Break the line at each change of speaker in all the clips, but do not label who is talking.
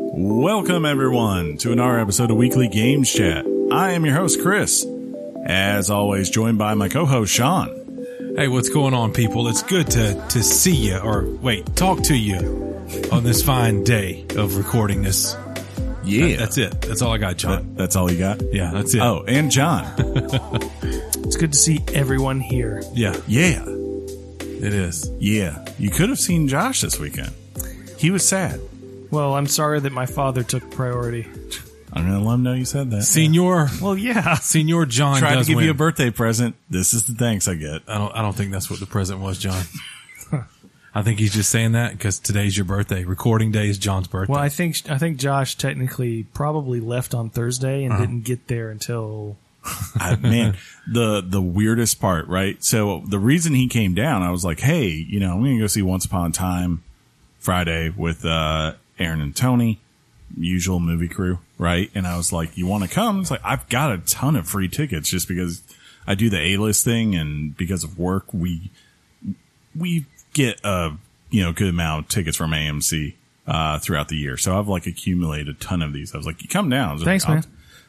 Welcome, everyone, to another episode of Weekly Games Chat. I am your host, Chris. As always, joined by my co host, Sean.
Hey, what's going on, people? It's good to, to see you, or wait, talk to you on this fine day of recording this.
Yeah.
That's it. That's all I got, John.
That's all you got?
Yeah, that's it.
Oh, and John.
It's good to see everyone here.
yeah,
Yeah.
it is.
Yeah. You could have seen Josh this weekend. He was sad.
Well, I'm sorry that my father took priority.
I'm going to let him know you said that.
Senior,
Well, yeah.
Senior John
Tried to
does
give
win.
you a birthday present. This is the thanks I get.
I don't, I don't think that's what the present was, John. I think he's just saying that because today's your birthday. Recording day is John's birthday.
Well, I think I think Josh technically probably left on Thursday
Uh-huh.
and didn't get there until
I, man, the the weirdest part, right? So the reason he came down, I was like, hey, you know, I'm gonna go see Once Upon a Time Friday with uh, Aaron and Tony, usual movie crew, right? And I was like, you want to come? It's like I've got a ton of free tickets just because I do the A list thing, and because of work, we we get a you know good amount of tickets from AMC uh, throughout the year. So I've like accumulated a ton of these. I was like, you come down. I was like,
Thanks,
I'll,
man.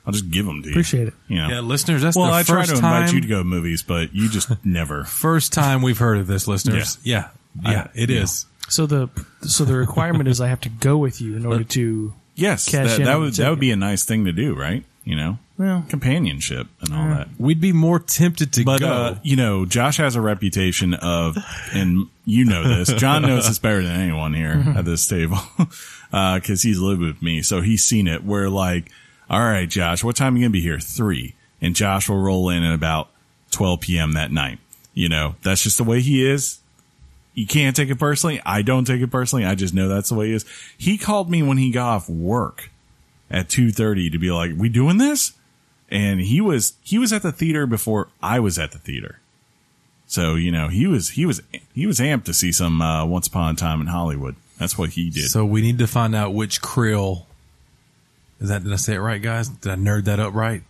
I'll just give them to you.
Appreciate it.
You know?
yeah, listeners, that's
Well,
the
I try
first
to
time,
invite you to go to movies, but you just never.
first time we've heard of this, listeners. Yeah, yeah,
I-
it
yeah.
is.
so the so the requirement is I have to go with you in order to
Yes,
Cash
that,
in
that
on
would
the
that would be a nice thing to do, right? You know,
Well.
companionship and all that.
We'd be more tempted to
But
go.
uh, you know, Josh has a reputation of, and you know this. John knows this better than anyone here at this table, because he's lived with me, so he's seen it. Where like, all right, Josh, what time are you gonna be here? Three, and Josh will roll in at about twelve p.m. that night. You know, that's just the way he is. You can't take it personally. I don't take it personally. I just know that's the way he is. He called me when he got off work at two thirty to be like, "We doing this?" and he was he was at the theater before I was at the theater. So you know he was he was he was amped to see some uh, Once Upon a Time in Hollywood. That's what he did.
So we need to find out which krill. Is that did I say it right, guys? Did I nerd that up right?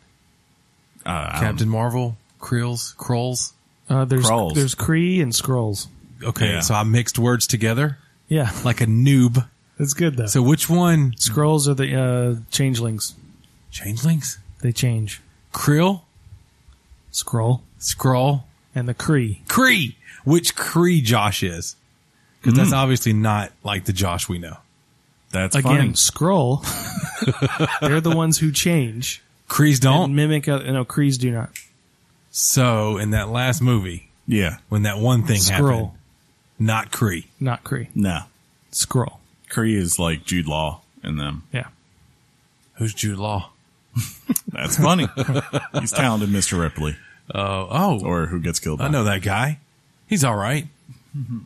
uh, I don't-
Captain Marvel, krills, krolls.
uh, there's
Crawls.
there's Cree and Scrolls.
Okay,
Yeah.
so I mixed words together
Yeah,
like a noob.
that's good though.
So which one?
Scrolls are the uh, changelings.
Changelings,
They change.
krill,
Scroll
scroll,
and the Cree.
Cree. Which Cree Josh is? Because that's
Mm.
obviously not like the Josh we know.
that's funny.
Again, Scroll. they're the ones who change
Crees
and
don't.
mimic. Uh, no, Crees do not.
So in that last movie,
Yeah,
when that one thing happened,
Scroll,
not Cree.
not Cree.
no,
Scroll.
Cree is like Jude Law in them.
Yeah.
Who's Jude Law?
That's funny. He's talented, Mister Ripley,
Oh, oh,
or who gets killed. By.
I know that guy. He's all right.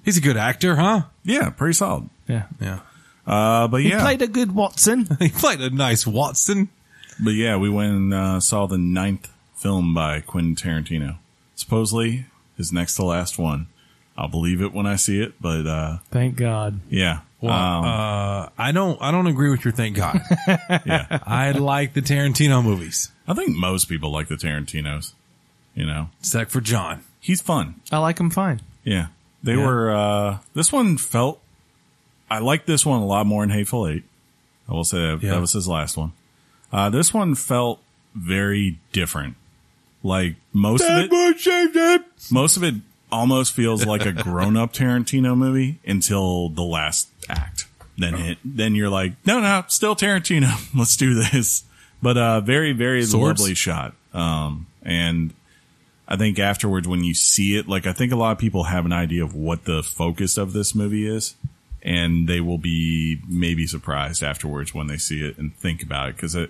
He's a good actor, huh?
Yeah, pretty solid.
Yeah.
Yeah.
Uh, but yeah,
a good Watson.
He played a nice Watson.
but yeah, we went and uh, saw the ninth film by Quentin Tarantino. Supposedly his next to last one. I'll believe it when I see it, but uh,
Thank God.
yeah.
Well,
Um,
uh, I don't. I don't agree with your thank God.
Uh, yeah.
I like the Tarantino movies,
I think most people like the Tarantinos. You know,
except for John.
he's fun.
I like him fine.
Yeah, they
Yeah.
were. uh This one felt. I like this one a lot more in Hateful Eight. I will say that,
Yeah.
that was his last one. Uh This one felt very different. Like most of it, most of it almost feels like a grown-up Tarantino movie until the last act. Then it, then you're like, no, no, still Tarantino. Let's do this. But uh, very, very
Swords?
lovely shot. Um, and I think afterwards when you see it, like I think a lot of people have an idea of what the focus of this movie is, and they will be maybe surprised afterwards when they see it and think about it because it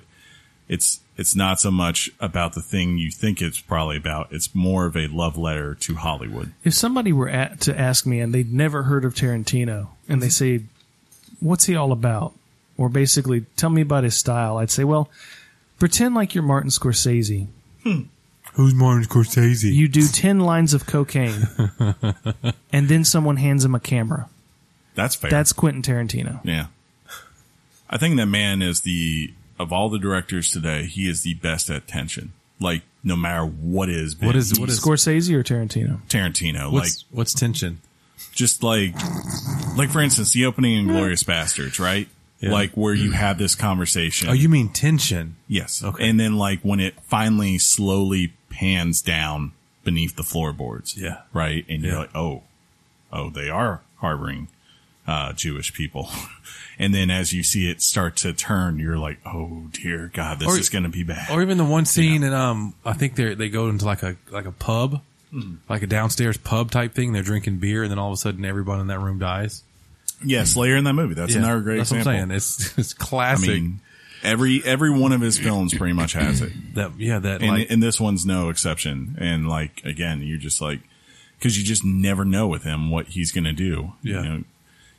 it's it's not so much about the thing you think it's probably about. It's more of a love letter to Hollywood.
If somebody were at, to ask me and they'd never heard of Tarantino and they say, what's he all about? Or basically, tell me about his style. I'd say, well, pretend like you're Martin Scorsese.
Who's Martin Scorsese?
You do 10 lines of cocaine and then someone hands him a camera.
That's fair.
That's Quentin Tarantino.
yeah. I think that man is the of all the directors today, he is the best at tension. Like no matter what is
What is- what
he's
is-
Scorsese or Tarantino?
Tarantino like
what's what's tension?
just like like for instance the opening in glorious bastards right like where you have this conversation.
Mm. Oh, you mean tension?
yes.
Okay.
And then like when it finally slowly pans down beneath the floorboards.
Yeah.
Right. And you're
Yeah.
like, oh, oh, they are harboring uh, Jewish people. and then as you see it start to turn, you're like, oh dear God, this
Or-
is going to be bad.
Or even the one scene, and um, I think they they go into like a like a pub,
Hmm.
like a downstairs pub type thing. They're drinking beer, and then all of a sudden, everyone in that room dies.
yeah, Slayer in that movie. That's
Hmm. Yeah,
another great
That's
example.
what I'm saying. It's it's
I
classic.
mean, every every one of his films pretty much has it,
that yeah, that
and
like
and this one's no exception. And like again, you're just like because you just never know with him what he's going to do.
Yeah.
You know,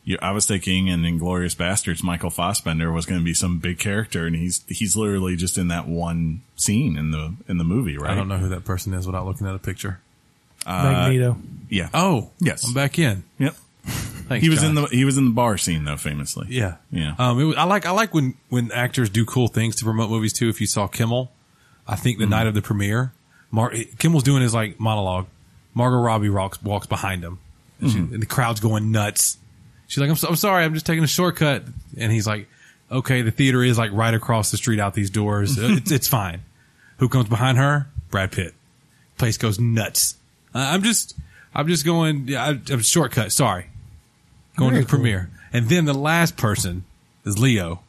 you, I was thinking in Inglorious Bastards, Michael Fassbender was going to be some big character, and he's he's literally just in that one scene in the in the movie, right?
I don't know who that person is without looking at a picture.
Magneto.
Yeah.
Oh
Yes.
I'm back in.
Yep.
Thanks,
He was
Josh.
in the he was in the bar scene though, famously.
Yeah,
Yeah.
Um, it was, I like I like when when actors do cool things to promote movies too. If you saw Kimmel, I think
Mm.
the night of the premiere, Mar- Kimmel's doing his like monologue. Margot Robbie walks walks behind him, and, she,
Mm-hmm.
and the crowd's going nuts. She's like, "I'm so, I'm sorry, I'm just taking a shortcut," and he's like, "Okay, the theater is like right across the street out these doors. it's, it's fine." Who comes behind her? Brad Pitt. Place goes nuts. Uh, I'm just I'm just going. Yeah, I, I'm shortcut. Sorry going
Very
to the
cool.
premiere. And then the last person is Leo.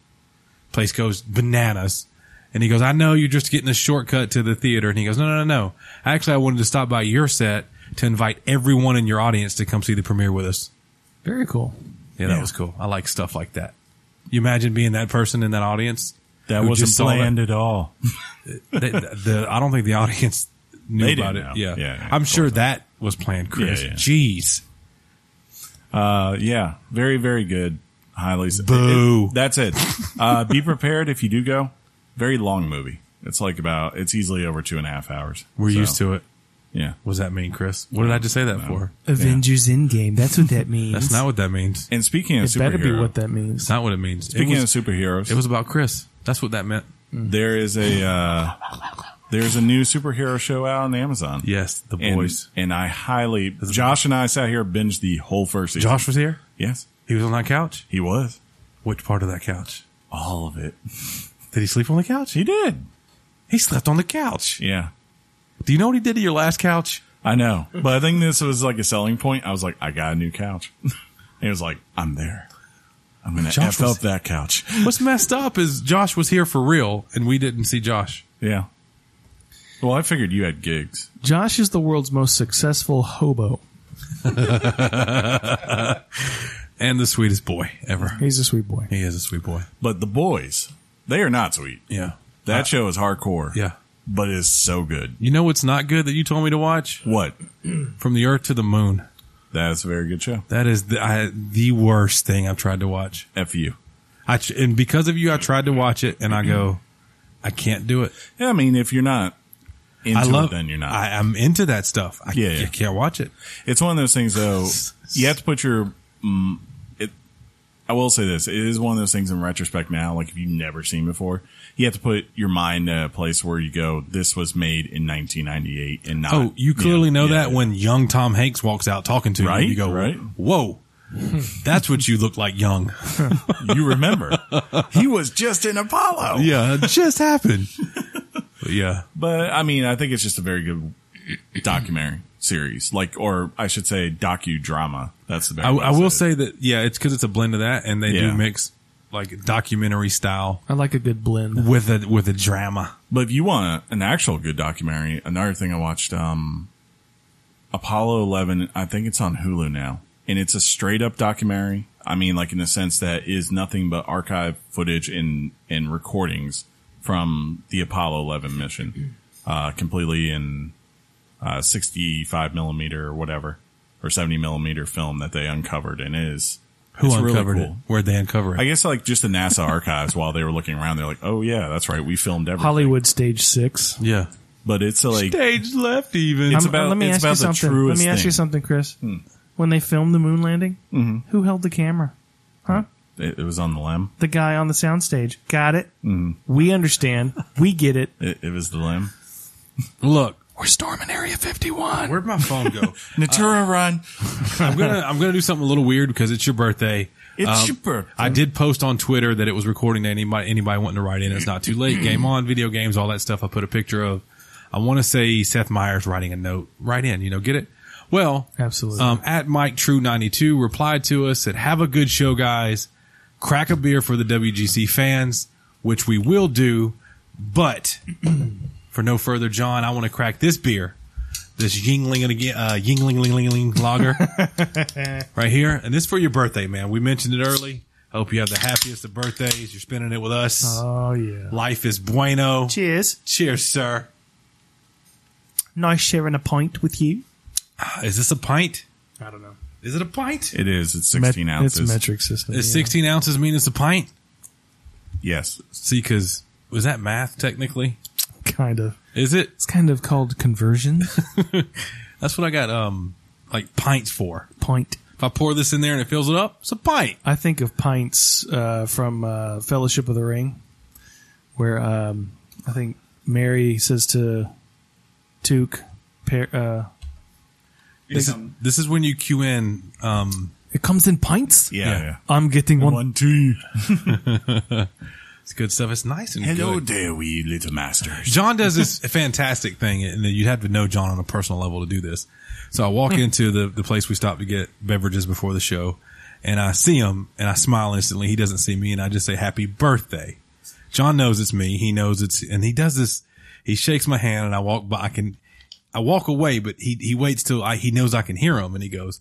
Place goes bananas. And he goes, I know you're just getting a shortcut to the theater. And he goes, No, no, no, no. Actually, I wanted to stop by your set to invite everyone in your audience to come see the premiere with us.
Very cool.
Yeah, that
Yeah.
was cool. I like stuff like that. You imagine being that person in that audience?
that
who
wasn't
just saw that-
planned at all.
They- the, I don't think the audience knew
They
about
didn't
it.
know.
Yeah.
Yeah, yeah,
I'm
of
sure
course
that was planned, Chris.
Yeah, yeah.
Jeez.
Uh, yeah, very very good. Highly su-
Boo.
it- it- that's it. Uh, be prepared if you do go. Very long movie. It's like about. It's easily over two and a half hours.
We're
So,
used to it.
Yeah,
What does that mean, Chris? What did I just say that for?
Avengers Endgame. That's what that means.
That's not what that means.
and speaking of
It better be
superhero-
what that means.
It's not what it means. It
speaking
was,
of superheroes,
it was about Chris. That's what that meant.
there is a uh, there's a new superhero show out on Amazon.
Yes, the
and,
boys.
and I highly Josh and I sat here binged the whole first season.
Josh was here.
yes,
He was on that couch.
he was
Which part of that couch?
all of it.
Did he sleep on the couch?
He did.
He slept on the couch.
Yeah,
Do you know what he did to your last couch?
I know, but I think this was like a selling point. I was like, I got a new couch. And it was like, I'm there. I'm gonna
Josh
f
was-
up that couch.
What's messed up is Josh was here for real, and we didn't see Josh.
Yeah. Well, I figured you had gigs.
Josh is the world's most successful hobo.
And the sweetest boy ever.
He's a sweet boy.
He is a sweet boy.
But the boys, they are not sweet.
Yeah,
That show is hardcore.
yeah.
But it's so good.
You know what's not good that you told me to watch?
What?
From the Earth to the Moon.
That is a very good show.
That is the, I, the worst thing I've tried to watch.
F you.
I tr- and because of you, I tried to watch it, and I go, I can't do it.
Yeah, I mean, if you're not into
I love.
it, then you're not.
I, I'm into that stuff. I,
Yeah, yeah.
I can't watch it.
It's one of those things, though. you have to put your. Mm, it, I will say this: it is one of those things in retrospect now. Like if you've never seen before, you have to put your mind in a place where you go, "This was made in 1998," and not.
Oh, you clearly
Yeah,
know
yeah,
that
yeah.
when young Tom Hanks walks out talking to
Right,
you, you go,
right.
"Whoa, that's what you look like, young."
you remember he was just in Apollo.
yeah, it just happened. But yeah,
But I mean, I think it's just a very good documentary series, like, or I should say, docudrama. That's the better.
I,
way to
I will
it.
say that. Yeah, it's because it's a blend of that, and they
Yeah.
do mix like documentary style
I like a good blend.
with a with a drama.
But if you want an actual good documentary, another thing I watched, um, Apollo 11, I think it's on Hulu now. And it's a straight up documentary. I mean, like in the sense that is nothing but archive footage and, and recordings from the Apollo 11 mission, uh, completely in, uh, 65 millimeter or whatever, or 70 millimeter film that they uncovered and it is.
Who
it's really
uncovered
cool.
it? Where'd they uncover it?
I guess like just the NASA archives while they were looking around, they're like, oh yeah, that's right. We filmed everything.
Hollywood Stage Six.
yeah,
But it's like,
stage left even.
It's about-
let me
it's
ask
about
you
the
something. Let
truest
me ask you
thing. Hmm. Mm-hmm.
something, Chris. When they filmed the moon landing, who held the camera? Huh?
It, it was on the limb.
The guy on the soundstage.
Mm-hmm.
Got it. We understand. We get it.
It, it was the limb.
Look,
We're storming Area 51.
Where'd my phone go?
Natura run.
I'm gonna I'm gonna do something a little weird because it's your birthday.
It's your birthday.
I did post on Twitter that it was recording to anybody anybody wanting to write in. It's not too late. Game on, video games, all that stuff. I put a picture of. I want to say Seth Meyers writing a note. Write in, you know, get it. Well,
Absolutely.
Um, at Mike True ninety two replied to us said, "Have a good show, guys. Crack a beer for the WGC fans, which we will do, but." for no further, John, I want to crack this beer, this Yingling and again, uh, Yingling Ling Ling Ling Lager, right here, and this is for your birthday, man. We mentioned it early. Hope you have the happiest of birthdays. You're spending it with us.
Oh yeah.
Life is bueno.
Cheers.
Cheers, sir.
Nice sharing a pint with you.
Uh, Is this a pint?
I don't know.
Is it a pint?
It is. It's 16 ounces.
It's metric system.
Does
yeah.
16 ounces mean it's a pint?
Yes.
See, because was that math technically?
Kind of.
Is it?
It's kind of called conversion
That's what I got. Um, like pints for.
pint.
If I pour this in there and it fills it up, it's a pint.
I think of pints uh, from uh, Fellowship of the Ring, where um, I think Mary says to Tuke, "Par- uh,
This is, this is when you cue in. Um,
"It comes in pints."
Yeah. yeah.
I'm getting one.
One, two.
It's good stuff. It's nice and
Hello
good.
there, we little masters.
John does this fantastic thing, and you'd have to know John on a personal level to do this. So I walk into the, the place we stopped to get beverages before the show, and I see him, and I smile instantly. He doesn't see me, and I just say, Happy birthday. John knows it's me. He knows it's, and he does this. He shakes my hand, and I walk by. I can, I walk away, but he, he waits till I, he knows I can hear him, and he goes,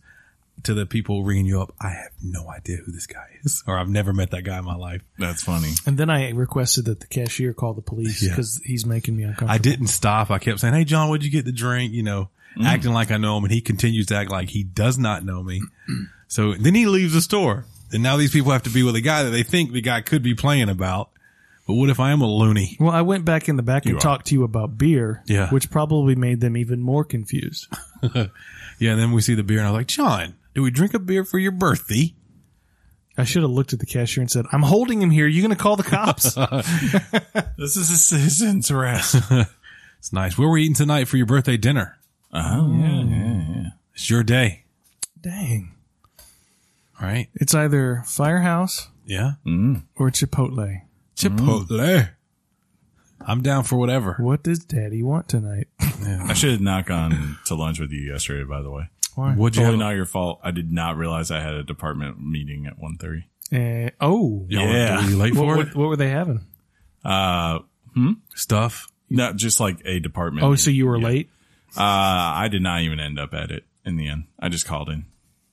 to the people ringing you up, I have no idea who this guy is, or I've never met that guy in my life.
That's funny.
And then I requested that the cashier call the police because he's making me uncomfortable.
I didn't stop. I kept saying, Hey, John, what'd you get to drink? You know,
Mm.
acting like I know him. And he continues to act like he does not know me. so then he leaves the store. And now these people have to be with a guy that they think the guy could be playing about. But what if I am a loony?
Well, I went back in the back and
are.
talked to you about beer,
Yeah.
which probably made them even more confused.
Yeah. And then we see the beer and I was like, John, do we drink a beer for your birthday?
I should have looked at the cashier and said, "I'm holding him here. You going to call the cops?"
This is a citizen's arrest.
It's nice. Where are we eating tonight for your birthday dinner?
oh, yeah.
It's your day.
Dang!
All right.
It's either Firehouse
Yeah.
Mm-hmm.
or Chipotle.
Chipotle. I'm down for whatever.
What does Daddy want tonight?
I should have not gone to lunch with you yesterday, by the way.
Why?
What'd you
Totally
have?
not your fault. I did not realize I had a department meeting at 1.30.
Uh, oh,
Y'all
Yeah.
Were you late
what,
for
what,
it?
what were they having?
Uh,
Stuff.
not just like a department.
Oh,
meeting.
so you were late.
Uh, I did not even end up at it in the end. I just called in.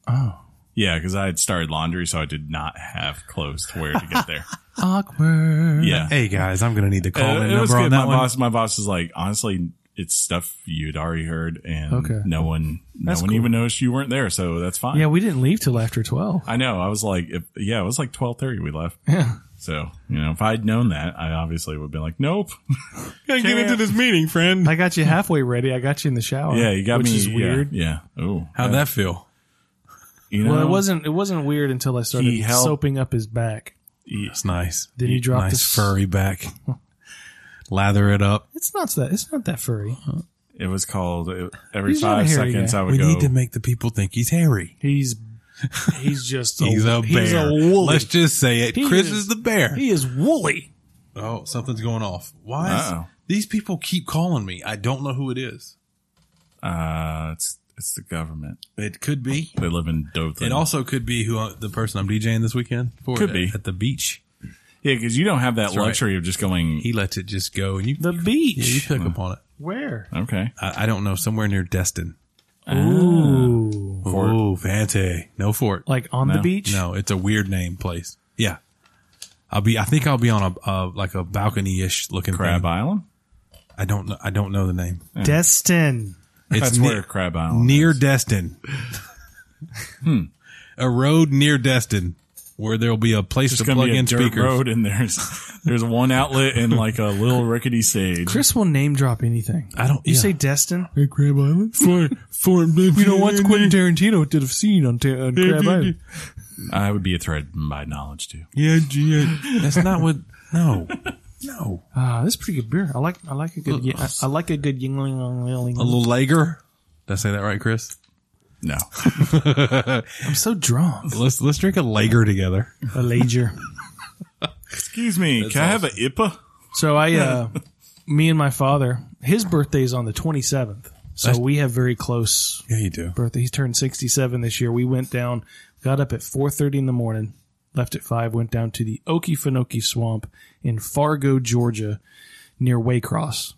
Oh.
Yeah, because I had started laundry, so I did not have clothes to wear to get there.
Awkward.
Yeah.
Hey guys, I'm gonna need to call
Uh,
in
it was
number on
good.
that
My
one.
boss, my boss is like, honestly, it's stuff you'd already heard, and
Okay.
no one, no
That's
one
cool.
even noticed you weren't there, so that's fine.
Yeah, we didn't leave till after twelve.
I know. I was like, if, yeah, it was like twelve thirty. We left.
Yeah.
So you know, if I'd known that, I obviously would have been like, nope.
Gotta get into this meeting, friend.
I got you halfway ready. I got you in the shower.
Yeah, you got
which
me.
Is
yeah,
weird.
Yeah. Oh,
How'd that feel?
You know,
Well, it wasn't. It wasn't weird until I started
He helped-
soaping up his back.
It's nice.
Did he drop
nice
this-
furry back? Lather it up.
It's not that. It's not that furry.
It was called it- every
He's not a
five
hairy
seconds.
guy.
I would
We
go.
need to make the people think he's hairy.
He's he's just
He's a bear.
He's a woolly.
Let's just say it.
He
Chris
is-
is, the bear.
he is woolly.
oh, something's going off. Why? is-
Uh-oh.
these people keep calling me. I don't know who it is.
uh, it's it's the government.
It could be.
They live in Dothan.
It also could be who I- the person I'm DJing this weekend for
Could
at,
be.
at the beach.
yeah, because you don't have that
right.
luxury of just going.
He lets it just go, and you
The
yeah, you
beach.
pick up on it.
Where?
Okay.
I, I don't know. Somewhere near Destin.
Ooh.
Fort.
Oh, Fante. No fort.
Like on the
No,
beach.
No, it's a weird name place. Yeah. I'll be. I think I'll be on a uh, like a balcony ish looking
Crab
thing.
Island.
I don't. know I don't know the name.
Destin.
It's
That's
ne-
where Crab Island.
near Destin. Hmm. A road near Destin where there'll be a place
It's
to
gonna
plug
be a
in
dirt
speakers.
road, and there's there's one outlet and like a little rickety stage.
Chris will name drop anything.
I don't.
You
yeah.
say Destin?
Hey, Crab Island for for you
You know what? Quentin Tarantino did have seen on, Ta- on Crab Island.
I would be a threat by knowledge too.
Yeah, yeah. That's not what. No. No.
Ah, this is pretty good beer. I like I like a good I, I like a good Yingling. Yingling,
A
Yingling.
little lager. Did I say that right, Chris?
No.
I'm so drunk.
Let's let's drink a lager together.
A lager.
Excuse me. can I have an IPA?
So I, uh, me and my father, his birthday is on the 27th. So we have very close
Yeah, you do.
birthday. He turned 67 this year. We went down, got up at 4.30 in the morning, left at 5, went down to the Okefenokee Swamp in Fargo, Georgia, near Waycross.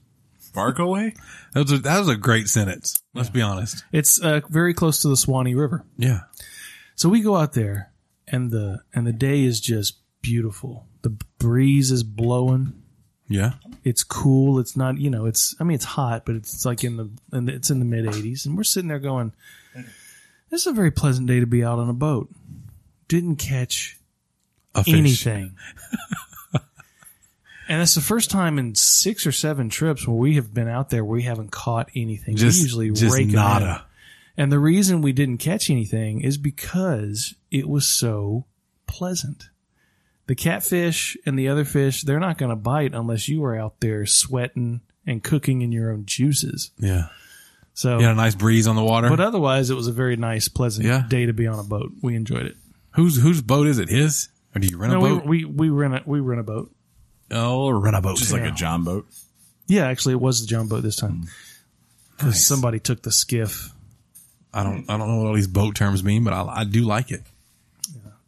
Barkaway?
That was a, that was a great sentence. Let's be honest.
It's uh, very close to the Swanee River.
Yeah.
So we go out there, and the and the day is just beautiful. The breeze is blowing.
Yeah.
it's cool. It's not, you know, it's, I mean, it's hot, but it's like in the, and it's in the mid 80s. And we're sitting there going, this is a very pleasant day to be out on a boat. Didn't catch
A fish.
anything. and that's the first time in six or seven trips where we have been out there, we haven't caught anything.
Just
we usually
just
rake 'em in.
nada.
And the reason we didn't catch anything is because it was so pleasant. The catfish and the other fish, they're not going to bite unless you are out there sweating and cooking in your own juices.
Yeah.
So,
You had a nice breeze on the water.
but uh, otherwise, it was a very nice, pleasant
Yeah.
day to be on a boat. We enjoyed it.
Whose whose boat is it? His or do you rent
No,
a
we,
boat?
we we were in a we were in a boat.
oh, rent a boat.
Just like a John boat.
Yeah, actually, it was the John boat this
Mm.
time because somebody took the skiff.
I don't I don't know what all these boat terms mean, but I, I do like it.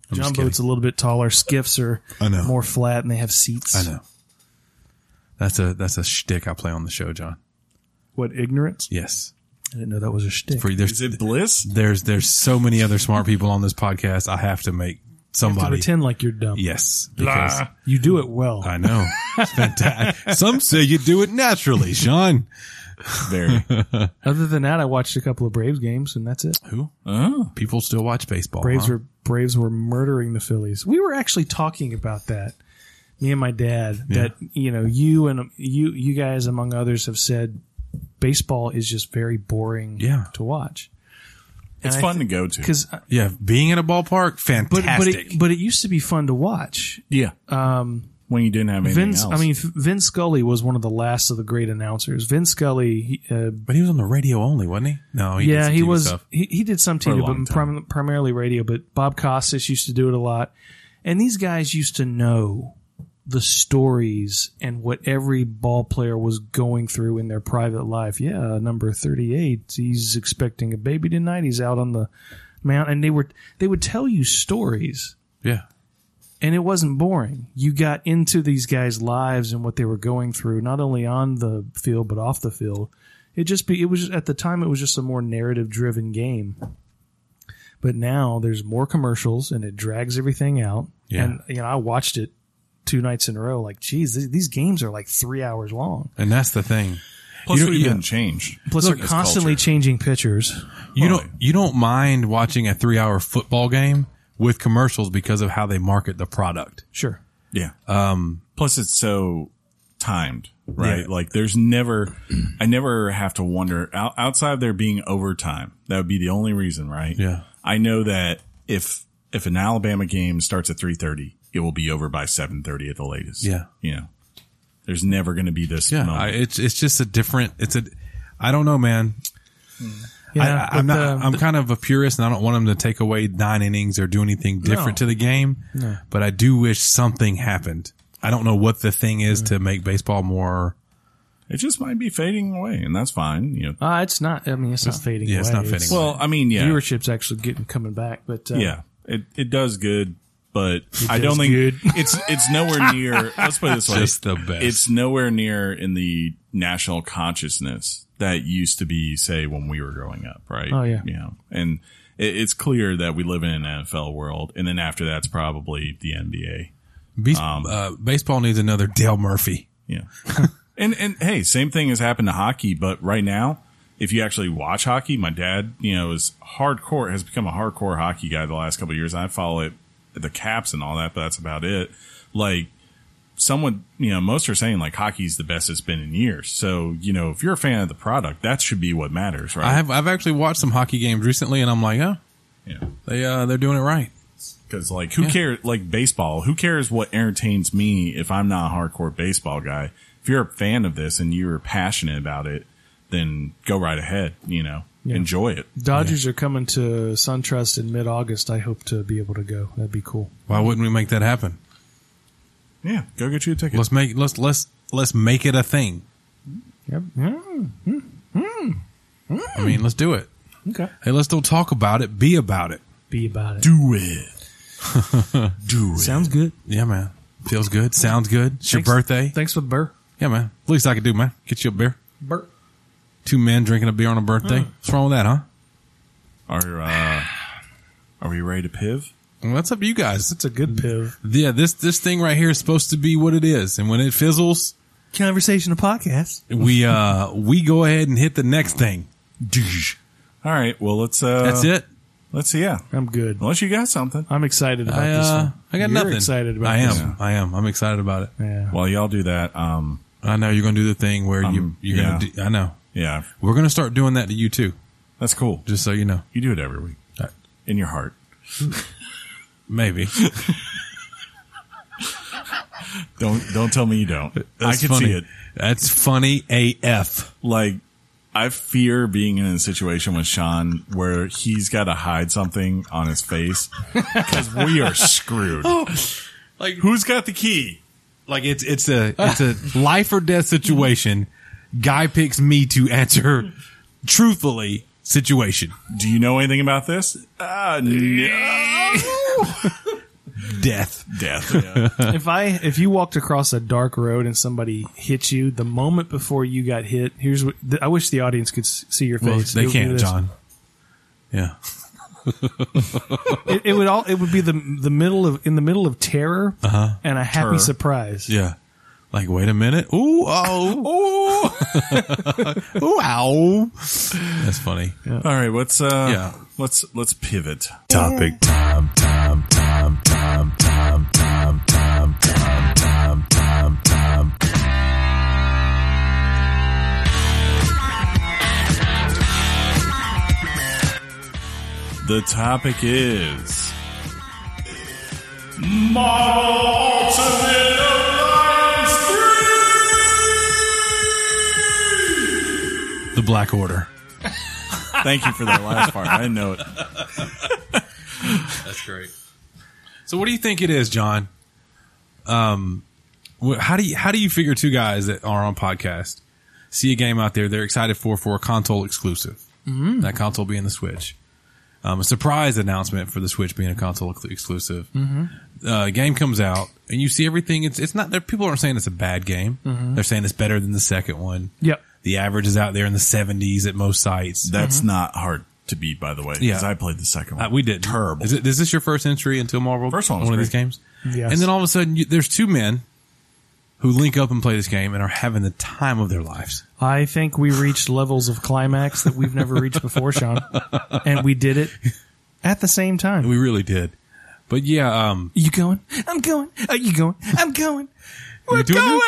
I'm
John
just
boat's a little bit taller. Skiffs are
I know.
more flat and they have seats.
I know. That's a that's a shtick I play on the show, John.
What ignorance!
Yes.
I didn't know that was a shtick.
For
Is
there's
it Bliss?
there's there's so many other smart people on this podcast. I have to make
to
somebody.
pretend like you're dumb.
yes, because
You do it well.
I know. It's fantastic. Some say you do it naturally, Sean.
Very.
Other than that, I watched a couple of Braves games, and that's it.
Who? Uh,
oh.
People still watch baseball.
Braves
huh?
were Braves were murdering the Phillies. We were actually talking about that. Me and my dad. That you know, you and you you guys among others have said baseball is just very boring.
Yeah.
to watch.
It's fun to go to.
because
yeah, being in a ballpark,
but
fantastic.
uh, but it, but it used to be fun to watch.
Yeah. Um, when you didn't have anything
Vince,
else.
I mean, Vin Scully was one of the last of the great announcers. Vin Scully, he, uh,
But he was on the radio only, wasn't he? No, he did
yeah,
some
he
TV
was.
stuff.
He, he did some
a long
TV, but
time.
prim- primarily radio. But Bob Costas used to do it a lot, and these guys used to know the stories and what every ball player was going through in their private life. Yeah, number thirty-eight, he's expecting a baby tonight. He's out on the mount, and they were they would tell you stories,
Yeah,
and it wasn't boring. You got into these guys' lives and what they were going through, not only on the field but off the field. It just be it was just, at the time it was just a more narrative driven game. But now there's more commercials and it drags everything out.
Yeah.
And you know, I watched it two nights in a row like geez, th- these games are like 3 hours long.
and that's the thing.
Plus,
you don't-
we
yeah.
didn't change.
Plus
Look,
they're
it's
constantly
culture.
changing pitchers.
You don't you don't mind watching a three hour football game with commercials because of how they market the product.
Sure.
Yeah. Um, Plus, it's so timed, right?
Yeah.
Like, there's never, I never have to wonder out, outside of there being overtime. That would be the only reason, right?
Yeah.
I know that if if an Alabama game starts at three thirty, it will be over by seven thirty at the latest.
Yeah.
You know, there's never going to be this.
Yeah,
moment.
I, it's it's just a different. It's a. I don't know, man.
Yeah,
I, I'm
but,
not.
uh,
I'm kind of a purist, and I don't want them to take away nine innings or do anything different to the game. But I do wish something happened. I don't know what the thing is to make baseball more.
it just might be fading away, and that's fine. You know.
uh, it's not I mean it's not fading
yeah, it's
away.
not fading away.
Well, I mean, yeah,
Viewership's actually getting coming back, but uh,
yeah, it it does good. But I don't
does
think
good.
it's it's nowhere near. let's put it this way:
Just uh, the best.
It's nowhere near in the national consciousness that used to be, say, when we were growing up, right?
Oh, yeah.
you know, and it, it's clear that we live in an NFL world, and then after that's probably the NBA.
Be-
um,
uh, baseball needs another Dale Murphy.
Yeah. and and hey, same thing has happened to hockey, but right now, if you actually watch hockey, my dad, you know, is hardcore has become a hardcore hockey guy the last couple of years. I follow it the caps and all that, but that's about it. Like someone, you know, most are saying like hockey's the best it's been in years. So, you know, if you're a fan of the product, that should be what matters, right?
I have. I've actually watched some hockey games recently, and I'm like, oh,
yeah.
they uh, they're doing it right.
Because like, who cares? Like baseball, who cares what entertains me if I'm not a hardcore baseball guy? If you're a fan of this and you're passionate about it, then go right ahead. You know, enjoy it.
Dodgers are coming to SunTrust in mid August. I hope to be able to go. That'd be cool.
Why wouldn't we make that happen?
Yeah, go get you a ticket.
Let's make let's let's let's make it a thing.
Yep.
I mean, let's do it.
Okay.
Hey, let's don't talk about it. Be about it.
Be about it.
do it. do it.
Sounds good.
Yeah, man. Feels good. Sounds good. It's your
Thanks-
birthday.
Thanks for the burr.
yeah, man. Least I could do, man. Get you a beer.
Burr.
Two men drinking a beer on a birthday.
Hmm.
What's wrong with that, huh?
Are uh, are we ready to piv?
Well, that's up to you guys.
That's a good piv.
Yeah, this this thing right here is supposed to be what it is, and when it fizzles,
Conversational podcast.
we uh we go ahead and hit the next thing.
All right. Well, let's. Uh,
That's it.
Let's see. Yeah.
I'm good.
Unless you got something.
I'm excited about
I,
this
uh,
one.
I got
You're
nothing.
excited about
I am.
this one.
I am. I'm excited about it.
Yeah.
While y'all do that, um,
I know you're gonna do the thing where you
Um,
you're gonna.
yeah.
Do, I know
yeah,
we're gonna start doing that to you too.
that's cool.
Just so you know,
You do it every week
All right.
in your heart.
maybe.
Don't don't tell me you don't. I
That's
can
funny.
see it.
That's funny AF.
Like I fear being in a situation with Sean where he's got to hide something on his face because we are screwed.
Like
Who's got the key?
like it's it's a it's a life or death situation. Guy picks me to answer truthfully situation.
Do you know anything about this? Uh, no.
Death.
Death. Yeah.
if I if you walked across a dark road and somebody hit you the moment before you got hit, here's what th- I wish the audience could s- see your
Well,
face. It
they
would be
can't,
this.
John. Yeah.
It, it would all it would be the the middle of in the middle of terror and a happy
Terror.
surprise.
Uh-huh. Yeah. Like, wait a minute. Ooh, oh. Ooh. Ooh, ow. That's funny.
All right, let's uh,
Yeah.
let's let's pivot.
Topic time, time, time, time, time, time, time, time, time, time, time.
The topic is Marvel Ultimate Alliance 3.
The Black Order.
Thank you for that last part. I didn't know it.
That's great. So, what do you think it is, John? Um, wh- how do you how do you figure two guys that are on podcast see a game out there they're excited for for a console exclusive? Mm-hmm. That console being the Switch. Um, a surprise announcement for the Switch being a console ex- exclusive. Mm-hmm. Uh, game comes out and you see everything. It's it's not that people aren't saying it's a bad game. They're saying it's better than the second one.
Yep.
The average is out there in the seventies at most sites.
That's not hard to beat, by the way. Because
Yeah.
I played the second one.
Uh, we did
Terrible.
Is, it, is this your first entry into a Marvel?
First one was
one of
great.
these games.
Yes.
And then all of a sudden, you, there's two men who link up and play this game and are having the time of their lives.
I think we reached levels of climax that we've never reached before, Sean, and we did it at the same time.
We really did. But yeah, um,
you going? I'm going. Are you going? I'm going.
we're
going.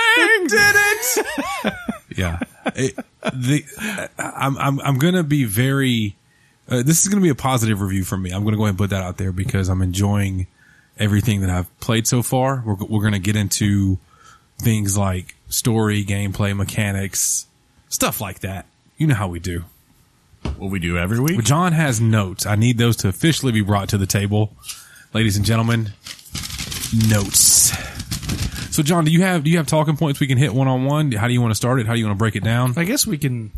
yeah, It- the, I'm I'm I'm gonna be very. Uh, this is gonna be a positive review for me. I'm gonna go ahead and put that out there because I'm enjoying everything that I've played so far. We're we're gonna get into things like story, gameplay, mechanics, stuff like that. You know how we do.
what we do every week.
But John has notes. I need those to officially be brought to the table, ladies and gentlemen. Notes. So, John, do you have do you have talking points we can hit one on one? How do you want to start it? How do you want to break it down?
I guess we can.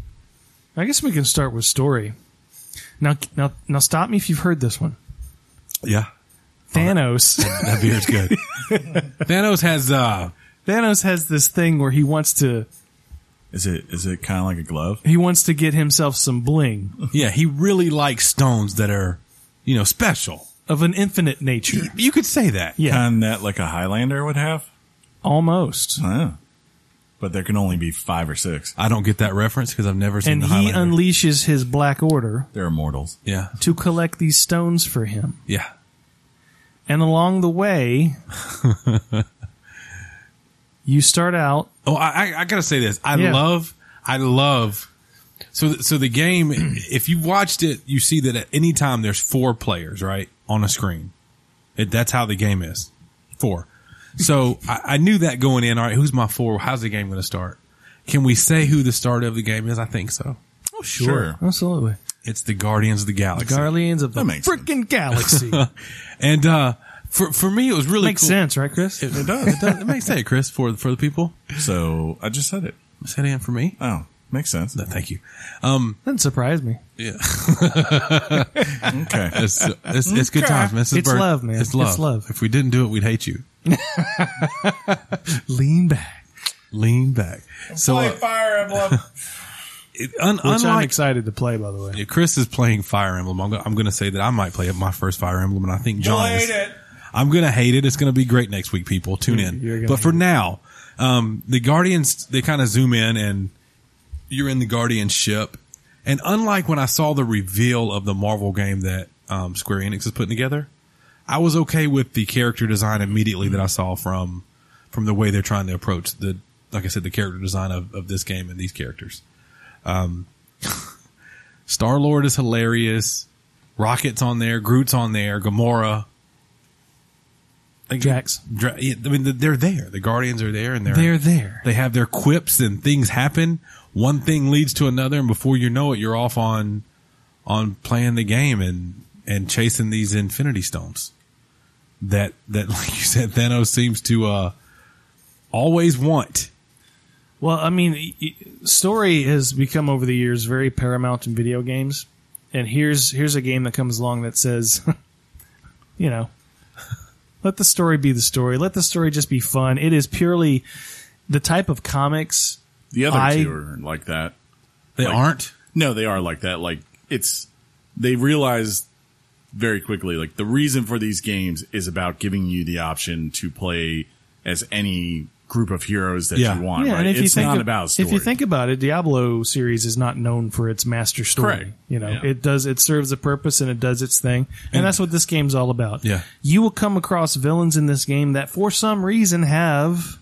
I guess we can start with story. Now, now, now, stop me if you've heard this one.
Yeah,
Thanos.
that beer's good. Thanos has uh,
Thanos has this thing where he wants to
Is it is it kind of like a glove?
he wants to get himself some bling
yeah, he really likes stones that are you know special.
of an infinite nature.
You could say that.
Yeah,
Kind that like a Highlander would have.
almost.
Huh. But there can only be five or six.
I don't get that reference because I've never seen
And
the
he
Highlander.
unleashes his Black Order
They're immortals.
yeah,
to collect these stones for him.
yeah.
And along the way, you start out.
Oh, I, I, I gotta say this. I
Yeah.
love, I love. So, th- so the game. if you watched it, you see that at any time there's four players right on a screen. It, that's how the game is. Four. So I, I knew that going in. All right, who's my four? How's the game going to start? Can we say who the start of the game is? I think so.
Oh, sure.
Absolutely.
It's the Guardians of the Galaxy.
Guardians of the
That makes
freaking galaxy.
and uh, for for me, it was really
makes
cool.
sense, right, Chris?
It, it does. It, does. it makes sense, Chris, for for the people.
So I just said it.
Say that for me.
Oh, makes sense.
No, thank you. Um,
Doesn't surprise me.
yeah,
Okay.
it's it's, it's good times, Mrs.
It's
Bird.
love, man.
It's love.
It's love.
If we didn't do it, we'd hate you.
Lean back.
Lean back. So uh,
Fire Emblem.
it- un-
Which I'm
unlike
excited to play, by the way.
Yeah, Chris is playing Fire Emblem. I'm, go- I'm going to say that I might play my first Fire Emblem, and I think John is. I'm going to hate it. It's going to be great next week, people. Tune
You're
in.
gonna
But for
hate it.
now, um, the Guardians, they kind of zoom in and you're in the Guardian ship. And unlike when I saw the reveal of the Marvel game that um, Square Enix is putting together, I was okay with the character design immediately that I saw from from the way they're trying to approach the, like I said, the character design of, of this game and these characters. Um, Star Lord is hilarious. Rocket's on there. Groot's on there. Gamora. Like,
Jax.
Dra- yeah, I mean, they're there. The Guardians are there, and they're
They're there.
they have their quips and things happen. One thing leads to another, and before you know it, you're off on on playing the game and and chasing these Infinity Stones. That that like you said, Thanos seems to uh always want.
Well, I mean, y- y- story has become over the years very paramount in video games, and here's here's a game that comes along that says, you know, let the story be the story. Let the story just be fun. It is purely the type of comics.
The other
I-
two are like that.
They
Like-
aren't.
No, they are like that. Like it's they realize very quickly like the reason for these games is about giving you the option to play as any group of heroes that
Yeah.
you want.
Yeah,
right?
and if
it's
you think
not
of-
about story.
if you think about it, Diablo series is not known for its master story.
Correct.
You know,
Yeah.
it does it serves a purpose and it does its thing, and, that's what this game's all about.
Yeah.
you will come across villains in this game that for some reason have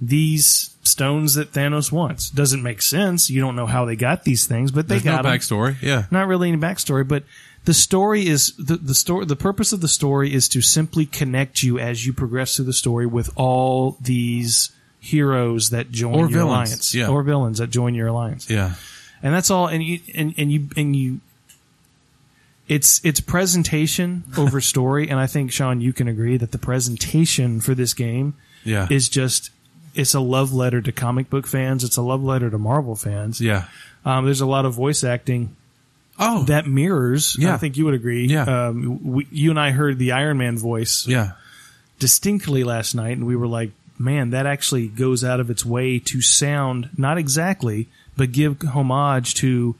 these stones that Thanos wants. Doesn't make sense. You don't know how they got these things, but they
There's no
got 'em
backstory. Yeah.
not really any backstory, but the story is the, the story. The purpose of the story is to simply connect you as you progress through the story with all these heroes that join
Or
your
villains,
alliance,
yeah.
or villains that join your alliance,
Yeah.
and that's all. And you and, and you and you. It's it's presentation over story, and I think Sean, you can agree that the presentation for this game
Yeah.
is just it's a love letter to comic book fans. It's a love letter to Marvel fans.
yeah.
Um, there's a lot of voice acting
Oh. That,
that mirrors.
Yeah.
I think you would agree.
Yeah.
Um, we, you and I heard the Iron Man voice
yeah.
distinctly last night, and we were like, "Man, that actually goes out of its way to sound not exactly, but give homage to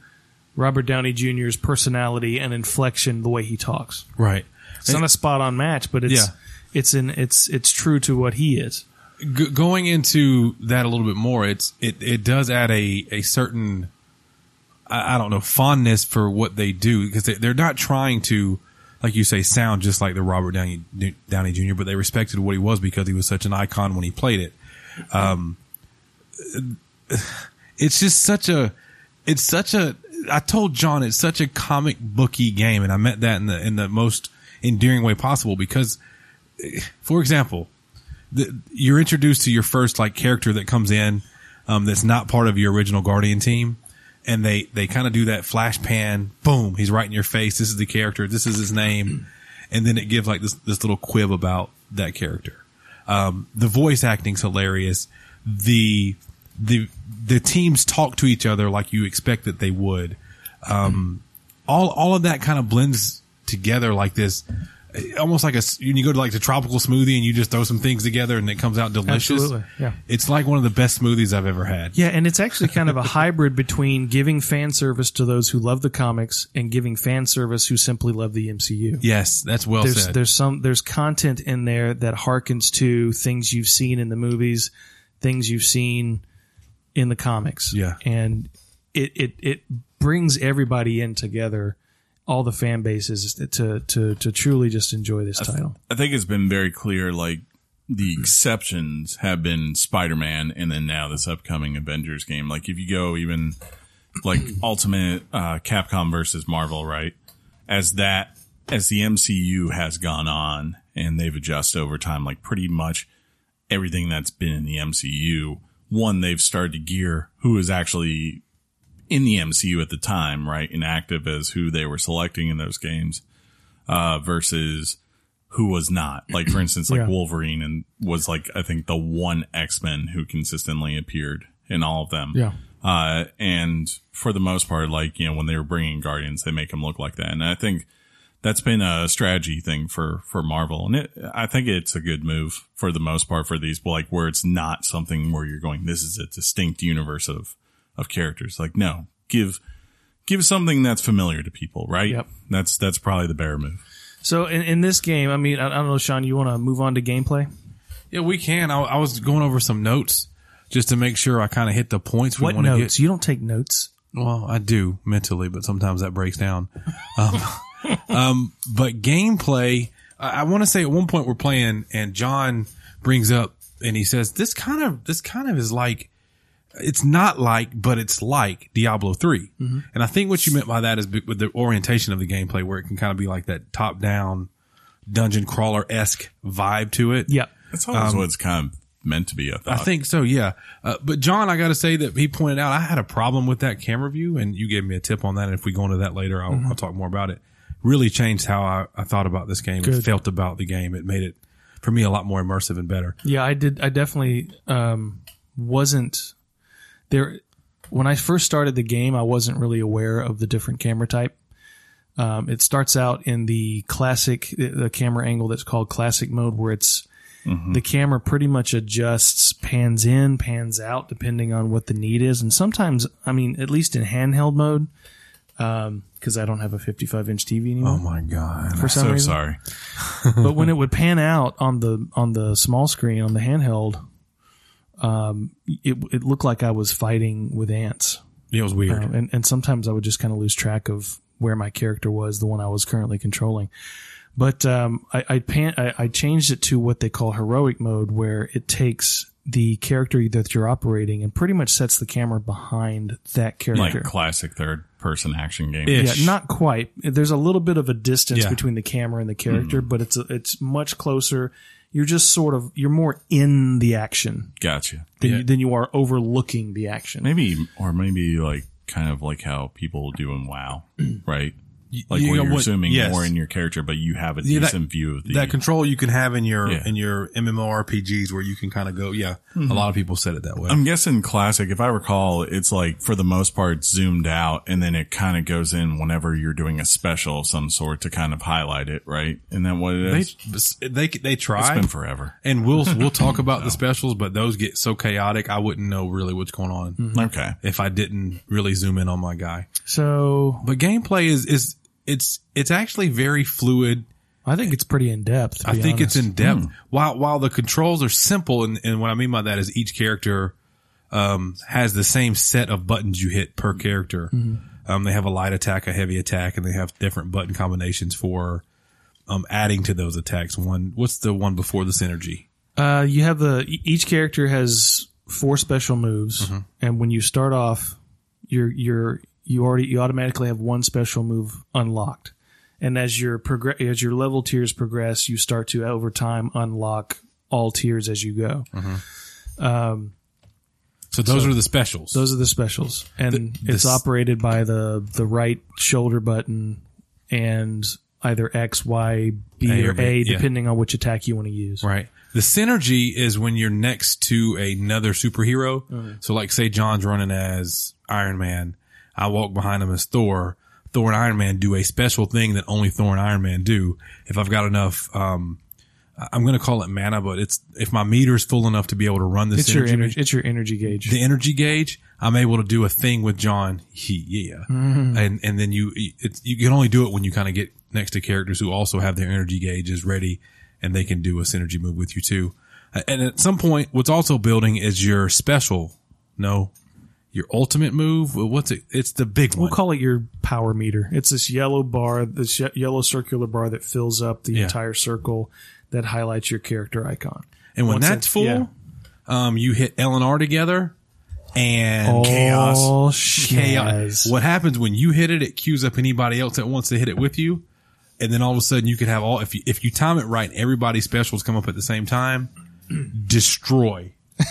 Robert Downey Jr.'s personality and inflection, the way he talks."
Right.
It's not a spot on match, but it's
Yeah.
it's in it's it's true to what he is.
G- going into that a little bit more, it's it it does add a a certain I, I don't know fondness for what they do because they, they're not trying to like you say sound just like the Robert Downey Downey Jr. But they respected what he was because he was such an icon when he played it. Um, it's just such a it's such a I told John it's such a comic booky game, and I meant that in the in the most endearing way possible because, eh, for example the, you're introduced to your first like character that comes in um, that's not part of your original guardian team and they they kind of do that flash pan boom he's right in your face this is the character this is his name and then it gives like this this little quib about that character um, the voice acting's hilarious the the the teams talk to each other like you expect that they would Um, all all of that kind of blends together like this almost like a s- when you go to like the tropical smoothie and you just throw some things together and it comes out delicious
Absolutely, yeah.
it's like one of the best smoothies i've ever had
Yeah, and it's actually kind of a hybrid between giving fan service to those who love the comics and giving fan service who simply love the MCU.
yes that's well
there's
said
there's some there's content in there that harkens to things you've seen in the movies, things you've seen in the comics.
Yeah.
and it it it brings everybody in together, all the fan bases to to to truly just enjoy this title.
I think it's been very clear like the exceptions have been Spider-Man and then now this upcoming Avengers game. Like if you go even like Ultimate uh Capcom versus Marvel, right? As that as the MCU has gone on and they've adjusted over time, like pretty much everything that's been in the MCU, one, they've started to gear who is actually in the MCU at the time, right? And active as who they were selecting in those games, uh, versus who was not. Like, for instance, like
Yeah.
Wolverine and was like, I think the one X-Men who consistently appeared in all of them.
Yeah.
Uh, and for the most part, like, you know, when they were bringing Guardians, they make him look like that. And I think that's been a strategy thing for, for Marvel. And it, I think it's a good move for the most part for these, like where it's not something where you're going, this is a distinct universe of, of characters. Like, no, give, give something that's familiar to people, right?
Yep.
That's, that's probably the bear move.
So in, in this game, I mean, I, I don't know, Sean. You want to move on to gameplay?
Yeah, we can. I, I was going over some notes just to make sure I kind of hit the points we
What
want to
notes?
get.
You don't take notes.
Well, I do mentally, but sometimes that breaks down. Um, um, but gameplay, I, I want to say at one point we're playing and John brings up and he says, this kind of, this kind of is like, it's not like, but it's like Diablo 3. And I think what you meant by that is be- with the orientation of the gameplay where it can kind of be like that top down dungeon crawler esque vibe to it.
Yeah.
That's always
Um,
what it's kind of meant to be. I
I
thought.
think so, yeah. Uh, but John, I got to say that he pointed out I had a problem with that camera view, and you gave me a tip on that. And if we go into that later, I'll, I'll talk more about it. Really changed how I, I thought about this game, and
Good.
felt about the game. It made it for me a lot more immersive and better.
Yeah, I did. I definitely um, wasn't there when I first started the game. I wasn't really aware of the different camera type. Um, it starts out in the classic, the camera angle that's called classic mode, where it's
Mm-hmm.
the camera pretty much adjusts, pans in, pans out, depending on what the need is. And sometimes, I mean, at least in handheld mode, because I don't have a 55 inch TV anymore
Oh my god!
for some
so
reason
sorry.
but when it would pan out on the on the small screen on the handheld, um, it it looked like I was fighting with ants,
It was weird.
Um, and and sometimes I would just kind of lose track of where my character was, the one I was currently controlling. But um, I I, pan, I I changed it to what they call heroic mode, where it takes the character that you're operating and pretty much sets the camera behind that
Like
character.
classic third person action game.
Yeah.
Yeah, not quite. There's a little bit of a distance
Yeah. Hmm.
between the camera and the character, but it's a, it's much closer. You're just sort of you're more in the action
Gotcha.
than
Yeah.
you, than you are overlooking the action.
Maybe, or maybe like kind of like how people do in WoW, right? Like
you
where
know
you're
what-
zooming
yes.
more in your character, but you have a
Yeah, that-
decent view of the.
that control you can have in your
Yeah.
in your MMORPGs where you can kind of go. Yeah, a lot of people said it that way.
I'm guessing classic, if I recall, it's like for the most part zoomed out and then it kind of goes in whenever you're doing a special of some sort to kind of highlight it, right? And then what it
they
is?
they they
it's
try.
been forever.
and we'll we'll talk about the specials, but those get so chaotic. I wouldn't know really what's going on.
Okay.
if I didn't really zoom in on my guy.
So
But gameplay is is it's it's actually very fluid.
I think it's pretty in depth.
I think it's in depth. While while the controls are simple, and, and what I mean by that is each character um, has the same set of buttons you hit per character. Um, they have a light attack, a heavy attack, and they have different button combinations for um, adding to those attacks. One, what's the one before the synergy?
Uh, you have the e- each character has four special moves,
Mm-hmm.
and when you start off, you're you're you already you automatically have one special move unlocked, and as your progress as your level tiers progress, you start to over time unlock all tiers as you go.
So those are the specials.
Those are the specials, and it's
this-
operated by the the right shoulder button and either X, Y, B,
A or
or
B,
A,
yeah.
depending on which attack you want to use.
Right. The synergy is when you're next to another superhero.
Uh-huh.
So, like, say John's running as Iron Man. I walk behind him as Thor. Thor and Iron Man do a special thing that only Thor and Iron Man do. If I've got enough, um, I- I'm going to call it mana, but it's if my meter's full enough to be able to run this
It's your
synergy,
energy. It's your energy gauge.
the energy gauge, I'm able to do a thing with John. He, yeah.
Mm-hmm.
And, and then you, it's, you can only do it when you kind of get next to characters who also have their energy gauges ready and they can do a synergy move with you too. Uh, And at some point, what's also building is your special, no, your ultimate move. Well, What's it? It's the big one.
We'll call it your power meter. It's this yellow bar, this ye- yellow circular bar that fills up the entire circle that highlights your character icon.
and when
once
that's
it-
full,
yeah.
um, you hit L and R together and
All
chaos.
shaz.
What happens when you hit it? It queues up anybody else that wants to hit it with you. and then all of a sudden you could have all if you if you time it right, everybody's specials come up at the same time. Destroy.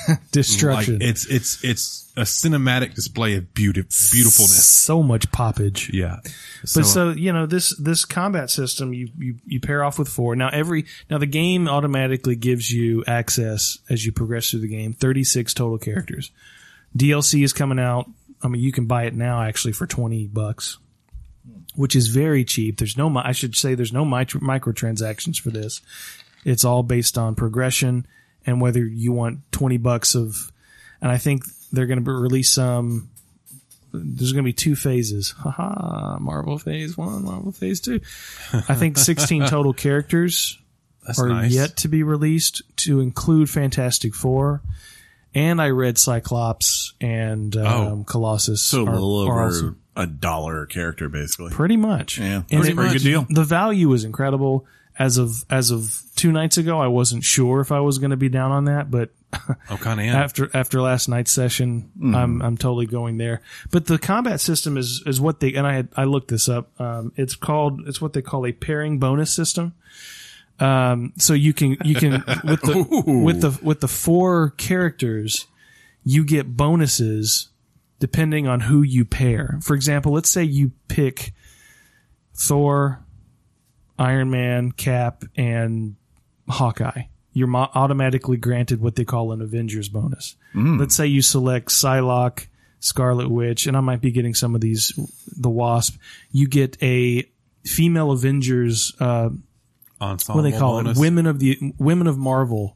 Like
Destruction.
it's it's it's a cinematic display of beauty beautifulness.
so much poppage.
Yeah.
But so you know this this combat system you, you you pair off with four. Now every now the game automatically gives you access as you progress through the game. Thirty six total characters. DLC is coming out. I mean, you can buy it now actually for twenty bucks, which is very cheap. There's no mi- I should say there's no micro, microtransactions for this. It's all based on progression and whether you want twenty bucks of. And I think they're going to release some there's going to be two phases. Haha, Marvel phase one, Marvel phase two. I think 16 total characters are
nice.
yet to be released to include Fantastic Four. And I read Cyclops and um,
Oh.
Colossus.
So a
are-
little
are
over
also-
a dollar a character, basically.
Pretty much.
Yeah,
And
that's a
it-
pretty good deal.
The value is incredible. As of as of two nights ago, I wasn't sure if I was going to be down on that, but
I'm kind of
after after last night's session. I'm I'm totally going there. But the combat system is is what they and I had, I looked this up. Um, it's called it's what they call a pairing bonus system. Um, so you can you can with the with the with the four characters, you get bonuses depending on who you pair. For example, let's say you pick Thor, Iron Man, Cap, and Hawkeye, you're mo- automatically granted what they call an Avengers bonus. Let's say you select Psylocke, Scarlet Witch, and I might be getting some of these, the Wasp. You get a female Avengers, uh,
ensemble.
what do they call
bonus.
it? Women of the Women of Marvel.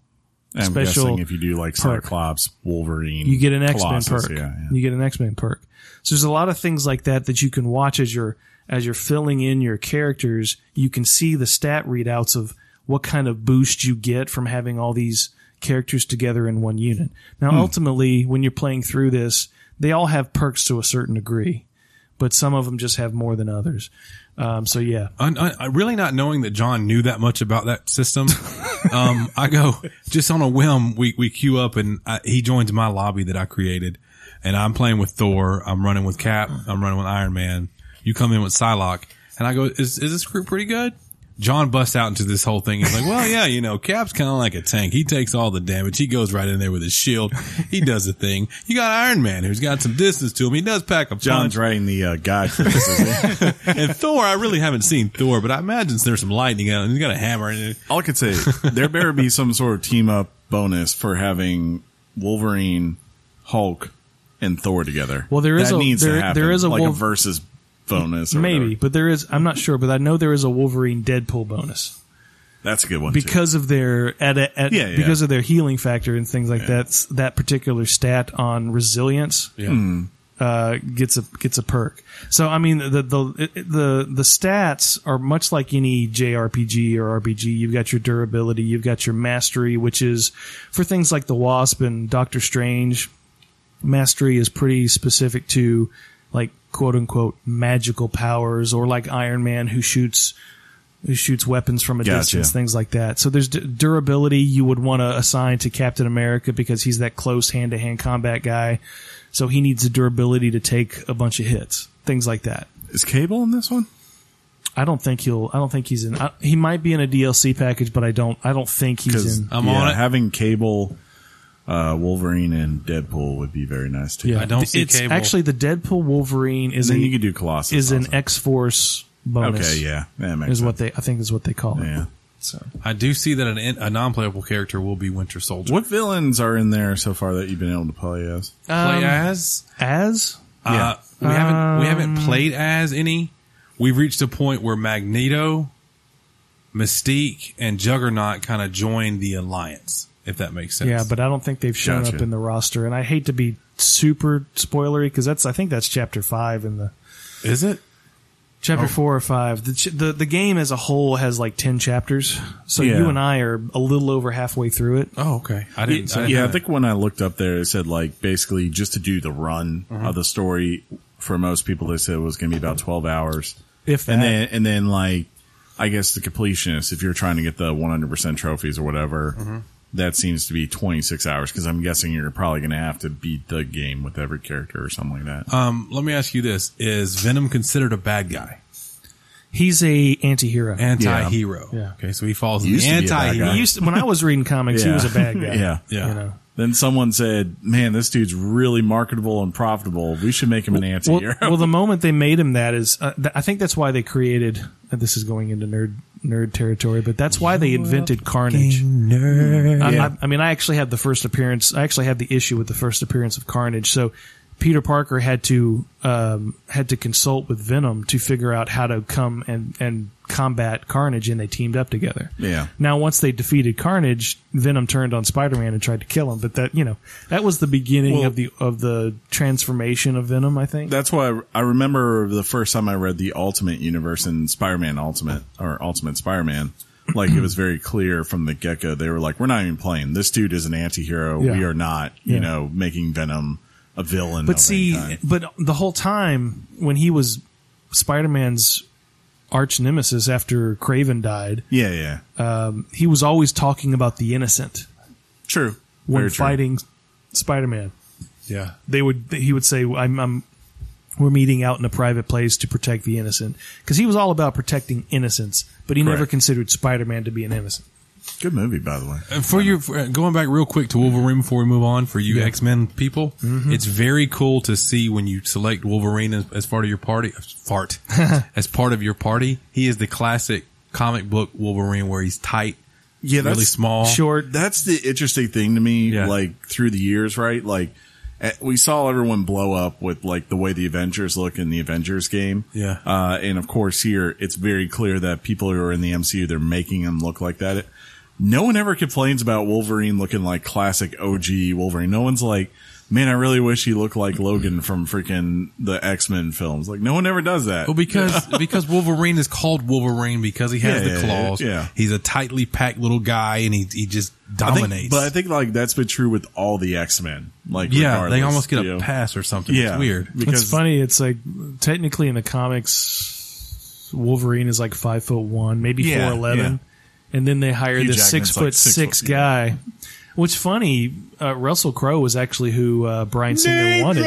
I'm
special
guessing if you do like
perk.
Cyclops, Wolverine,
You get an X Men
Colossus,
perk.
Yeah, yeah.
You get an X Men perk. So there's a lot of things like that that you can watch as you're as you're filling in your characters. You can see the stat readouts of what kind of boost you get from having all these characters together in one unit.
Hmm.
Now, ultimately, when you're playing through this, they all have perks to a certain degree, but some of them just have more than others. Um, so yeah,
un, un, really not knowing that John knew that much about that system, um, I go just on a whim. We we queue up and I, he joins my lobby that I created, and I'm playing with Thor. I'm running with Cap. I'm running with Iron Man. You come in with Psylocke, and I go, "Is is this group pretty good?" John busts out into this whole thing. He's like, "Well, yeah, you know, Cap's kind of like a tank. He takes all the damage. He goes right in there with his shield. He does a thing. You got Iron Man, who's got some distance to him. He does pack a punch
John's writing the uh, guide for this. isn't he?
and Thor, I really haven't seen Thor, but I imagine there's some lightning out and he's got a hammer and
All I could say, there better be some sort of team up bonus for having Wolverine, Hulk, and Thor together.
Well, there is
that
a-
needs
there-
to happen.
there is a
like
Wolf-
a versus bonus. Or
maybe,
whatever.
but there is. I'm not sure, but I know there is a Wolverine Deadpool bonus.
that's a good one too.
because of their at, at,
Yeah, yeah.
because of their healing factor and things like that. That particular stat on resilience
Yeah.
uh, gets a gets a perk. So I mean the the it- the the stats are much like any JRPG or RPG. You've got your durability, you've got your mastery, which is for things like the Wasp and Doctor Strange. Mastery is pretty specific to like quote unquote magical powers or like Iron Man who shoots who shoots weapons from a
Gotcha.
distance, things like that. So there's d- durability you would want to assign to Captain America because he's that close hand to hand combat guy. So he needs the durability to take a bunch of hits, things like that.
is Cable in this one?
I don't think he'll. I don't think he's in. I, he might be in a DLC package, but I don't. I don't think he's
Because
in.
I'm on it.
Having Cable, uh, Wolverine, and Deadpool would be very nice too.
Yeah,
I don't see
it's
Cable.
actually the Deadpool Wolverine is
And then
a-
you could do Colossus.
is an
also.
X Force bonus.
okay. Yeah, that makes
is
sense.
what they. I think is what they call it.
Yeah.
So
I do see that an, a non-playable character will be Winter Soldier.
What villains are in there so far that you've been able to play as?
play
Um,
as?
as
Uh, we haven't we haven't
Um,
played as any. We've reached a point where Magneto, Mystique, and Juggernaut kind of joined the alliance, if that makes sense.
Yeah, but I don't think they've shown
Gotcha.
up in the roster, and I hate to be super spoilery because that's I think that's chapter five in the Oh.
is it?
chapter four or five. The, ch- the the game as a whole has like ten chapters, so
Yeah.
you and I are a little over halfway through it.
Oh, okay. I didn't. I didn't
yeah,
know
I
that.
think when I looked up there, it said like basically just to do the run
Mm-hmm.
of the story. For most people, they said it was going to be about twelve hours,
If that,
and then and then like I guess the completionist, if you're trying to get the one hundred percent trophies or whatever,
Mm-hmm.
that seems to be twenty six hours because I'm guessing you're probably going to have to beat the game with every character or something like that.
Um, let me ask you this: Is Venom considered a bad guy?
He's a anti-hero.
anti-hero.
Yeah.
Okay, so he falls in
Used
the
to be a bad
anti-hero.
guy.
he used to- when I was reading comics, he
Yeah.
was a bad guy.
Yeah.
Yeah.
You know.
Then someone said, "Man, this dude's really marketable and profitable. We should make him an
Well,
anti-hero."
well, the moment they made him that is, uh, th- I think that's why they created. and This is going into nerd nerd territory, but that's why they invented Carnage. I, I, I mean, I actually had the first appearance. I actually had the issue with the first appearance of Carnage. So Peter Parker had to um, had to consult with Venom to figure out how to come and and combat Carnage, and they teamed up together.
Yeah.
Now, once they defeated Carnage, Venom turned on Spider Man and tried to kill him. But that you know that was the beginning
Well-
of the of the transformation of Venom. I think.
That's why I- I remember the first time I read the Ultimate Universe and Spider-Man Ultimate or Ultimate Spider-Man. Like it was very clear from the get-go. They were like, "We're not even playing. This dude is an anti-hero.
Yeah.
We are not, you
Yeah.
know, making Venom a villain."
But see, but the whole time when he was Spider Man's arch nemesis after Craven died,
yeah, yeah,
he was always talking about the innocent
true.
when
Very true.
fighting Spider Man.
Yeah.
They would he would say, "I'm." I'm we're meeting out in a private place to protect the innocent because he was all about protecting innocence, but he never
Correct.
considered Spider-Man to be an innocent.
Good movie, by the way.
And for your for, uh, going back real quick to Wolverine before we move on, for you X Men people,
Mm-hmm.
it's very cool to see when you select Wolverine as, as part of your party. Fart as part of your party. He is the classic comic book Wolverine where he's tight,
Yeah,
really small.
Short,
That's the interesting thing to me,
Yeah.
like through the years, right? Like eh, we saw everyone blow up with like the way the Avengers look in the Avengers game.
Yeah.
Uh, and of course here, it's very clear that people who are in the MCU, they're making them look like that. No one ever complains about Wolverine looking like classic OG Wolverine. No one's like, man, I really wish he looked like Logan from freaking the X-Men films. Like no one ever does that.
Well, because because Wolverine is called Wolverine because he has
Yeah,
the
yeah,
claws.
yeah.
he's a tightly packed little guy, and he he just
I think-
dominates.
but I think like that's been true with all the X-Men. Like
yeah, they
regardless,
almost get a
you know?
pass or something.
Yeah.
It's weird.
Because
it's funny. It's like technically in the comics, Wolverine is like five foot one, maybe
Yeah,
four eleven, and then they hire
Hugh
this
Jackman's
six
like
foot
six
six,
foot-
guy. Which funny, uh, Russell Crowe was actually who uh, Brian Singer wanted,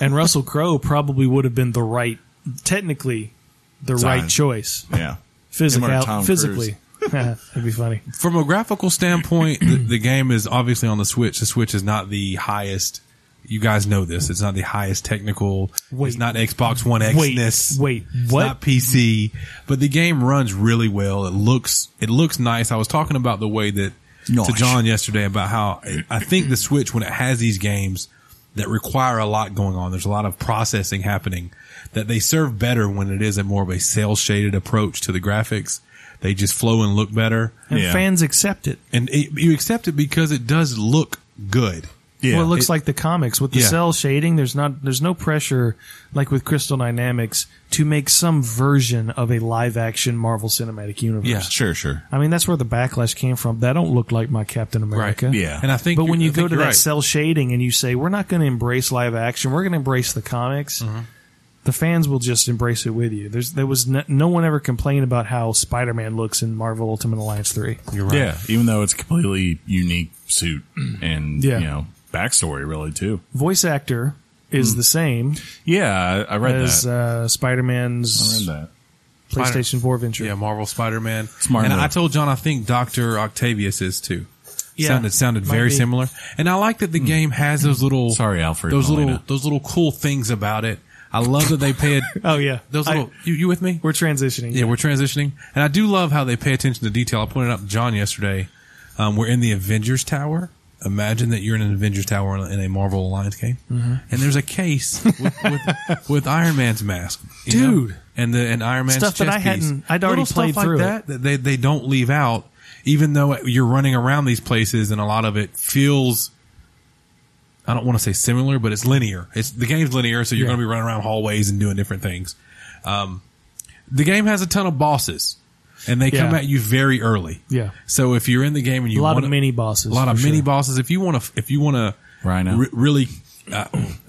and Russell Crowe probably would have been the right, technically, the
Time.
right choice,
Yeah.
Physical,
Him or Tom
physically. That'd be funny.
from a graphical standpoint, the, the game is obviously on the Switch. The Switch is not the highest. You guys know this. It's not the highest technical.
Wait.
it's not Xbox One X.
Wait, wait,
It's
what?
not PC. But the game runs really well. It looks it looks nice. I was talking about the way that to
Nice.
John yesterday about how I think the Switch when it has these games that require a lot going on. There's a lot of processing happening that they serve better when it is a more of a cell shaded approach to the graphics. They just flow and look better
And
Yeah.
fans accept it.
and it, you accept it because it does look good.
Yeah.
well, it looks
It-
like the comics with the
Yeah.
cell shading. There's not there's no pressure like with Crystal Dynamics to make some version of a live action Marvel Cinematic Universe.
Yeah.
sure, sure.
I mean that's where the backlash came from. That don't look like my Captain America.
Yeah.
and I think.
But when
you're-
you
I
go
think
to
you're
that
right.
cell shading and you say we're not going to embrace live action, we're going to embrace the comics,
Mm-hmm.
the fans will just embrace it with you. There's there was no, no one ever complained about how Spider Man looks in Marvel Ultimate Alliance three.
you're right.
Yeah. Even though it's a completely unique suit and,
Yeah.
you know, backstory really too.
Voice actor
Hmm.
is the same
Yeah. I, I read
as
that.
uh, Spider Man's
I read that.
PlayStation 4 venture.
Yeah, Marvel Spider Man.
Smart
And
move.
I told John, I think Doctor Octavius is too.
Yeah.
sounded sounded
Might
very
be.
similar. And I like
Hmm.
that the game has those little.
Sorry, Alfred
Those
and
little
Elena.
those little cool things about it. I love that they pay it.
Oh yeah.
Those
I-
little. you, you with me?
we're transitioning.
Yeah, we're transitioning, and I do love how they pay attention to detail. I pointed out to John yesterday. Um, we're in the Avengers Tower. Imagine that you're in an Avengers Tower in a, in a Marvel Alliance game,
Mm-hmm.
and there's a case with, with, with Iron Man's mask, you
Dude.
and the and Iron Man's
Stuff that
chest
I hadn't-
piece.
I'd already
Little
played
stuff
through it.
like that, that they they don't leave out, even though you're running around these places, and a lot of it feels. I don't want to say similar, but it's linear. It's the game's linear, so you're
Yeah.
going to be running around hallways and doing different things. Um, the game has a ton of bosses, and they come
Yeah.
at you very early.
Yeah.
So if you're in the game and you
A lot
want
of mini bosses.
a lot of
for
mini
sure.
bosses, if you want to, if you want to,
Rhino.
really, uh,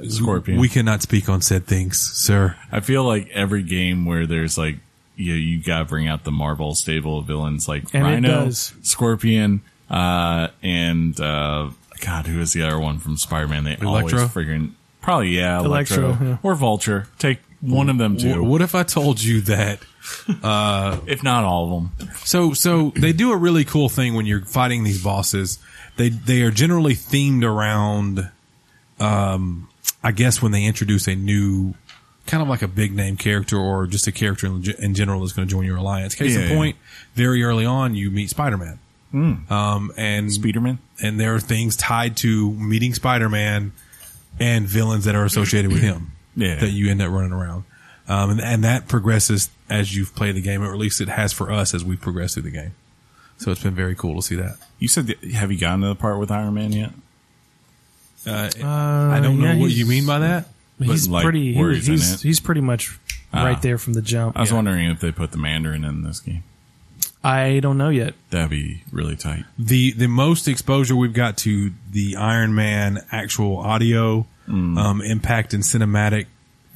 Scorpion.
We cannot speak on said things, sir.
I feel like every game where there's like, you you gotta bring out the Marvel stable of villains like
And it
Rhino,
does.
Scorpion, uh, and, uh, God, who is the other one from Spider Man? They
Electro?
always freaking, probably, yeah, Electro,
Electro, yeah.
or Vulture. Take, One of them
Wh-
too,
What if I told you that?
if not all of them.
So, so they do a really cool thing when you're fighting these bosses. They they are generally themed around, um, I guess when they introduce a new, kind of like a big name character or just a character in, ge- in general that's going to join your alliance. Case
Yeah,
in
yeah. Hmm.
point, very early on you meet Spider Man, um, and
Spiderman.
and there are things tied to meeting Spider Man and villains that are associated with him
Yeah.
that you end up running around. Um, and, and that progresses as you've played the game, or at least it has for us as we progress through the game. So it's been very cool to see that.
You said, that, have you gotten to the part with Iron Man yet?
Uh,
Uh,
I don't
yeah,
know what
he's-
you mean by that.
He's
like,
pretty. He
where
was,
he's in
he's
it.
he's pretty much
Ah.
right there from the jump.
I was
Yeah.
wondering if they put the Mandarin in this game.
I don't know yet.
That'd be really tight.
The the most exposure we've got to the Iron Man actual audio um, impact and cinematic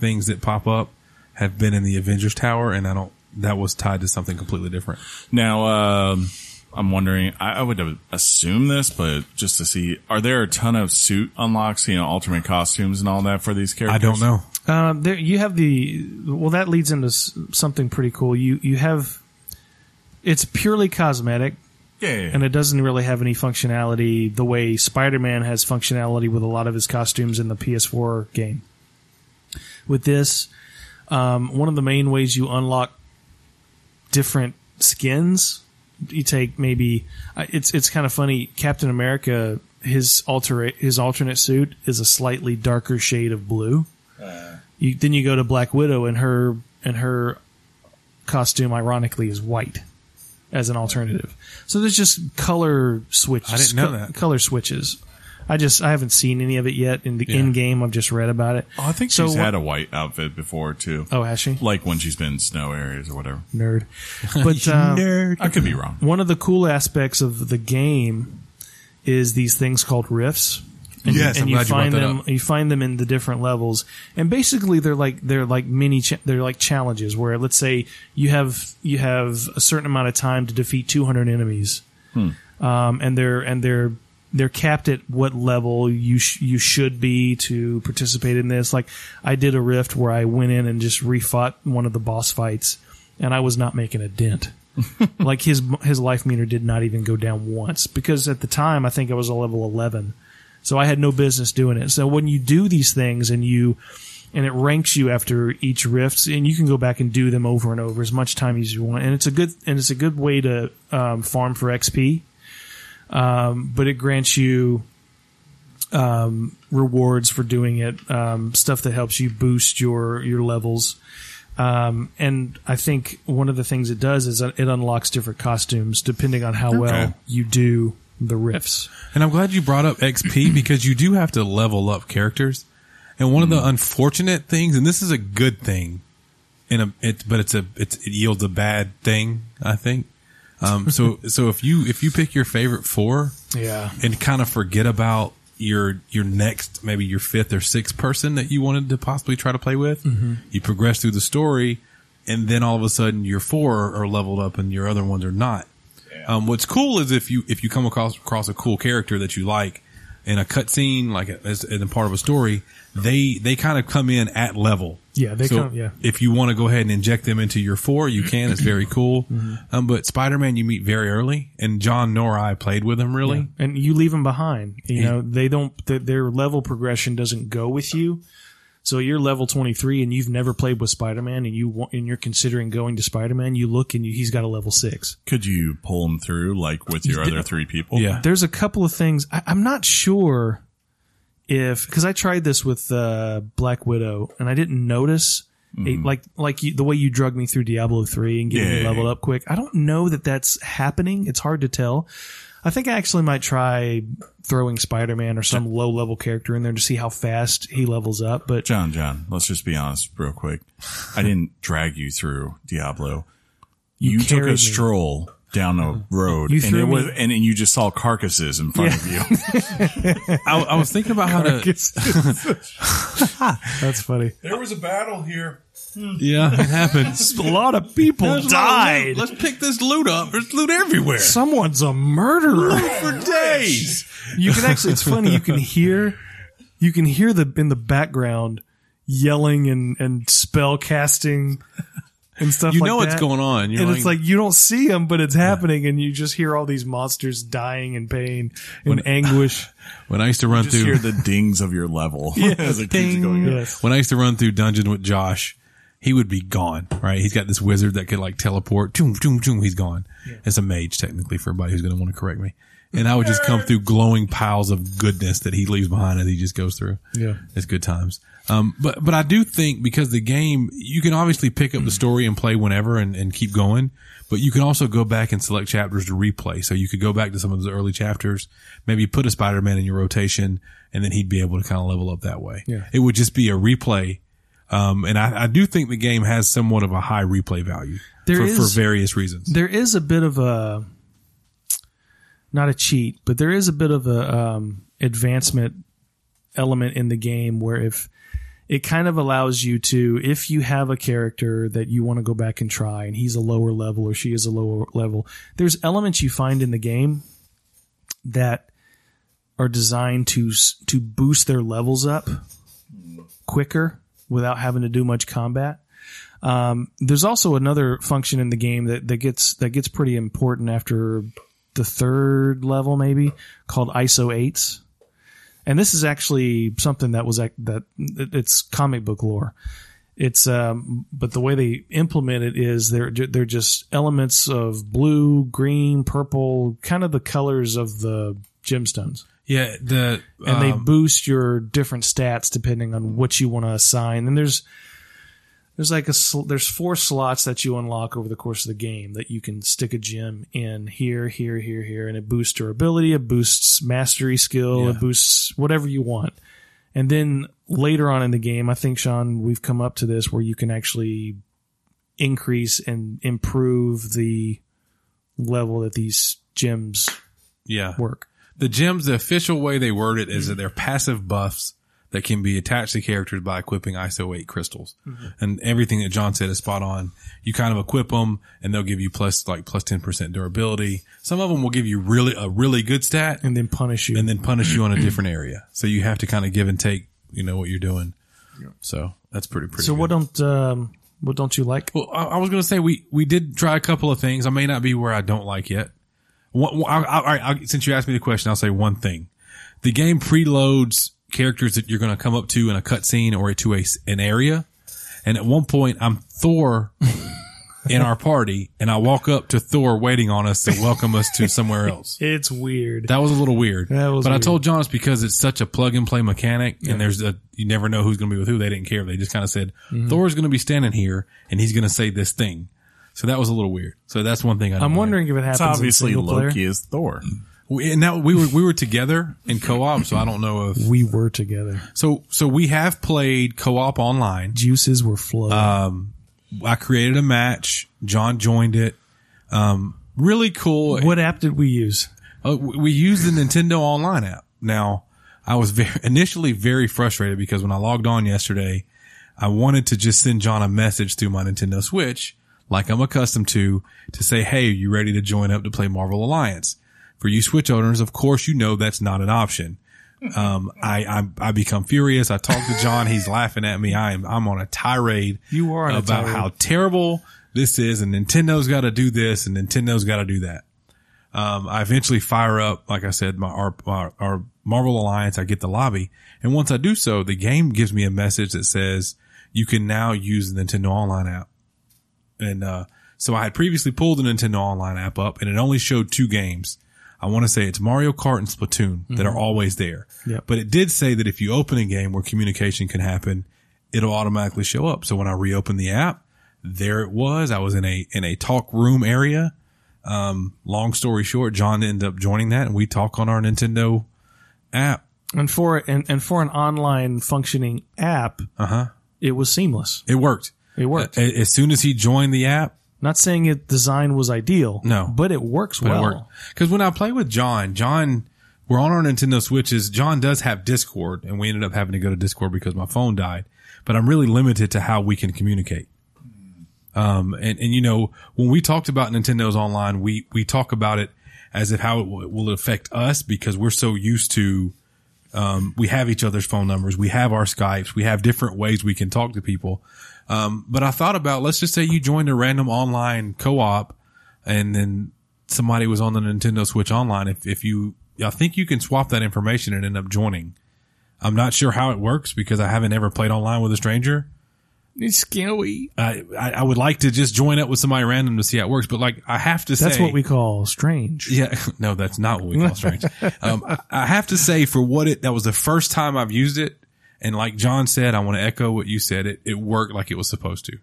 things that pop up have been in the Avengers Tower, and I don't. That was tied to something completely different.
Now, um, I'm wondering, I, I would assume this, but just to see, are there a ton of suit unlocks, you know, alternate costumes and all that for these characters?
I don't know.
Um, there you have the well. That leads into s- something pretty cool. You you have it's purely cosmetic,
Yeah. yeah, yeah.
and it doesn't really have any functionality the way Spider Man has functionality with a lot of his costumes in the PS4 game. With this, um, one of the main ways you unlock different skins, you take maybe I- it's it's kind of funny. Captain America his alter his alternate suit is a slightly darker shade of blue. You, then you go to Black Widow, and her and her costume, ironically, is white as an alternative. So there's just color switches.
I didn't know that.
color switches. I just I haven't seen any of it yet in the
Yeah.
in game. I've just read about it.
Oh, I think
So
she's
what-
had a white outfit before too.
Oh, has she?
Like when she's been in snow areas or whatever.
Nerd. But um,
I could be wrong.
one of the cool aspects of the game is these things called rifts. And
Yes,
and
I'm
you
glad you brought
find
that
them.
up.
You find them in the different levels, and basically they're like they're like mini cha- they're like challenges where let's say you have you have a certain amount of time to defeat 200 enemies,
Hmm.
um, and they're and they're they're capped at what level you sh- you should be to participate in this. Like I did a rift where I went in and just refought one of the boss fights, and I was not making a dent. like his his life meter did not even go down once because at the time I think I was a level eleven, so I had no business doing it. So when you do these things and you and it ranks you after each rift, and you can go back and do them over and over as much time as you want, and it's a good and it's a good way to um, farm for XP. Um, but it grants you um, rewards for doing it, um, stuff that helps you boost your your levels. Um, and I think one of the things it does is it unlocks different costumes depending on how well you do the riffs.
And I'm glad you brought up XP because you do have to level up characters. And one of the unfortunate things, and this is a good thing, in a it, but it's a it's, it yields a bad thing, I think. Um, so so if you if you pick your favorite four
Yeah.
and kind of forget about your your next maybe your fifth or sixth person that you wanted to possibly try to play with,
Mm-hmm.
you progress through the story, and then all of a sudden your four are leveled up and your other ones are not. Um, what's cool is if you if you come across across a cool character that you like in a cutscene, like as, as a part of a story, they they kind of come in at level.
Yeah, they
So
come- yeah.
If you want to go ahead and inject them into your four, you can. It's very cool.
Mm-hmm.
Um, but Spider Man, you meet very early, and John nor I played with him really.
And you leave them behind. You know, they don't, th- their level progression doesn't go with you. So you're level 23 and you've never played with Spider-Man and you want, and you're considering going to Spider-Man, you look and you, he's got a level six.
Could you pull them through like with your other three people?
Yeah.
There's a couple of things I, I'm not sure if because I tried this with uh, Black Widow and I didn't notice it, like like you, the way you drug me through Diablo three and getting me
Yeah.
leveled up quick. I don't know that that's happening. It's hard to tell. I think I actually might try throwing Spider Man or some low level character in there to see how fast he levels up. But
John, John, let's just be honest real quick. I didn't drag you through Diablo. You, took
carried me.
a stroll down a road
You
and
threw
it was
me-
and, and you just saw carcasses in front of you.
I, I was thinking about how
Uh,
to.
that's funny.
there was a battle here.
Yeah, it happens.
A lot of people died.
Let's pick this loot up. There's loot everywhere
Someone's a murderer.
for days.
you can actually it's funny you can hear you can hear the in the background yelling and, and spell casting and stuff
You
like
know what's
that.
going on. You're
and it's like you don't see them, but it's happening, and you just hear all these monsters dying in pain and anguish.
when I used to run
Just hear
through
the dings of your level as it keeps going up.
Yes.
when I used to run through dungeon with Josh, he would be gone. Right? He's got this wizard that could like teleport. Toom, toom, toom. He's gone. It's a mage technically for everybody who's going to want to correct me. And I would just come through glowing piles of goodness that he leaves behind as he just goes through.
Yeah.
it's good times. Um, but but I do think because the game, you can obviously pick
Mm.
up the story and play whenever and, and keep going. But you can also go back and select chapters to replay. So you could go back to some of those early chapters, maybe put a Spider Man in your rotation, and then he'd be able to kind of level up that way.
Yeah.
It would just be a replay. Um, and I, I do think the game has somewhat of a high replay value
There
for,
is-
for various reasons.
There is a bit of a not a cheat, but there is a bit of a um, advancement element in the game where if it kind of allows you to if you have a character that you want to go back and try and he's a lower level or she is a lower level there's elements you find in the game that are designed to s- to boost their levels up quicker without having to do much combat um, there's also another function in the game that, that gets that gets pretty important after the third level maybe called iso 8s and this is actually something that was ac- that it's comic book lore. It's um, but the way they implement it is they're ju- they're just elements of blue, green, purple, kind of the colors of the gemstones,
Yeah, the
and they
um,
boost your different stats depending on what you want to assign. And there's there's like a sl- there's four slots that you unlock over the course of the game that you can stick a gem in here, here, here, here, and it boosts durability, it boosts mastery skill,
Yeah.
it boosts whatever you want. And then later on in the game, I think Sean, we've come up to this where you can actually increase and improve the level that these gems
yeah
work.
the gems. The official way they word it is that they're passive buffs that can be attached to characters by equipping ISO eight crystals, and everything that John said is spot on. You kind of equip them, and they'll give you plus like plus ten percent durability. Some of them will give you really a really good stat,
And then punish you.
and then punish you on a different area. So you have to kind of give and take. You know what you're doing. So that's pretty pretty.
so
good.
what don't um, what don't you like?
Well, I, I was going to say we we did try a couple of things. I may not be where I don't like yet. One, one- I, I, all right, I'll- since you asked me the question, I'll say one thing: the game preloads characters that you're going to come up to in a cutscene or to a s an area. And at one point, I'm Thor in our party, and I walk up to Thor waiting on us to welcome us to somewhere else.
It's weird.
That was a little weird.
That was
but I
weird.
told John it's because it's such a plug and play mechanic, and there's a you never know who's going to be with who. They didn't care. They just kind of said
Mm-hmm.
Thor's going to be standing here, and he's going to say this thing. So that was a little weird. So that's one thing I
I'm
don't
wondering if it happens.
It's obviously
in single player.
Loki is Thor.
like. And now we were we were together in co op, so I don't know if
We were together.
so so we have played co op online.
Juices were flowing.
I created a match. John joined it. Um, really cool.
what app did we use?
Uh, we we used the Nintendo Online app. Now, I was very, initially very frustrated because when I logged on yesterday, I wanted to just send John a message through my Nintendo Switch, like I'm accustomed to, to say, Hey, you ready to join up to play Marvel Alliance? For you Switch owners, of course, you know that's not an option. Um, I, I, I become furious. I talk to John. He's laughing at me. I am, I'm on a tirade
You are on a
about
tirade.
how terrible this is and Nintendo's got to do this and Nintendo's got to do that. Um, I eventually fire up, like I said, my our, our, our Marvel Alliance. I get the lobby, and once I do so, the game gives me a message that says you can now use the Nintendo Online app. And uh, so I had previously pulled the Nintendo Online app up, and it only showed two games. I want to say it's Mario Kart and Splatoon that are always there.
Mm-hmm. Yep.
But it did say that if you open a game where communication can happen, it'll automatically show up. So when I reopened the app, there it was. I was in a in a talk room area Um, long story short, John ended up joining that, and we talk on our Nintendo app.
And for and, and for an online functioning app,
Uh huh.
it was seamless.
It worked.
It worked.
A- As soon as he joined the app,
Not saying it design was ideal.
No.
but it works
but
well.
it worked. Because when I play with John, John, we're on our Nintendo Switches. John does have Discord, and we ended up having to go to Discord because my phone died. But I'm really limited to how we can communicate. Um, and, and you know, when we talked about Nintendo's online, we, we talk about it as if how it will will affect us because we're so used to Um, we have each other's phone numbers. We have our Skypes. We have different ways we can talk to people. Um, but I thought about, let's just say you joined a random online co-op and then somebody was on the Nintendo Switch online. If, if you, I think you can swap that information and end up joining. I'm not sure how it works because I haven't ever played online with a stranger.
It's scary.
I, I, I would like to just join up with somebody random to see how it works, but like I have to say
That's what we call strange.
yeah, no, that's not what we call strange. um, I- I have to say, for what it that was the first time I've used it, and like John said, I want to echo what you said. It it worked like it was supposed to.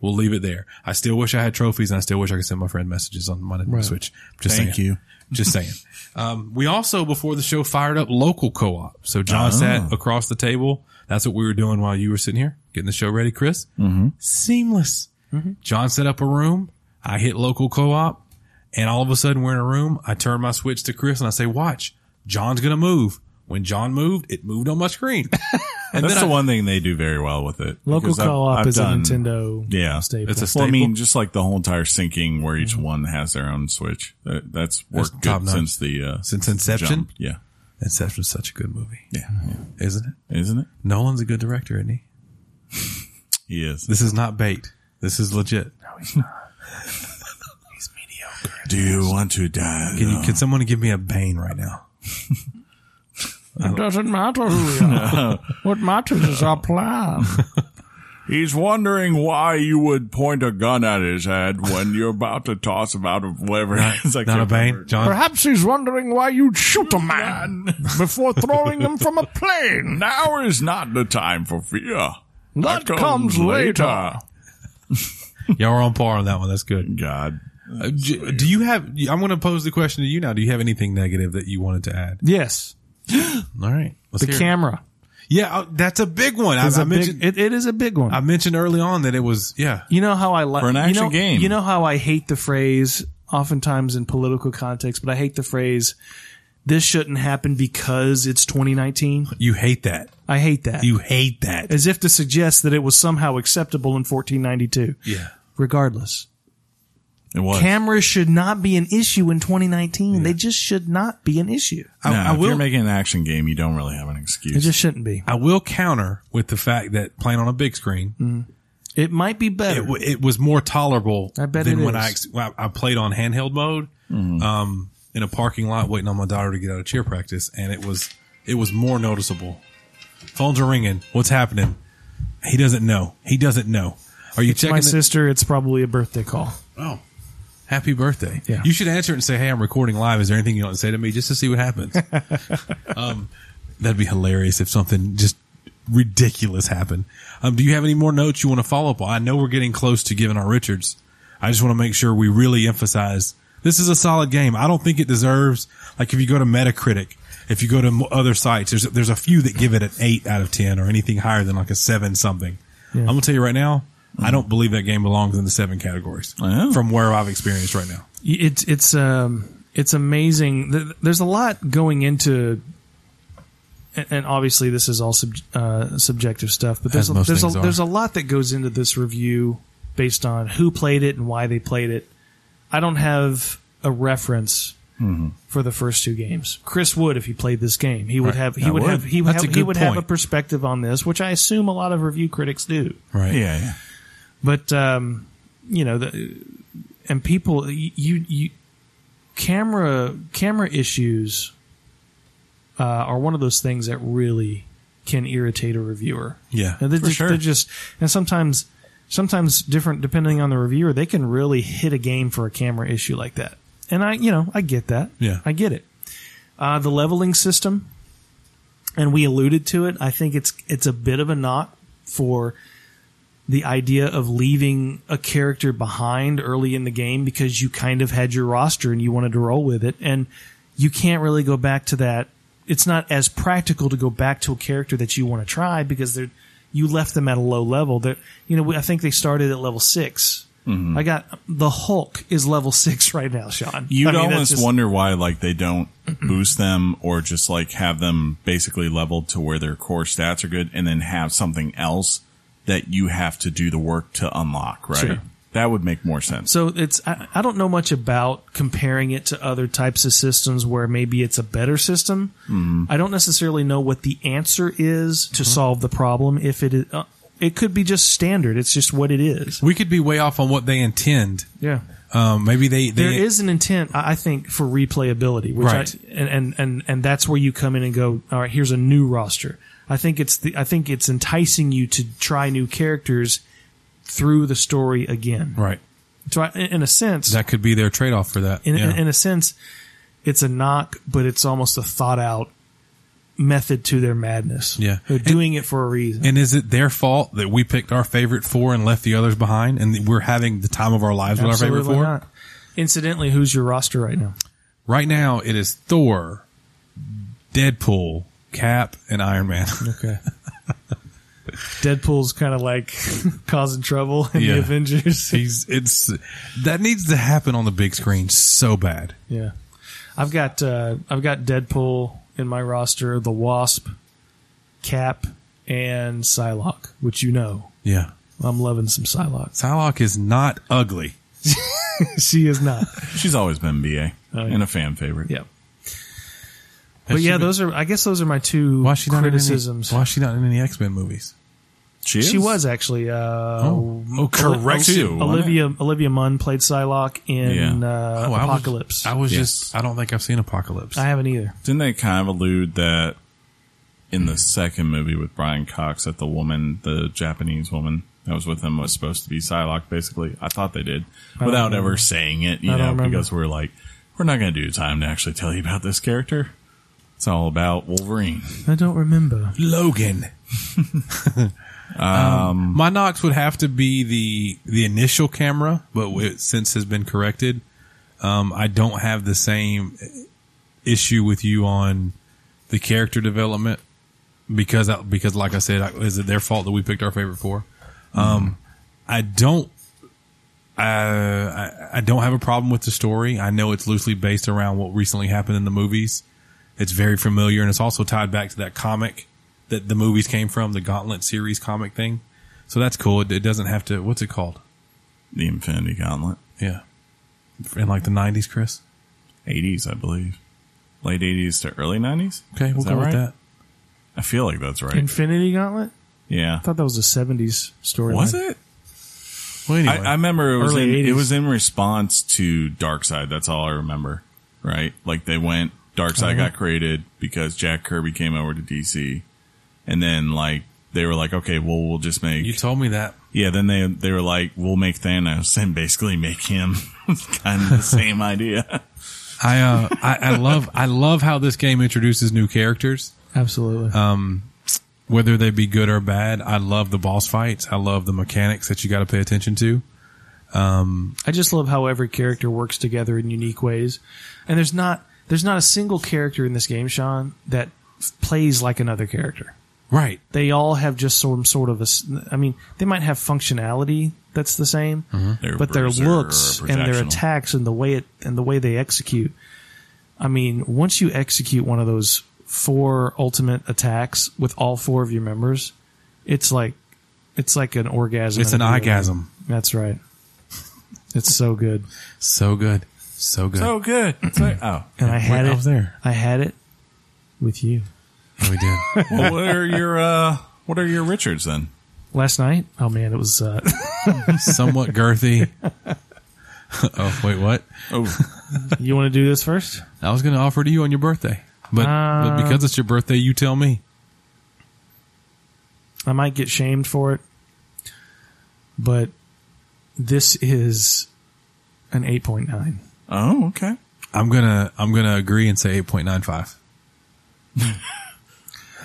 We'll leave it there. I still wish I had trophies, and I still wish I could send my friend messages on my Switch. Just
Thank
saying.
you.
Just saying. Um, we also before the show fired up local co-op. So John sat across the table. That's what we were doing while you were sitting here getting the show ready, Chris. Mm-hmm. Seamless. John set up a room. I hit local co-op. And all of a sudden, we're in a room. I turn my switch to Chris and I say, "Watch, John's gonna move." When John moved, it moved on my screen. and
That's
then
the
I,
one thing they do very well with it.
Local
Because I've-
co-op
I've
is
done-
a Nintendo
Yeah.
staple.
It's a
Well, I
staple.
mean, just like the whole entire syncing where each one has their own switch. That, that's worked
top
good
notch.
since the uh,
Since Inception?
jump. Yeah.
Inception's such a good movie,
yeah,
isn't it?
isn't it?
Nolan's a good director, isn't he?
He is,
This is not bait. This is legit.
Do you want to die?
Can, you, can someone give me a Bane right now?
It doesn't matter who we are. what matters is our plan.
He's wondering why you would point a gun at his head when you're about to toss him out of whatever. it's like
Not a Bane, John.
Perhaps he's wondering why you'd shoot a man before throwing him from a plane.
Now is not the time for fear.
That comes later.
Y'all are on par on that one. That's good.
God.
Uh, j- do you have? I'm going to pose the question to you now. Do you have anything negative that you wanted to add?
Yes,
All right, let's
the
hear it.
camera
Yeah, uh, that's a big one. I,
is
I
a
mentioned.
big. It, it is a big one.
I mentioned early on that it was. Yeah,
you know how I like
For an
you
action
know,
game.
You know how I hate the phrase, oftentimes in political context, but I hate the phrase. This shouldn't happen because it's 2019.
you hate that.
I hate that.
You hate that.
As if to suggest that it was somehow acceptable in 1492.
Yeah.
Regardless,
It was.
cameras should not be an issue in 2019. They just should not be an issue.
No,
I, I
if you're
will
making an action game, you don't really have an excuse.
It just shouldn't be.
I will counter with the fact that playing on a big screen,
It might be
it,
better.
w- it was more tolerable
Mm-hmm. I bet
than
it
when
is. Mm-hmm.
I, ex- when I I played on handheld mode um, in a parking lot waiting on my daughter to get out of cheer practice, and it was it was more noticeable. Phones are ringing. What's happening? He doesn't know. He doesn't know. Are you checking?
My
the-
sister, it's probably a birthday call.
Oh. Happy birthday.
Yeah.
You should answer it and say, Hey, I'm recording live. Is there anything you want to say to me just to see what happens? um, that'd be hilarious if something just ridiculous happened. Um, do you have any more notes you want to follow up on? I know we're getting close to giving our Richards. I just want to make sure we really emphasize this is a solid game. I don't think it deserves, like if you go to Metacritic, if you go to m- other sites, there's, there's a few that give it an eight out of 10 or anything higher than like a seven something. I'm going to tell you right now, I don't believe that game belongs in the seven categories
Oh.
from where I've experienced right now.
It's it's um it's amazing. Th- There's a lot going into, and- and obviously this is all sub, uh, subjective stuff. But there's
As
a,
most
there's a,
things are.
there's a lot that goes into this review based on who played it and why they played it. I don't have a reference. For the first two games, Chris would if he played this game, he would
Mm-hmm. Right.
have he
I
would,
would.
have he would
That's
have,
a
he
good
would have a
point.
perspective on this, which I assume a lot of review critics do.
Right.
yeah, yeah.
but um, you know the and people you you camera camera issues uh, are one of those things that really can irritate a reviewer.
Yeah.
And they're
For
just,
sure.
they're just and sometimes sometimes different depending on the reviewer they can really hit a game for a camera issue like that. And I you know I get that.
Yeah.
I get it. Uh, the leveling system, and we alluded to it. I think it's it's a bit of a knock for the idea of leaving a character behind early in the game because you kind of had your roster and you wanted to roll with it and you can't really go back to that it's not as practical to go back to a character that you want to try because they're you left them at a low level they you know i think they started at level 6
Mm-hmm.
i got the hulk is level 6 right now sean
You'd
I mean, that's
almost
just-
wonder why, like, they don't boost them or just like have them basically leveled to where their core stats are good, and then have something else that you have to do the work to unlock, right?
Sure.
That would make more sense.
So it's I, I don't know much about comparing it to other types of systems where maybe it's a better system. I don't necessarily know what the answer is to solve the problem. If it is, uh, it could be just standard. It's just what it is.
We could be way off on what they intend.
Yeah.
Um, maybe they, they
There is an intent, I I think, for replayability, which
Right.
I, and, and and and that's where you come in and go. All right, here's a new roster. I think it's the I think it's enticing you to try new characters through the story again.
right.
So I, in in a sense,
That could be their trade off for that.
in,
yeah.
in, in a sense, it's a knock, but it's almost a thought out method to their madness.
Yeah.
They're
And-
doing it for a reason.
And is it their fault that we picked our favorite four and left the others behind, and we're having the time of our lives with our favorite
Absolutely
four?
not. Incidentally, who's your roster right now?
Right now, it is Thor, Deadpool, Cap, and Iron Man.
Okay. Deadpool's kind of like causing trouble in
Yeah.
the Avengers.
He's it's that needs to happen on the big screen so bad.
yeah. I've got uh, I've got Deadpool in my roster, the Wasp, Cap, and Psylocke, which you know.
Yeah,
I'm loving some Psylocke.
Psylocke is not ugly.
she is not.
She's always been BA
Oh, yeah.
and a fan favorite.
Yeah. But yeah, those are. I guess those are my two
why is she not
criticisms.
In any, why is she not in any X Men movies?
She, is?
she was actually. Uh,
Oh, oh, correct.
Two, wasn't it?
Olivia Olivia Munn played Psylocke in
Yeah.
uh,
Oh, I was-
Apocalypse.
I
I,
was
Yeah.
just. I don't think I've seen Apocalypse.
haven't either.
Didn't they kind of allude that in the second movie with Brian Cox that the woman, the Japanese woman that was with him, was supposed to be Psylocke? Basically, I thought they did without ever saying it. You
I don't
know,
remember.
because we're like, we're not going to do time to actually tell you about this character. It's all about Wolverine.
I don't remember.
Logan. um, my Knox would have to be the the initial camera, but it since has been corrected. Um, I don't have the same issue with you on the character development because I, because like I said, I, is it their fault that we picked our favorite four? Um, I don't. I, I I don't have a problem with the story. I know it's loosely based around what recently happened in the movies. It's very familiar, and it's also tied back to that comic that the movies came from, the Gauntlet series comic thing. So that's cool. It, it doesn't have to. What's it called?
The Infinity Gauntlet,
Yeah, in like the nineties, Chris.
eighties, I believe, late eighties to early nineties.
Okay, we'll go with that.
I feel like that's right.
Infinity Gauntlet.
yeah,
I thought that was a '70s story.
was it?
Well, anyway,
I, I remember it was
Early
in, it
80s.
was in response to Dark Side. That's all I remember. Right? Like they went Dark
Uh-huh.
Side got created because Jack Kirby came over to DC, and then like they were like, okay, well we'll just make
you told me that.
yeah. Then they they were like, we'll make Thanos and basically make him kind of the same idea.
I, uh, I I love I love how this game introduces new characters.
Absolutely.
Uh, whether they be good or bad. I love the boss fights. I love the mechanics that you got to pay attention to.
I just love how every character works together in unique ways, and there's not there's not a single character in this game, Sean, that f- plays like another character.
Right.
they all have just some sort of a. s- I mean, they might have functionality that's the same,
Mm-hmm.
They're
but their
berserker
looks
or
and their
projectional.
attacks and the way it and the way they execute. I mean, once you execute one of those four ultimate attacks with all four of your members, it's like it's like an orgasm.
It's
in
an
a video game.
orgasm.
That's right. It's so good,
So good. So good.
so good. So, oh,
and I had
Wait, I
it.
was there.
I had it with you
Yeah, we did.
well, what are your uh, what are your Richards then?
last night. Oh man, it was. Uh,
Somewhat girthy. oh, wait, what?
Oh,
you want to do this first?
I was going to offer to you on your birthday. But,
Uh,
but because it's your birthday, you tell me.
I might get shamed for it, but this is an 8.9.
oh, okay.
I'm going to I'm going to agree and say 8.95.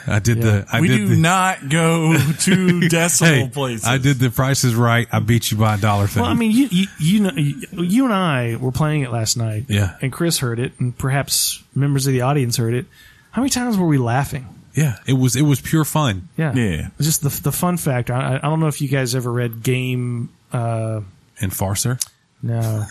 I did the I
we
did
do
the,
not go to decimal
hey,
places.
I did the prices right. I beat you by a dollar thing.
Well, I mean, you, you, you know, you and I were playing it last night.
Yeah.
And Chris heard it, and perhaps members of the audience heard it. How many times were we laughing?
yeah, it was it was pure fun.
Yeah.
Yeah.
It's Just the, the fun factor. I, I don't know if you guys ever read Game. Uh,
And Farser.
no.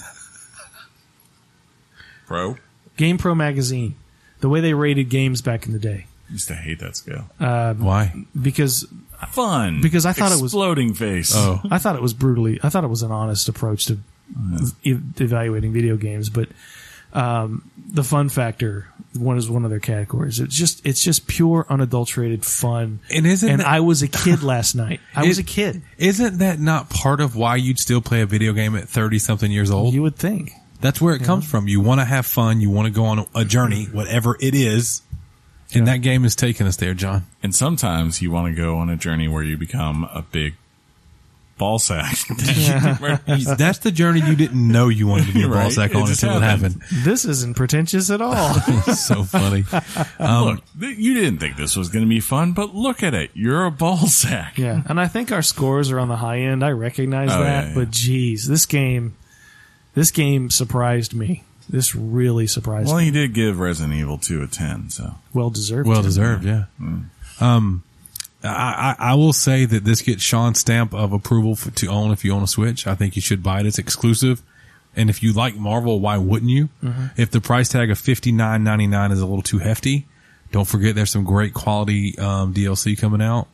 bro.
Game Pro Magazine, the way they rated games back in the day.
used to hate that scale.
Why?
because
Fun.
because I thought it was-
Exploding face.
Oh,
I thought it was brutally. I thought it was an honest approach to e- evaluating video games, but um, the fun factor one is one of their categories. It's just it's just pure unadulterated fun.
And isn't
and
that-
I was a kid last night. I was
It-
a kid.
isn't that not part of why you'd still play a video game at thirty something years old?
You would think.
That's where it comes from. You want to have fun. You want to go on a journey, whatever it is. And that game is taking us there, John.
And sometimes you want to go on a journey where you become a big ball sack.
That's the journey you didn't know you wanted to be a ball
Right.
sack
It
on
just
until it happened.
happened.
This isn't pretentious at all.
so funny. Um,
look, th- you didn't think this was going to be fun, but look at it. You're a ball sack.
yeah, and I think our scores are on the high end. I recognize
Oh,
that,
yeah, yeah.
but geez, this game, this game surprised me. This really surprised
Well,
me.
he did give Resident Evil 2 a 10, so.
Well deserved.
Well deserved, yeah.
Mm.
Um, I, I, I will say that this gets Sean's stamp of approval for, to own if you own a Switch. I think you should buy it. It's exclusive. And if you like Marvel, why wouldn't you?
Mm-hmm.
If the price tag of fifty nine ninety nine is a little too hefty, don't forget there's some great quality um, DLC coming out.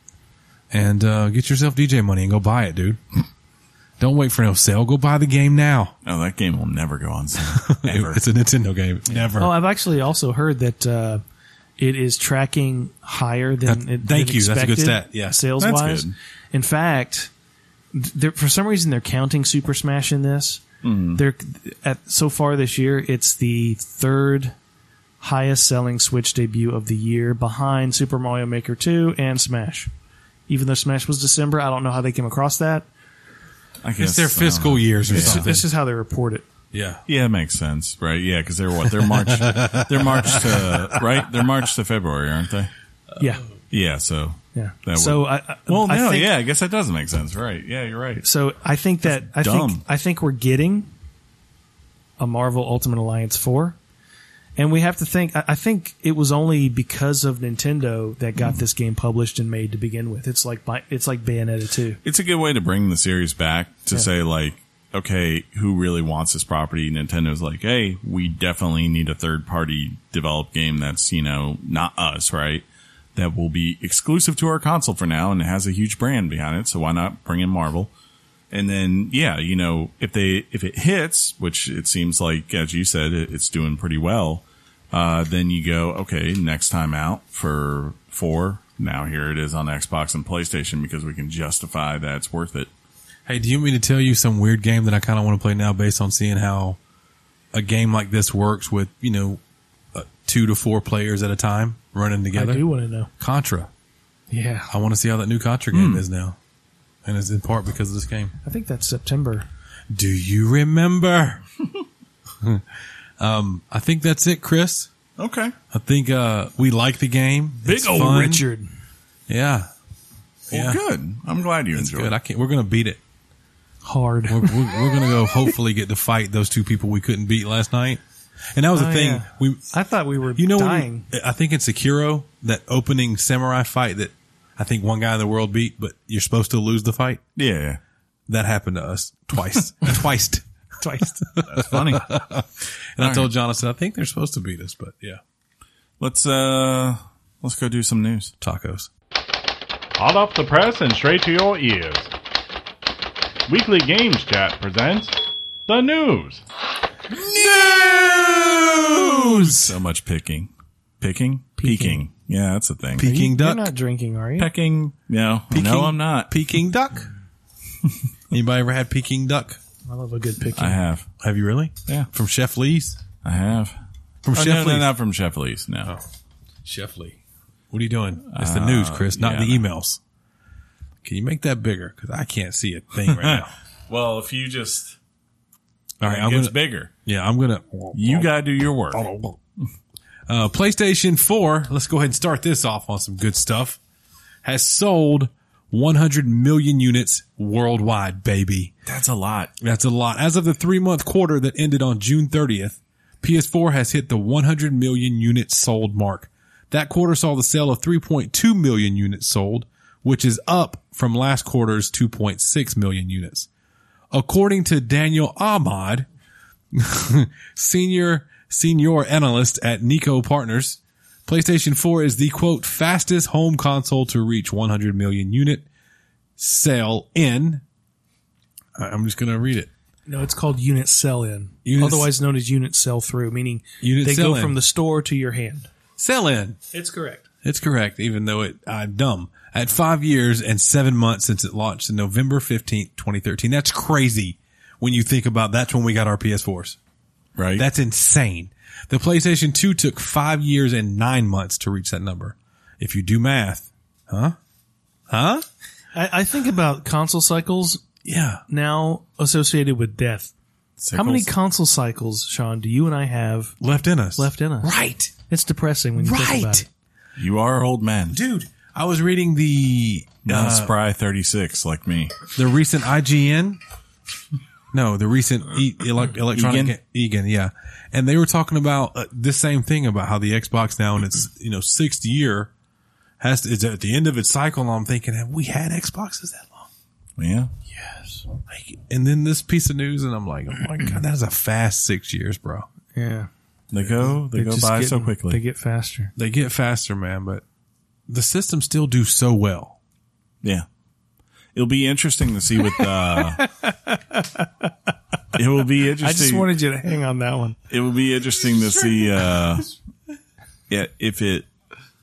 And uh, get yourself DJ money and go buy it, dude. don't wait for no sale. Go buy the game now.
No, Oh, that game will never go on sale. Ever.
It's a Nintendo game. Never.
Oh, I've actually also heard that uh, it is tracking higher than.
That-
than
thank you. That's a good
expected,
stat. Yeah.
sales
That's
wise.
good.
In fact, th- they're- for some reason they're counting Super Smash in this.
Hmm.
They're at so far this year, it's the third highest selling Switch debut of the year, behind Super Mario Maker Two and Smash. Even though Smash was December, I don't know how they came across that.
I guess
it's their
I don't know.
fiscal years or
So
something.
this is how they report it.
yeah.
Yeah, it makes sense, right? Yeah, because they're what? They're March. they're March to right. They're March to February, aren't they?
Uh,
Yeah,
Yeah. So
yeah.
That
So
would-
I, I
well,
I
no,
think-
Oh, yeah. I guess that does make sense, right? Yeah, you're right.
So I think that I think
dumb.
I think we're getting a Marvel Ultimate Alliance four, and we have to think. I, I think it was only because of Nintendo that
Hmm.
got this game published and made to begin with. It's like by, it's like Bayonetta two.
It's a good way to bring the series back to say like, okay, who really wants this property? Nintendo's like, hey, we definitely need a third party developed game that's you know not us, right? That will be exclusive to our console for now and has a huge brand behind it. So why not bring in Marvel? And then, yeah, you know, if they if it hits, which it seems like, as you said, it, it's doing pretty well. Uh, then you go, okay, next time out for four. Now here it is on Xbox and PlayStation because we can justify that it's worth it.
Hey, do you want me to tell you some weird game that I kind of want to play now based on seeing how a game like this works with, you know, uh, two to four players at a time running together?
I do want to know.
Contra.
Yeah,
I want to see how that new Contra game is now. And it's in part because of this game.
I think that's September.
Do you remember? um, I think that's it, Chris.
Okay.
I think uh, we like the game.
Big
It's
ol'
fun.
Richard,
Yeah.
Well,
Yeah.
good. I'm glad you
It's
enjoyed
good.
it.
I can't, we're going to beat it.
hard.
We're, we're, we're gonna go. Hopefully, get to fight those two people we couldn't beat last night. And that was the
Oh,
thing.
yeah.
We,
I thought we were
you know, when
dying.
we- I think in Sekiro that opening samurai fight that I think one guy in the world beat, but you're supposed to lose the fight.
Yeah.
That happened to us twice, twice.
Twice.
That's funny.
And I told Jonathan, I think they're supposed to beat us, but yeah,
let's uh let's go do some news.
tacos.
Hot off the press and straight to your ears. Weekly Games Chat presents the news.
News.
So much picking. Picking? Peeking. Yeah, that's a thing.
Peking
You're
duck.
not drinking, are you?
Pecking. No.
Peking-
No, I'm not.
Peking duck. Anybody ever had Peking duck?
I love a good
I
picking.
have.
Have you really?
Yeah.
From Chef Lee's.
I have.
From
Oh,
Chef
no,
Lee's.
no, not from Chef Lee's. No.
Chef Lee. Uh, What are you doing? It's the news, Chris, not
yeah,
the
no.
emails. Can you make that bigger? Because I can't see a thing right now.
Well, if you just
All right,
it
I'm
gets
gonna.
bigger. Oh.
Yeah, I'm gonna.
You gotta do your work.
Uh, PlayStation 4. Let's go ahead and start this off on some good stuff. Has sold 100 million units worldwide, baby.
That's a lot.
That's a lot. As of the three month quarter that ended on June 30th, PS4 has hit the 100 million units sold mark. That quarter saw the sale of 3.2 million units sold, which is up from last quarter's 2.6 million units. According to Daniel Ahmad, senior, senior analyst at Nico Partners, PlayStation 4 is the quote fastest home console to reach 100 million unit sale in. I- I'm just gonna read it.
No, it's called unit sell in,
Unit-
otherwise known as unit sell through, meaning
Unit
they go
sell-in.
from the store to your hand.
Sell in.
It's correct.
It's correct, even though it I'm dumb. At five years and seven months since it launched in November 15th, 2013. That's crazy when you think about that's when we got our PS4s.
right?
That's insane. The PlayStation 2 took five years and nine months to reach that number. If you do math, huh? Huh?
I, I think about console cycles
Yeah.
now associated with death. How many
Sickles.
console cycles, Sean, do you and I have
Left in us.
left in us?
Right.
It's depressing when you think about
Right.
it.
you are old man.
Dude, I was reading the,
Not spry 36 like me.
the recent IGN. No, the recent e- ele- electronic e-, Egan?
Egan?
yeah, and they were talking about uh, this same thing about how the Xbox now in its you know sixth year has to, is at the end of its cycle. And I'm thinking, have we had Xboxes that long?
Yeah.
Like, and then this piece of news, and I'm like, oh my god, that is a fast six years, bro.
Yeah.
They go, they
They're
go
just
by so
getting- They
quickly.
get faster.
They get faster, man, but the systems still do so well.
yeah. It'll be interesting to see what, uh, it will be interesting.
I just wanted you to hang on that one.
it will be interesting to see, uh, yeah, if it,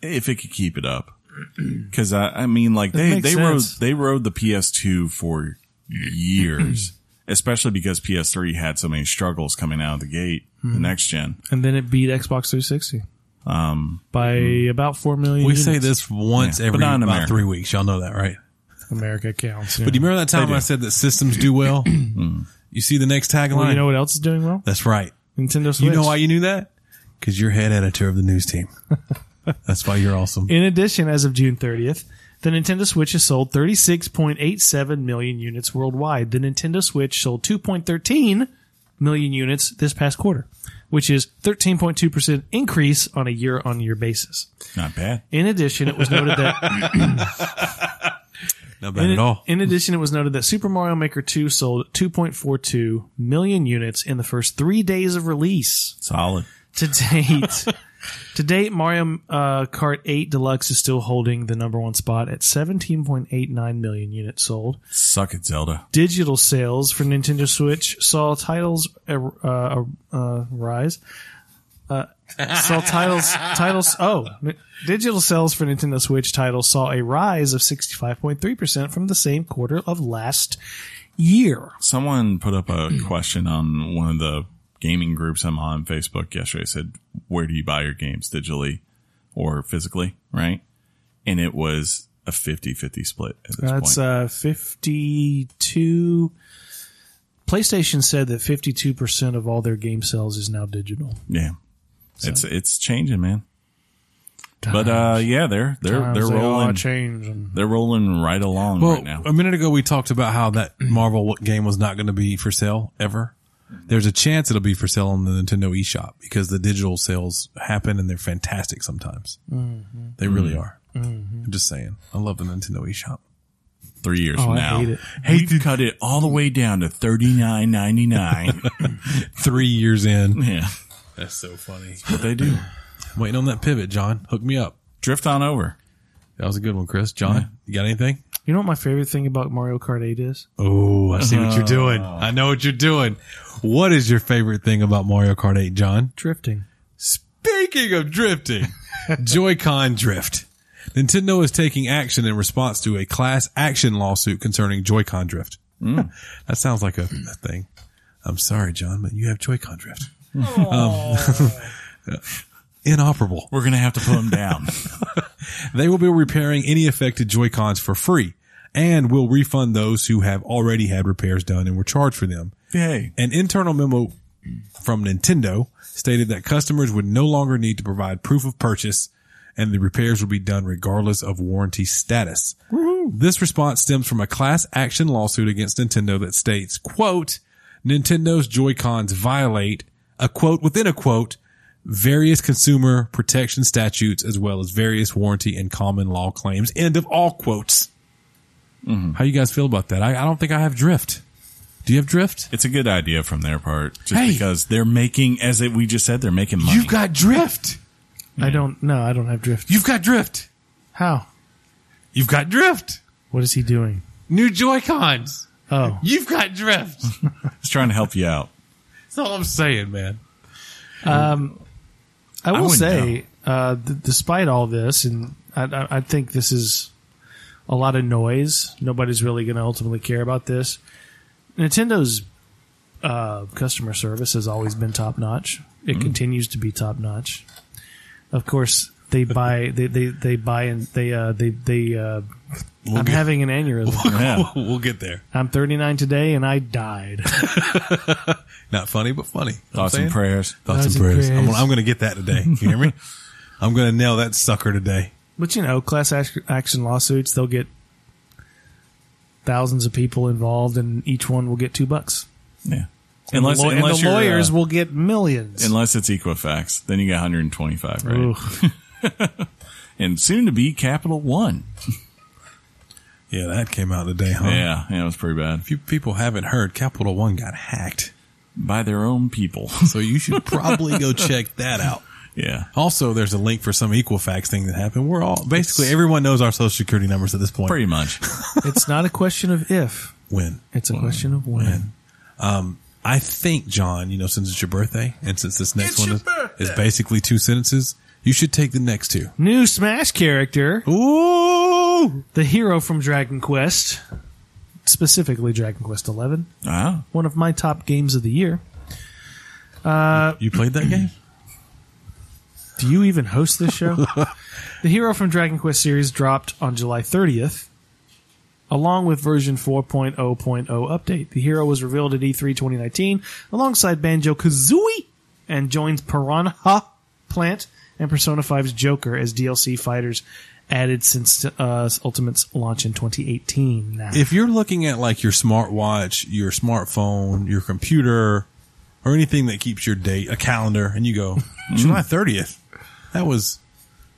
if it could keep it up. Cause I, I mean, like they,
makes
they rode,
sense.
they rode the PS2 for years, especially because PS3 had so many struggles coming out of the gate, the
Hmm.
next gen.
And then it beat Xbox 360 um, by about 4 million.
We
units.
say this once
Yeah, but
every
not in
about
America.
three weeks. Y'all know that, right?
America counts.
But do you remember that time I said that systems do well? you see the next tagline?
well, you know what else is doing well?
That's right.
Nintendo Switch.
You know why you knew that? Because you're head editor of the news team. That's why you're awesome.
In addition, as of June 30th, the Nintendo Switch has sold 36.87 million units worldwide. The Nintendo Switch sold 2.13 million units this past quarter, which is 13.2% increase on a year-on-year basis.
Not bad.
In addition, it was noted that
Not
in,
bad at all.
in addition, it was noted that Super Mario Maker 2 sold 2.42 million units in the first 3 days of release.
Solid.
to date to date mario uh, kart 8 deluxe is still holding the number one spot at 17.89 million units sold
Suck it, Zelda.
digital sales for nintendo switch saw titles uh, uh, uh, rise uh, saw titles titles oh n- digital sales for nintendo switch titles saw a rise of 65.3% from the same quarter of last year
Someone put up a
Hmm.
question on one of the gaming groups I'm on Facebook yesterday. It Said, "Where do you buy your games digitally or physically?" Right, and it was a 50-50 split at this
That's
point.
uh, 52. PlayStation said that 52% of all their game sales is now digital.
yeah, it's it's changing, man. But uh, yeah, they're they're
Times
they're
they all
rolling.
change "Oh, um, and-
They're rolling right along
Well,
right now.
a minute ago we talked about how that Marvel game was not going to be for sale ever. There's a chance it'll be for sale on the Nintendo eShop because the digital sales happen and they're fantastic sometimes. They really are. I'm just saying. I love the Nintendo eShop.
Three years
Oh,
from
I
now,
hate it.
hey, cut it all the way down to thirty nine ninety nine.
Three years in.
yeah,
That's so funny.
what they do?
I'm waiting on that pivot, John. Hook me up.
Drift on over.
That was a good one, Chris. John, you got anything?
You know what my favorite thing about Mario Kart 8 is?
Oh, I see what you're doing. I know what you're doing. What is your favorite thing about Mario Kart 8, John?
Drifting.
Speaking of drifting, Joy-Con drift. Nintendo is taking action in response to a class action lawsuit concerning Joy-Con drift. that sounds like a, a thing. I'm sorry, John, but you have Joy-Con drift. Hmm. Um, inoperable.
We're gonna have to put them down.
They will be repairing any affected Joy-Cons for free and will refund those who have already had repairs done and were charged for them.
Yay.
An internal memo from Nintendo stated that customers would no longer need to provide proof of purchase and the repairs would be done regardless of warranty status. This response stems from a class action lawsuit against Nintendo that states, quote, Nintendo's Joy-Cons violate a quote within a quote, various consumer protection statutes as well as various warranty and common law claims. End of all quotes. How you guys feel about that? I, I don't think I have drift. Do you have drift?
It's a good idea from their part, just
Hey.
because they're making, as it, we just said, they're making money.
got drift.
I don't. No, I don't have drift.
You've got drift.
How?
You've got drift.
What is he doing?
New Joy Cons.
Oh,
You've got drift.
It's trying to help you out.
That's all I'm saying, man.
Um, I will
wouldn't
say, uh, d- despite all this, and I, I, I think this is a lot of noise. Nobody's really going to ultimately care about this. Nintendo's uh, customer service has always been top notch. It continues to be top notch. Of course, they buy they, they, they buy and they uh, they they. Uh, I'm
get-
having an aneurysm.
Yeah.
We'll get there.
I'm 39 today, and I died.
Not funny, but funny. Know what I'm
Thoughts and
saying?
prayers.
Thoughts and prayers. I'm, gonna- I'm going to get that today. You hear me? I'm going to nail that sucker today.
But you know, class ac- action lawsuits, they'll get thousands of people involved, and each one will get two bucks.
Yeah. Unless,
and the, law- and
unless
the
you're,
lawyers
uh,
will get millions.
unless it's Equifax, then you got 125, right?
Oof.
And soon to be Capital One.
Yeah, that came out today, huh?
Yeah, yeah, it was pretty bad
If you people haven't heard, Capital One got hacked.
by their own people.
So you should probably go check that out.
yeah,
Also, there's a link for some Equifax thing that happened. We're all basically everyone knows our social security numbers at this point.
pretty much.
it's not a question of if;
When
it's a question of when.
I think, John, you know, since it's your birthday and since this next one is, is basically two sentences, you should take the next two.
New Smash character,
Ooh,
the hero from Dragon Quest, specifically Dragon Quest Eleven,
Wow.
one of my top games of the year.
you played that game?
Do you even host this show? the hero from Dragon Quest series dropped on July 30th, along with version 4.0.0 update. The hero was revealed at E E3 2019 alongside Banjo Kazooie and joins Piranha Plant and Persona 5's Joker as DLC fighters added since uh, Ultimate's launch in 2018. Now,
If you're looking at like your smartwatch, your smartphone, your computer, or anything that keeps your date, a calendar, and you go July 30th, that was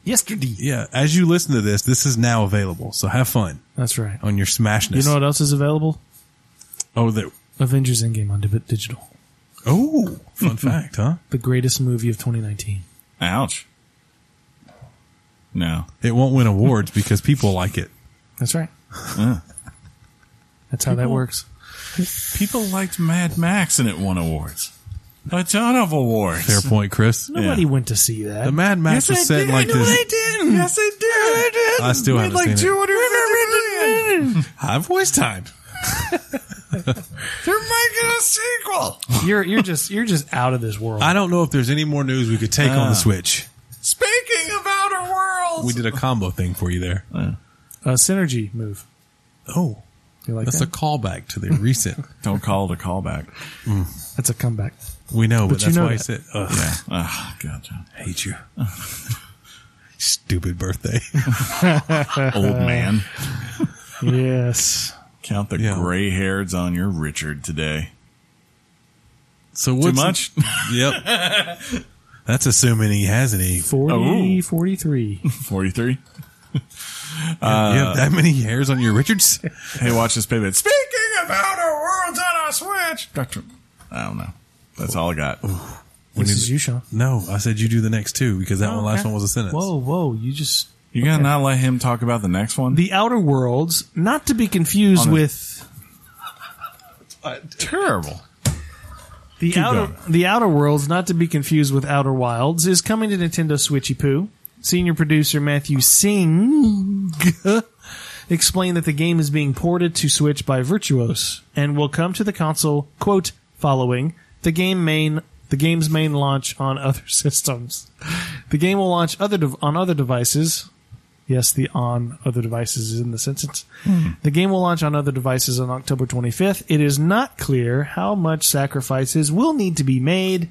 yesterday.
yeah. As you listen to this, this is now available. So have fun
That's right.
on your smashness.
You know what else is available?
oh, that
Avengers Endgame on Div- digital.
oh, fun fact, huh?
The greatest movie of 2019.
Ouch. No.
It won't win awards because people like it.
That's right.
Uh.
That's how that works.
People liked Mad Max and it won awards. A ton of awards.
Fair point, Chris.
Nobody went to see that.
The Mad Max was set in like
No, I
this.
didn't. Yes, I did. I did.
I still
Made
haven't
like
seen it.
250 million.
High voice time.
They're making a sequel.
you're you're just you're just out of this world.
I don't know if there's any more news we could take on
Ah.
the Switch.
Speaking of Outer Worlds.
We did a combo thing for you there.
A synergy move.
Oh,
You like
that's
that?
a callback to the recent.
Don't call it a callback.
That's a comeback.
We know, but,
But you
that's
know
why I
that.
said, Ugh,
Yeah. Oh, God. John.
I hate you. Stupid birthday.
Old man.
Oh.
yes.
Count the
Yeah.
gray hairs on your Richard today.
So what's
Too much?
Yep. That's assuming he has any.
40,
Oh.
43.
43.
you have that many hairs on your Richards?
Hey, watch this pivot. Speaking of Outer Worlds on a Switch. Doctor. I don't know. That's all I got.
This is you, Sean.
No, I said you do the next two because that
Oh,
one last
okay.
one was a sentence.
Whoa, whoa! You just
You gotta not let him talk about the next one.
the Outer Worlds, not to be confused
On a-
with
Uh, Terrible.
the outer the Outer Worlds, not to be confused with Outer Wilds, is coming to Nintendo Switchy Poo. Senior producer Matthew Singh explained that the game is being ported to Switch by Virtuos and will come to the console quote following the game main the game's main launch on other systems. The game will launch other dev- on other devices. Yes, the on other devices is in the sentence.
Hmm.
The game will launch on other devices on October 25th. It is not clear how much sacrifices will need to be made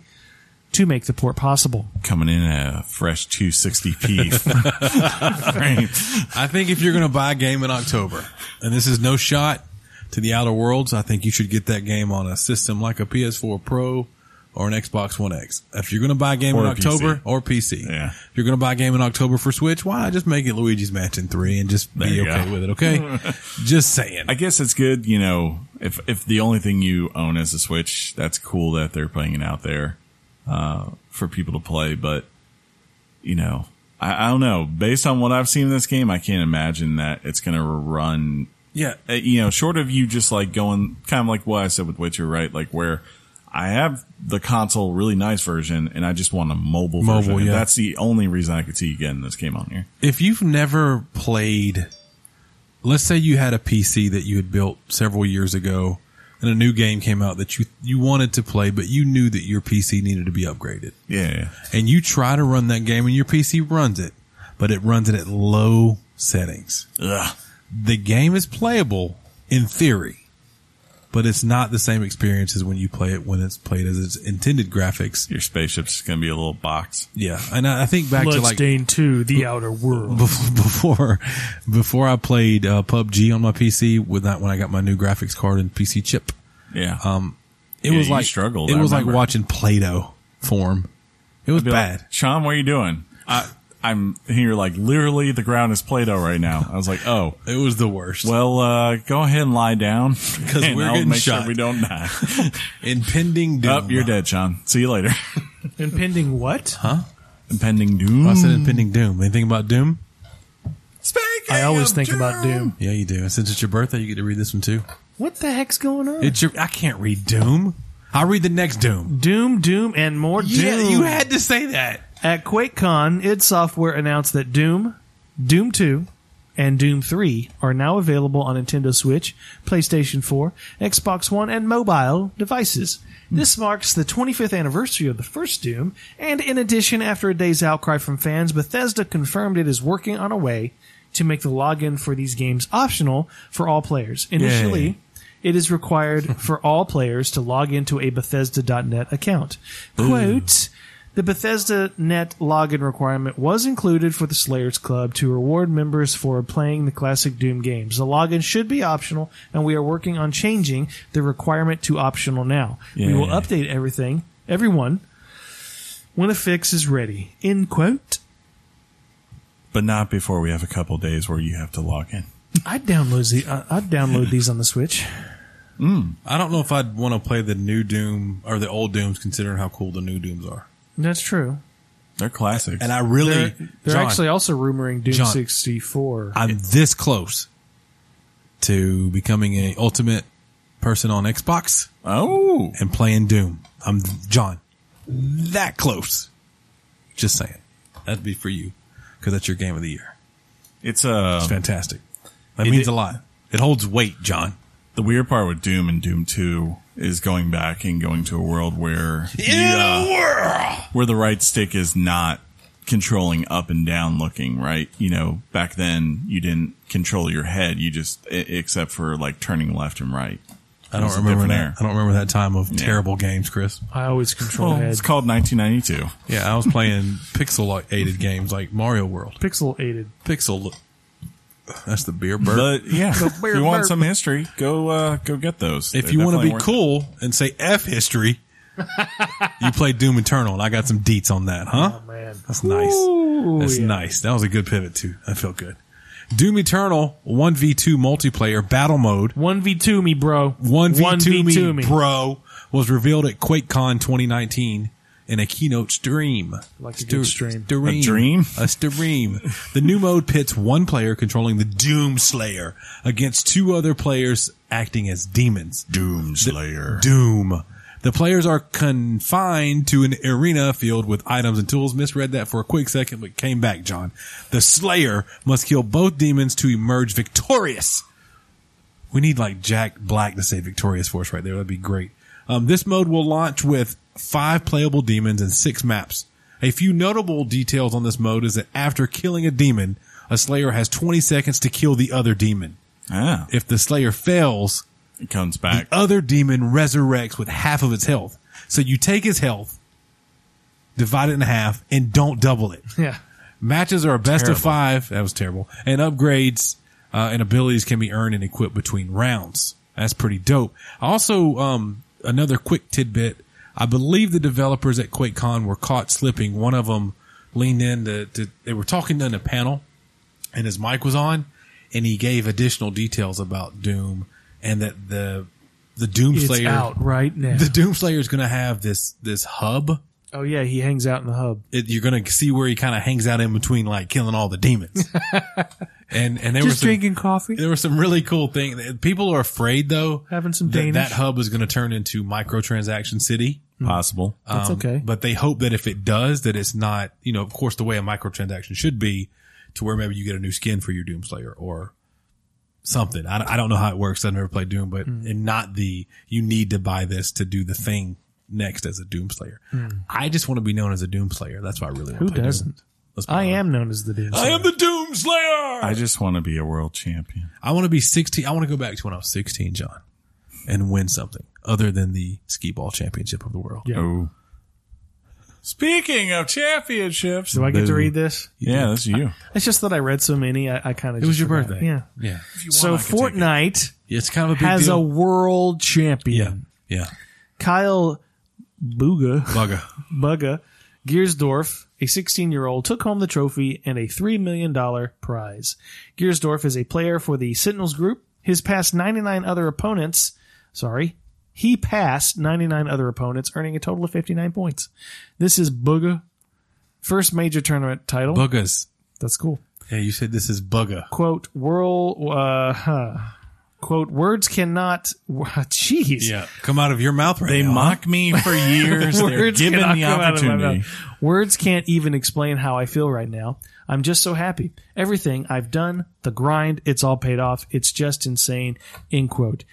to make the port possible.
Coming in at a fresh 260p frame.
I think if you're going to buy a game in October, and this is no shot to the Outer Worlds, I think you should get that game on a system like a PS4 Pro or an Xbox One X. If you're going to buy a game
Or
in
a PC.
October or PC,
Yeah.
if you're going to buy a game in October for Switch, why not just make it Luigi's Mansion 3 and just be
you
okay
go.
with it, okay? just saying.
I guess it's good, you know, if if the only thing you own is a Switch, that's cool that they're putting it out there uh, for people to play. But you know, I, I don't know. Based on what I've seen in this game, I can't imagine that it's going to run
Yeah.
uh, you know, short of you just like going kind of like what I said with Witcher, right? Like where I have the console really nice version and I just want a mobile,
Mobile,
version. And
yeah.
That's the only reason I could see you getting this game on here.
If you've never played, let's say you had a PC that you had built several years ago and a new game came out that you, you wanted to play, but you knew that your PC needed to be upgraded.
Yeah.
and you try to run that game and your PC runs it, but it runs it at low settings.
Ugh.
The game is playable in theory, but it's not the same experience as when you play it when it's played as its intended graphics.
Your spaceship's going to be a little box.
Yeah. And I, I think back to like Hmm.
Bloodstained 2, The Outer World.
bef- before before I played uh, PUBG on my PC with that when I got my new graphics card and PC chip.
Yeah.
It
Yeah,
was
you
like
struggled,
It
I
was like
remember.
watching Play-Doh form. It was
Be like,
bad.
Sean, what are you doing? I, I'm here like literally the ground is Play-Doh right now. I was like, oh,
it was the worst.
well, uh, go ahead and lie down.
'Cause
and
we're
I'll
getting
make
shot.
sure we don't die.
Impending doom.
Up, you're dead, Sean. See you later.
Impending what?
Impending doom.
I said impending doom. Anything about doom?
Speaking
I always
of
think about Doom.
Yeah, you do. And since it's your birthday, you get to read this one too.
What the heck's going on?
It's your. I can't read Doom. I read the next Doom.
Doom, Doom, and more Doom.
to say that.
At QuakeCon, id Software announced that Doom, Doom 2, and Doom 3 are now available on Nintendo Switch, PlayStation 4, Xbox One, and mobile devices. This marks the 25th anniversary of the first Doom, and in addition, after a day's outcry from fans, Bethesda confirmed it is working on a way to make the login for these games optional for all players. Initially,
Yay.
it is required for all players to log into a Bethesda.net account. Quote, the Bethesda net login requirement was included for the Slayers Club to reward members for playing the classic Doom games. The login should be optional, and we are working on changing the requirement to optional now. We will
Yeah.
update everything, everyone, when a fix is ready. End quote.
but not before we have a couple days where you have to log in.
I'd download, the, uh, I'd download these on the Switch.
I don't know if I'd want to play the new Doom or the old Dooms, considering how cool the new Dooms are.
That's true.
They're classics.
And I really,
They're, they're
John,
actually also rumoring Doom
John.
64.
I'm this close to becoming a ultimate person on Xbox
oh,
and playing Doom. I'm John. That close. Just saying. That'd be for you because that's your game of the year.
it's uh
fantastic. That
It
means
i-
a lot. It holds weight, John.
the weird part with Doom and Doom Two is going back and going to a world where the, uh, where the right stick is not controlling up and down looking right you know back then you didn't control your head you just e- except for like turning left and right
I
It
don't
was a
remember
different
that.
era.
I don't remember that time of terrible games, Chris.
I always control
well
head.
it's called 1992
Yeah, I was playing pixel aided games like Mario World.
Pixel aided.
Pixel. That's the beer bird.
but yeah if
weird
you want
burp.
some history go uh go get those
if
They're
you want to
definitely
be
worth it.
cool and say F history, you play Doom Eternal, and I got some deets on that, huh?
Oh man,
That's nice. That's nice. That was a good pivot too. That felt good. Doom Eternal one v two multiplayer battle mode.
One v two me, bro.
One v two me,
me.
bro, was revealed at QuakeCon 2019 in a keynote stream.
Like a good stream.
stream.
A dream?
A stream. the new mode pits one player controlling the Doom Slayer against two other players acting as demons.
Doom Slayer.
Doom. The players are confined to an arena filled with items and tools. Misread that for a quick second, but came back, John. The Slayer must kill both demons to emerge victorious. We need like Jack Black to say victorious for us right there. That'd be great. Um, this mode will launch with five playable demons and six maps. A few notable details on this mode is that after killing a demon, a Slayer has 20 seconds to kill the other demon.
Ah,
If the Slayer fails,
it comes back.
other demon resurrects with half of its health. So you take his health, divide it in half, and don't double it.
Yeah,
Matches are a best
Terrible.
of five. That was terrible. And upgrades uh, and abilities can be earned and equipped between rounds. That's pretty dope. Also, um, another quick tidbit. I believe the developers at QuakeCon were caught slipping. One of them leaned in to, to they were talking on the panel and his mic was on and he gave additional details about Doom and that the, the Doom
it's
Slayer
out right now.
the Doom Slayer is going to have this this hub
Oh yeah, he hangs out in the hub.
it, you're gonna see where he kind of hangs out in between, like killing all the demons. and and there was Um,
Just
some,
drinking coffee,
there were some really cool things. People are afraid though
having some
that
Danish.
that hub is going to turn into microtransaction city.
Possible.
That's okay.
But they hope that if it does, that it's not you know of course the way a microtransaction should be, to where maybe you get a new skin for your Doomslayer or something. I, don't- I don't know how it works. I've never played Doom, but
Hmm.
and not the you need to buy this to do the thing next as a Doomslayer. I just want to be known as a Doomslayer. That's why I really want
Hmm. Who
to play Doom.
doesn't?
Let's be
I
honest.
am known as the dude.
uh, I am the Doomslayer.
I just want to be a world champion.
I want to be 16. I want to go back to when I was 16, John, and win something other than the skee ball championship of the world.
Yeah.
Oh. Speaking of championships,
Do I get to
Boo.
read this?
Yeah, that's you.
It's just that I read so many. I, I kind of.
It was your birthday.
Yeah.
Yeah.
So
I can take it.
Fortnite
It's kind of a big
has a
deal.
world
yeah.
champion,
Yeah.
Kyle Buga.
Bugger.
Bugga Giersdorf, a 16 year old, took home the trophy and a $3 million prize. Giersdorf is a player for the Sentinels group. His past 99 other opponents, sorry, he passed 99 other opponents, earning a total of 59 points. This is Bugga. First major tournament title.
Buggers.
That's cool.
Yeah. You said this is bugger.
Quote, world, uh, huh. quote, words cannot, jeez.
Yeah. Come out of your mouth right
They
now.
mock me for years. They're
Words
given
cannot
the
come out of my
opportunity.
mouth. Words can't even explain how I feel right now. I'm just so happy. Everything I've done, the grind, it's all paid off. It's just insane. End quote.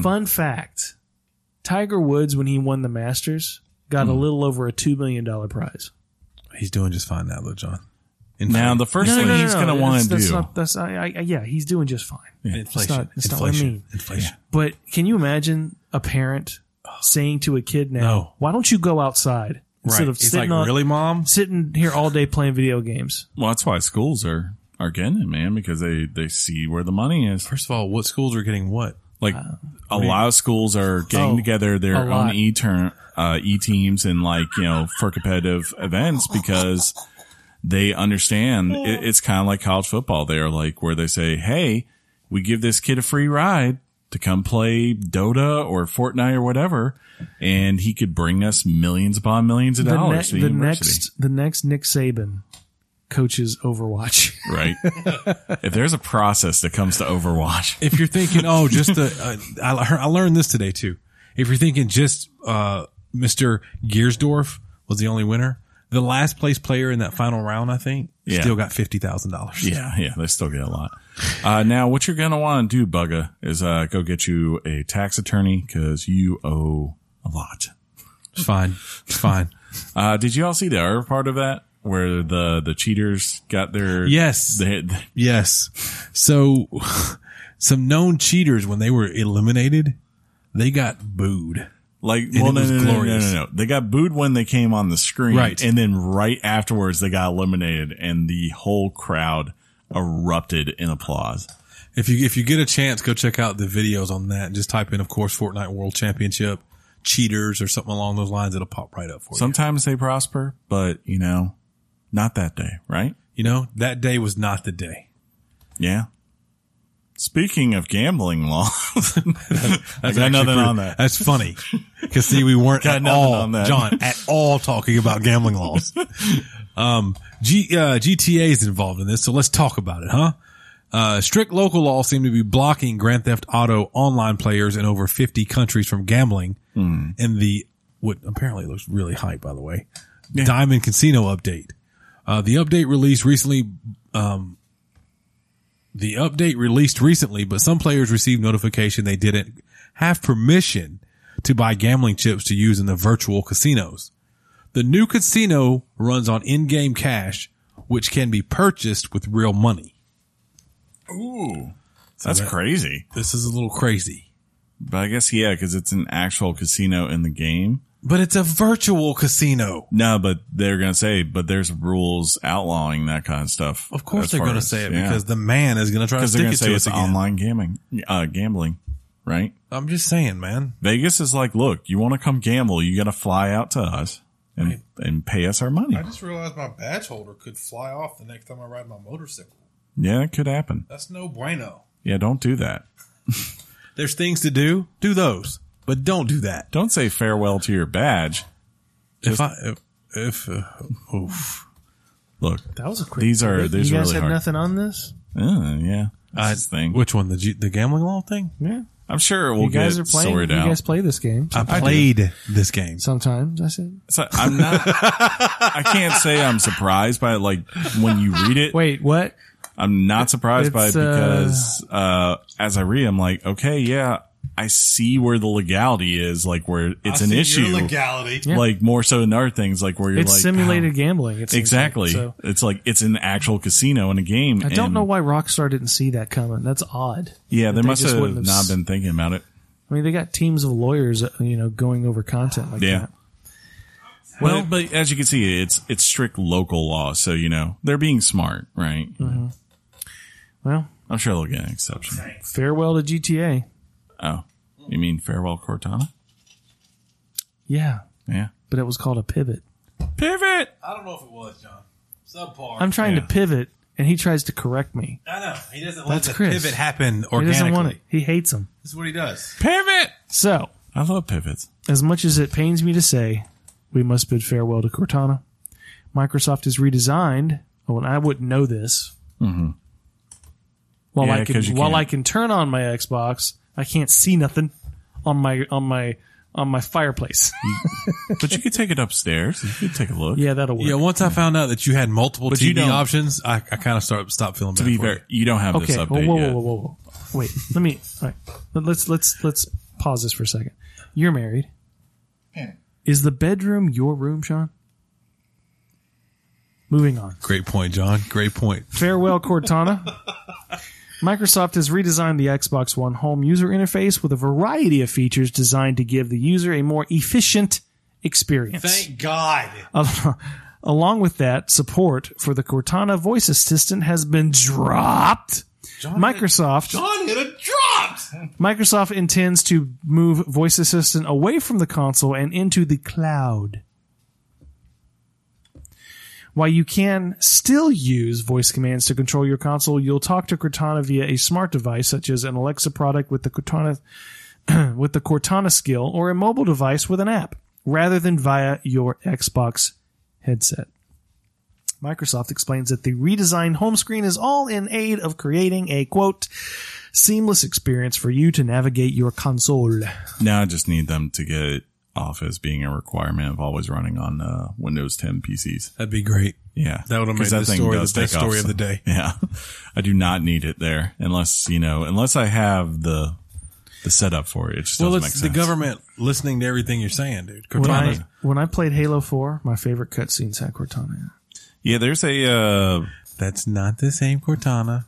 Fun fact Tiger Woods, when he won the Masters, got a little over a $2 million prize.
He's doing just fine now, though, John. In
Now, the first thing he's going to want to do.
That's not, that's not, I, I, yeah, he's doing just fine.
inflation.
not- it's not what I
inflation.
mean.
Inflation.
But can you imagine a parent saying to a kid now,
No.
why don't you go outside instead
Right.
of
He's
sitting
like,
on,
really, mom?
sitting here all day playing video games?
well, that's why schools are are getting it, man, because they they see where the money is.
First of all, what schools are getting what?
Like a lot of schools are getting
Oh,
together their
a
own
lot.
e turn uh, e teams and like you know for competitive events because they understand it, it's kind of like college football. They're like where they say, "Hey, we give this kid a free ride to come play Dota or Fortnite or whatever, and he could bring us millions upon millions of
the, ne-
dollars to the
the
university."
next the next Nick Saban coaches Overwatch.
Right? if there's a process that comes to Overwatch,
if you're thinking, oh, just the, uh, I, I learned this today too. If you're thinking just uh, Mr. Giersdorf was the only winner, the last place player in that final round, I think,
Yeah.
still got fifty thousand dollars.
Yeah, yeah, they still get a lot. Uh, now, what you're gonna want to do, Bugga, is uh, go get you a tax attorney because you owe a lot.
it's fine, it's fine.
Uh, did you all see the other part of that where the the cheaters got their
Yes.
They,
yes. So, some known cheaters when they were eliminated, they got booed.
like, well,
it
no,
was
no, no, no, no,
glorious.
no, no. They got booed when they came on the screen,
Right.
And then right afterwards, they got eliminated, and the whole crowd erupted in applause.
If you if you get a chance, go check out the videos on that. Just type in, of course, Fortnite World Championship cheaters or something along those lines. It'll pop right up for you.
Sometimes they prosper, but you know, not that day, right?
You know that day was not the day.
Yeah. Speaking of gambling laws, I got
Actually,
nothing
for-
on that.
That's funny. Because see, we weren't
Got
at
nothing
all,
on that.
John, at all talking about gambling laws. um, G, uh, GTA is involved in this, so let's talk about it, huh? Uh, strict local laws seem to be blocking Grand Theft Auto online players in over 50 countries from gambling
Hmm.
in the, what apparently looks really hype, by the way, Diamond Casino update. Uh, the update released recently the update released recently, but some players received notification they didn't have permission to buy gambling chips to use in the virtual casinos. The new casino runs on in-game cash, which can be purchased with real money.
Ooh. That's
that-
crazy.
This is a little crazy,
But I guess, yeah, because it's an actual casino in the game.
but it's a virtual casino.
No, but they're going to say, but there's rules outlawing that kind of stuff.
Of course
as
they're
far
going to
as-
say it
yeah.
because the man is going to try to
Because they're
stick
going
it
to say
to
it's
us again.
online gaming, uh, gambling, right?
I'm just saying, man.
Vegas is like, look, you want to come gamble, you got to fly out to us and, and pay us our money.
I just realized my badge holder could fly off the next time I ride my motorcycle.
Yeah, it could happen.
That's no bueno.
Yeah, don't do that.
There's things to do. Do those, but don't do that.
Don't say farewell to your badge.
if I if, if uh, oof.
Look,
That was a quick.
These are- these
you
are
guys
really
had
hard.
nothing on this.
uh, yeah, that's his thing.
Which one? The G- the gambling law thing?
Yeah,
I'm sure we'll
you guys
get
are playing.
sorted
you
out.
guys play this game
I played this game.
sometimes. I said,
So I'm not. I can't say I'm surprised by it. Like when you read it,
"Wait, what?"
I'm not surprised by it
It's, uh,
because uh, as I read, I'm like, okay, yeah, I see where the legality is. Like where it's an issue.
legality.
Yeah.
Like more so than other things. Like where you're
It's
like
simulated gambling. It seems like.
Exactly.
So,
It's like it's an actual casino in a game.
I don't
and-
know why Rockstar didn't see that coming. That's odd.
Yeah,
that
they must
just
have,
wouldn't
not
s-
been thinking about it.
I mean, they got teams of lawyers, uh, you know, going over content like
Yeah.
that.
Well, but as you can see, it's it's strict local law, so you know they're being smart, right?
Mm-hmm. Well,
I'm sure they'll get an exception.
farewell to GTA.
Oh, you mean farewell Cortana?
Yeah,
Yeah,
but it was called a pivot.
pivot.
I don't know if it was, John. Subpar.
I'm trying
Yeah.
to pivot, and he tries to correct me.
I know. He doesn't
That's
let the
Chris.
pivot happen.
happened
He
organically.
doesn't want it. He hates him.
That's what he does.
Pivot.
So,
I love pivots.
as much as it pains me to say, we must bid farewell to Cortana. Microsoft has redesigned. Oh, and I wouldn't know this. While
Mm-hmm. Yeah,
I
'cause you
can while
can't.
I can turn on my Xbox, I can't see nothing on my on my on my fireplace.
But you could take it upstairs. You could take a look.
yeah, that'll work.
Yeah, once I found out that you had multiple
you
TV
don't.
options, I, I kind of start stopped feeling
To
bad
be
for you.
fair, you don't have
okay.
this
Whoa,
update
whoa,
yet.
whoa, whoa, whoa. Wait. Let me. All right. Let- Let's let's let's pause this for a second. You're married. Is the bedroom your room, Sean? Moving on.
Great point, John. Great point.
Farewell, Cortana. Microsoft has redesigned the Xbox One home user interface with a variety of features designed to give the user a more efficient experience.
Thank God.
Along with that, support for the Cortana voice assistant has been dropped. Microsoft
John hit a drop.
Microsoft intends to move voice assistant away from the console and into the cloud. While you can still use voice commands to control your console, you'll talk to Cortana via a smart device such as an Alexa product with the Cortana with the Cortana skill or a mobile device with an app rather than via your Xbox headset. Microsoft explains that the redesigned home screen is all in aid of creating a quote seamless experience for you to navigate your console.
Now I just need them to get it off as being a requirement of always running on uh, Windows 10 PCs.
That'd be great.
Yeah,
That would have
'Cause
made this
thing
story the
does
best
take off
story of
some-
the day.
Yeah, I do not need it there unless you know unless I have the the setup for it. It just
Well,
doesn't
it's
make
the
sense.
government listening to everything you're saying, dude.
When
Cortana.
I, when I played Halo 4, my favorite cutscenes had Cortana. in
Yeah, there's a. Uh,
That's not the same Cortana.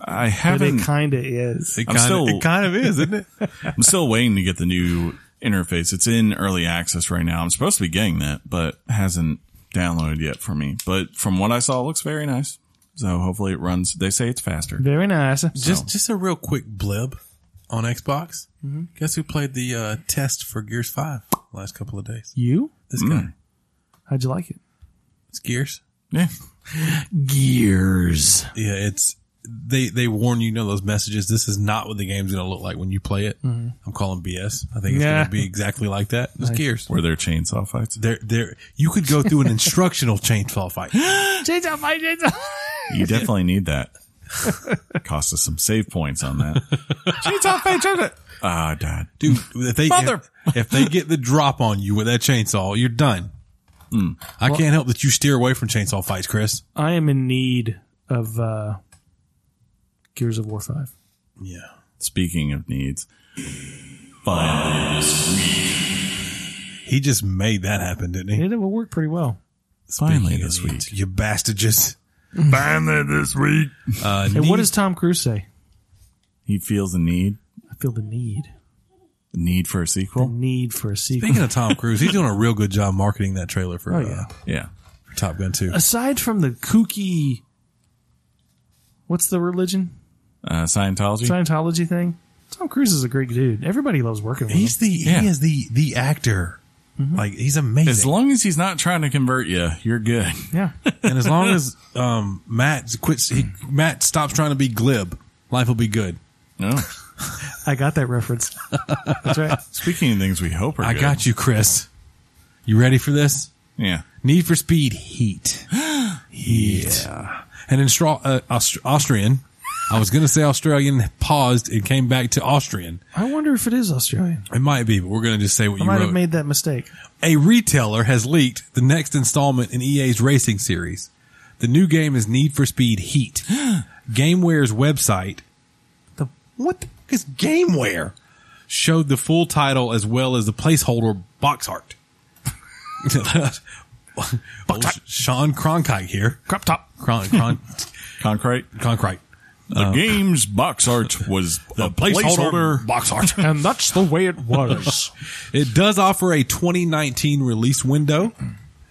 I
it. But
haven't.
it kind of is.
It
I'm
kind,
still-
of, it kind of is, isn't it?
I'm still waiting to get the new interface. It's in early access right now. I'm supposed to be getting that, but hasn't downloaded yet for me. But from what I saw, it looks very nice. So hopefully it runs. They say it's faster.
Very nice.
Just just a real quick blib on Xbox. Guess who played the uh, test for Gears Five last couple of days?
you?
This
Hmm.
guy.
How'd you like it?
It's Gears.
Yeah.
Gears.
Yeah, it's they they warn you, you know those messages. This is not what the game's going to look like when you play it. I'm calling BS. I think it's
Yeah.
going to be exactly like that. It's Gears.
Were there chainsaw fights?
There, there. You could go through an instructional chainsaw fight.
Chainsaw fight, chainsaw.
You definitely need that. Cost us some save points on that. chainsaw fight, chainsaw. Ah, dad.
dude. If they
Mother-
if, if they get the drop on you with that chainsaw, you're done.
Hmm.
I can't help that you steer away from chainsaw fights, Chris.
I am in need of uh, Gears of War 5.
Yeah,
Speaking of needs, fun.
he just made that happen, didn't he?
It will work pretty well.
finally this week.
You bastard! Just
Finally this week.
uh,
And
need-
what does Tom Cruise say?
He feels a need,
I feel the need.
need for a sequel.
Need for a sequel.
Speaking of Tom Cruise, he's doing a real good job marketing that trailer for
Oh,
uh,
yeah.
Yeah.
Top Gun 2.
Aside from the kooky. What's the religion?
Uh, Scientology.
Scientology thing. Tom Cruise is a great dude. Everybody loves working with him.
He's the
Yeah.
he is the the actor.
Mm-hmm.
Like he's amazing.
As long as he's not trying to convert you, you're good.
Yeah,
and as long as um, Matt quits, he, Matt stops trying to be glib. Life will be good.
No.
I got that reference. That's right.
Speaking of things we hope are
I
good.
got you, Chris. You ready for this?
Yeah.
Need for Speed Heat. Heat. Yeah. And in Stra- uh, Aust- Austrian, I was going to say Australian, paused, and came back to Austrian.
I wonder if it is Australian.
It might be, but we're going to just say what
I
you
might
wrote.
have made that mistake.
A retailer has leaked the next installment in EA's racing series. The new game is Need for Speed Heat. GameWare's website, the what the fuck is GameWare? Showed the full title as well as the placeholder box art. Old Sean Cronkite here.
Crop top.
Cron, Cron,
Concrete.
Cronkite.
The game's box art was the
placeholder
box art.
And that's the way it was.
It does offer a 2019 release window,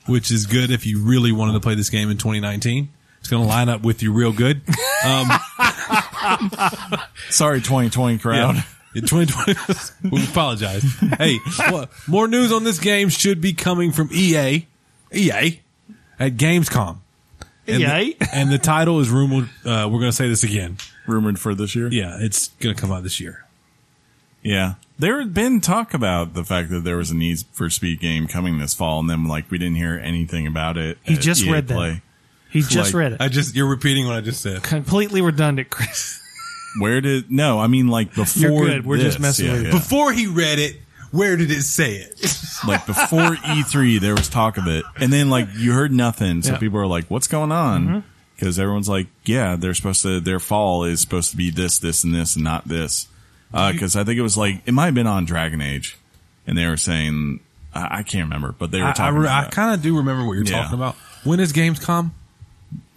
which is good if you really wanted to play this game in 2019. It's going to line up with you real good.
Sorry, 2020 crowd.
In 2020, we apologize. Hey, wha- more news on this game should be coming from E EA, EA at Gamescom. And
EA?
the, and the title is rumored. Uh, we're going to say this again.
Rumored for this year.
Yeah, it's going to come out this year.
Yeah. There had been talk about the fact that there was a Need for Speed game coming this fall, and then like we didn't hear anything about it.
He
at
just
EA
read that.
Play.
He
Like,
just read it.
I just you're repeating what I just said.
Completely redundant, Chris.
Where did no? I mean, like before.
good. We're
this.
just messing
Yeah,
with you.
yeah.
Before he read it, where did it say it?
like before E3, there was talk of it, and then like you heard nothing, so
Yeah. Mm-hmm.
people are like, "What's going on?" Because everyone's like, "Yeah, they're supposed to. Their fall is supposed to be this, this, and this, and not this." Because I think it was like it might have been on Dragon Age, and they were saying I, I can't remember, but they were
I,
talking about
kind of do remember what you're
Yeah.
talking about. When is Gamescom?
that.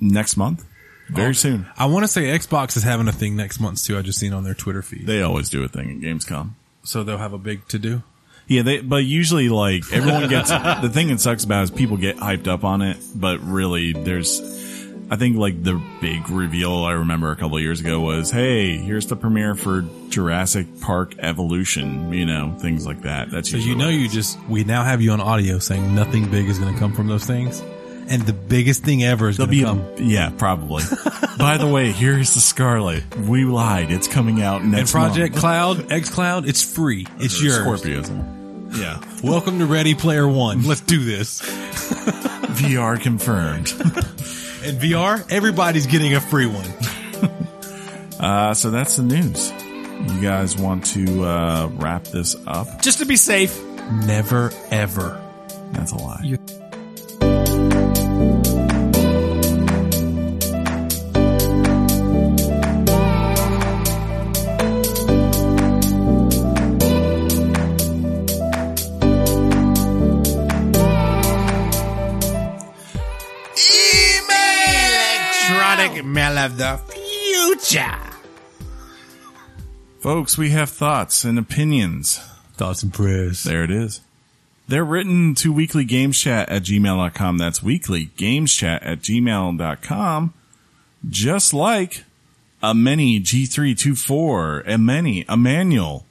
next month,
Oh.
very soon.
I want to say Xbox is having a thing next month too. I just seen on their Twitter feed,
They always do a thing at Gamescom.
so they'll have a big to do.
Yeah, they, but usually like everyone gets the thing that sucks about is people get hyped up on it, but really there's I think like the big reveal I remember a couple of years ago was, "Hey, here's the premiere for Jurassic Park Evolution," you know, things like that. That's
So you know, you just we now have you on audio saying nothing big is going to come from those things, and the biggest thing ever is
they'll
going
be
to
a-
come.
yeah, probably. By the way, here's the Scarlet. We lied. It's coming out next
And Project
month.
Cloud, X Cloud, it's free. It's yours.
Scorpius. Yeah,
Welcome to Ready Player One. Let's do this.
VR confirmed.
And VR, everybody's getting a free one.
Uh, so that's the news. You guys want to uh, wrap this up?
Just to be safe.
Never ever.
That's a lie.
electronic mail of the future.
Folks, we have thoughts and opinions.
Thoughts and prayers.
There it is. They're written to weekly games chat at gmail.com. That's weekly games chat at gmail.com. Just like a many G324, a many, a manual.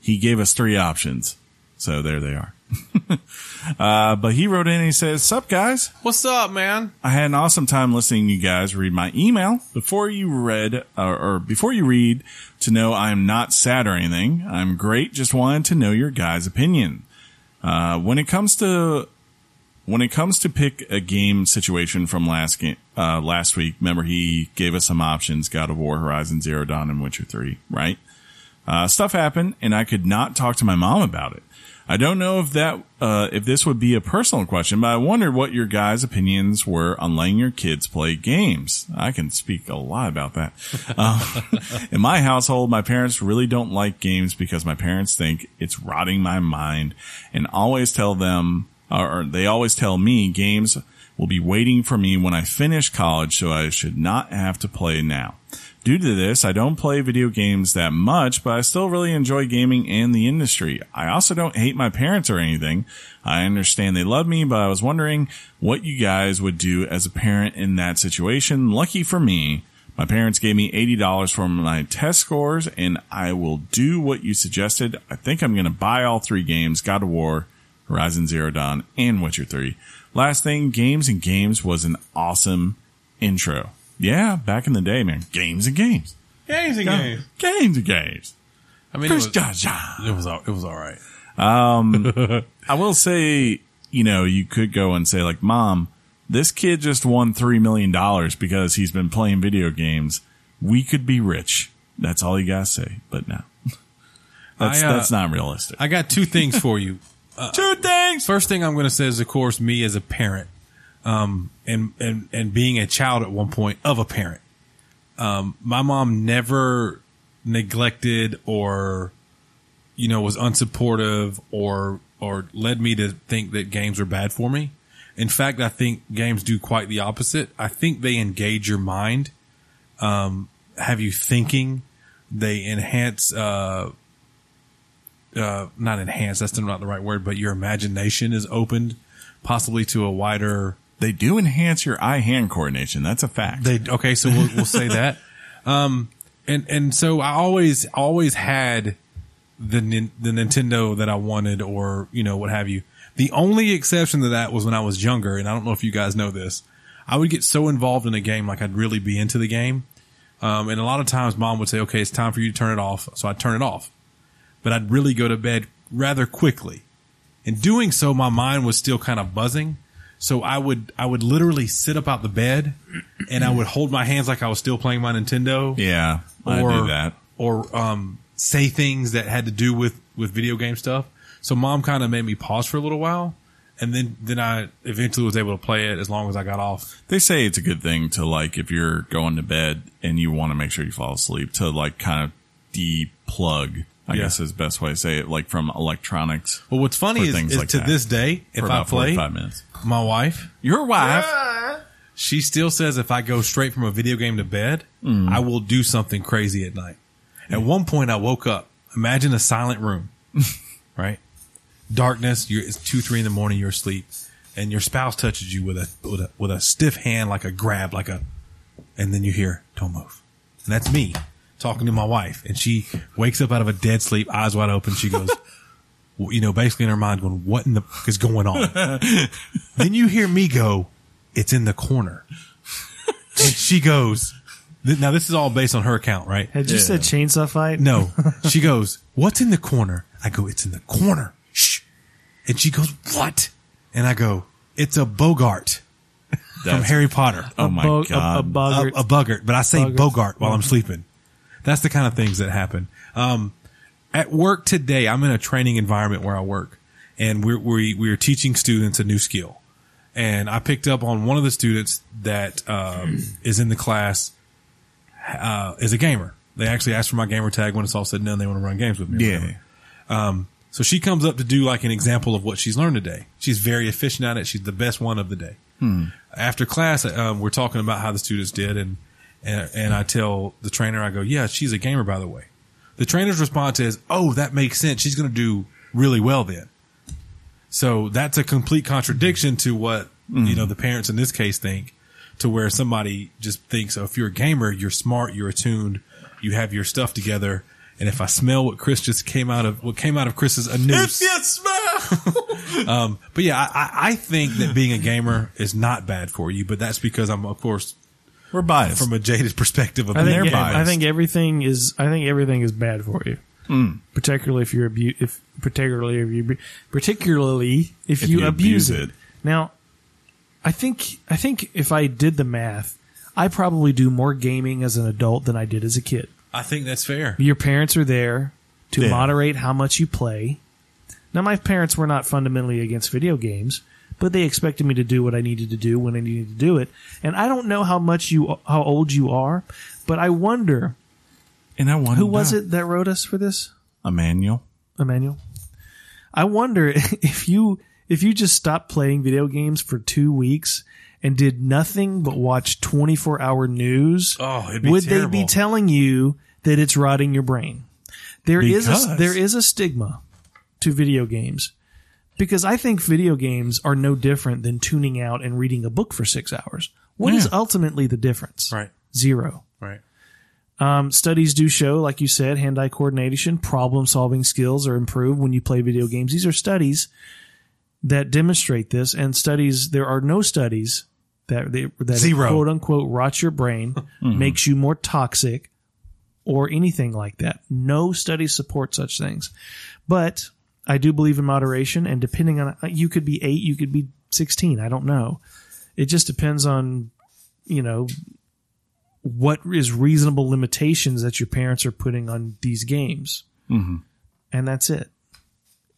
He gave us three options. So there they are. uh, but he wrote in and he says, Sup guys.
What's up, man?
I had an awesome time listening to you guys read my email before you read or, or before you read to know I'm not sad or anything. I'm great. Just wanted to know your guys' opinion. Uh, when it comes to when it comes to pick a game situation from last game, uh, last week, remember he gave us some options: God of War, Horizon Zero Dawn, and Witcher Three. Right? Uh, stuff happened, and I could not talk to my mom about it. I don't know if that uh, if this would be a personal question, but I wondered what your guys' opinions were on letting your kids play games. I can speak a lot about that. Um, in my household, my parents really don't like games because my parents think it's rotting my mind, and always tell them or or they always tell me games will be waiting for me when I finish college, so I should not have to play now. Due to this, I don't play video games that much, but I still really enjoy gaming and the industry. I also don't hate my parents or anything. I understand they love me, but I was wondering what you guys would do as a parent in that situation. Lucky for me, my parents gave me $80 for my test scores, and I will do what you suggested. I think I'm going to buy all three games God of War, Horizon Zero Dawn, and Witcher 3. Last thing, Games and Games was an awesome intro. Yeah, back in the day, man. Games and Games.
Games and games.
Games and Games.
I mean, it
Chris
was,
Jaja.
it was all, it was all right.
I will say you know, you could go and say like, mom, this kid just won $3 million because he's been playing video games. We could be rich. That's all you got to say. But no, that's,
I, uh,
that's not realistic.
I got two things for you.
Two things.
First thing I'm going to say is, of course, me as a parent, um, and and and being a child at one point of a parent. Um, my mom never neglected or, you know, was unsupportive or or led me to think that games are bad for me. In fact, I think games do quite the opposite. I think they engage your mind, um, have you thinking. They enhance uh, uh, not enhanced. That's not the right word, but your imagination is opened, possibly to a wider.
They do enhance your eye hand coordination. That's a fact.
They okay, so we'll, we'll say that. Um, and and so I always always had the nin, the Nintendo that I wanted, or you know what have you. The only exception to that was when I was younger, and I don't know if you guys know this. I would get so involved in a game, like I'd really be into the game. Um, and a lot of times, mom would say, "Okay, it's time for you to turn it off," so I'd turn it off. But I'd really go to bed rather quickly. In doing so, my mind was still kind of buzzing. So I would I would literally sit up out the bed, and I would hold my hands like I was still playing my Nintendo
yeah. I do that.
or um, say things that had to do with with video game stuff. So mom kind of made me pause for a little while, and then then I eventually was able to play it as long as I got off.
They say it's a good thing to like if you're going to bed and you want to make sure you fall asleep to like kind of deplug. I
Yeah.
guess is the best way to say it, like from electronics
Well, what's funny
For
is,
things
is
like
to
that.
this day,
for
if I
about
play
five minutes.
my wife,
Your wife,
she still says if I go straight from a video game to bed, I will do something crazy at night. At one point, I woke up. Imagine a silent room, right? Darkness. You're, it's two, three in the morning. You're asleep, and your spouse touches you with a with a with a stiff hand, like a grab, like a, and then you hear, "Don't move." And that's me talking to my wife, and she wakes up out of a dead sleep, eyes wide open. She goes. well, You know, basically in her mind, going, "What in the fuck is going on?" then you hear me go, "It's in the corner." and she goes, th- now this is all based on her account, right?
Had you said chainsaw fight?
No, she goes, what's in the corner? I go, it's in the corner. Shh. And she goes, what? And I go, it's a Bogart from
That's-
Harry Potter.
Oh my
Bo-
god!
A, a boggart.
A, a Bogart, but I say
Bogart.
Bogart while I'm sleeping. That's the kind of things that happen. Um, at work today, I'm in a training environment where I work and we're, we, we're teaching students a new skill. And I picked up on one of the students that, um, is in the class, uh, is a gamer. They actually asked for my gamer tag when it's all said and done. They want to run games with me. or whatever. Um,
yeah,
So she comes up to do like an example of what she's learned today. She's very efficient at it. She's the best one of the day. After class, um, we're talking about how the students did, and, and and I tell the trainer, I go, "Yeah, she's a gamer, by the way." The trainer's response is, "Oh, that makes sense. She's going to do really well then." So that's a complete contradiction to what you know the parents in this case think, to where somebody just thinks, "Oh, if you're a gamer, you're smart, you're attuned, you have your stuff together." And if I smell what Chris just came out of, what came out of Chris's anus, but yeah, I, I- I think that being a gamer is not bad for you, but that's because I'm, of course,
we're biased.
from a jaded perspective of
I
their
think, e,
biased.
I think everything is. I think everything is bad for you.
Hmm.
Particularly if you're abu- if particularly if you particularly if,
If
you,
you abuse
abuse it.
it.
Now, I think I think if I did the math, I probably do more gaming as an adult than I did as a kid.
I think that's fair.
Your parents are there to
Yeah.
moderate how much you play. Now, my parents were not fundamentally against video games, but they expected me to do what I needed to do when I needed to do it. And I don't know how much you, how old you are, but I wonder
and I wonder
who was it that wrote us for this,
Emmanuel.
Emmanuel. I wonder if you if you just stopped playing video games for two weeks and did nothing but watch twenty four hour news
Oh, it'd be
would
terrible.
they be telling you that it's rotting your brain? There is a,
Because-
there is a stigma to video games because I think video games are no different than tuning out and reading a book for six hours. What is ultimately the difference?
Right.
Zero.
Right.
Um, studies do show, like you said, hand-eye coordination, problem-solving skills are improved when you play video games. These are studies that demonstrate this, and studies there are no studies that they, that
Zero.
quote unquote rots your brain, makes you more toxic, or anything like that. No studies support such things. But I do believe in moderation, and depending on uh, you could be eight, you could be sixteen. I don't know. It just depends on you know what is reasonable limitations that your parents are putting on these games, mm-hmm. and that's it.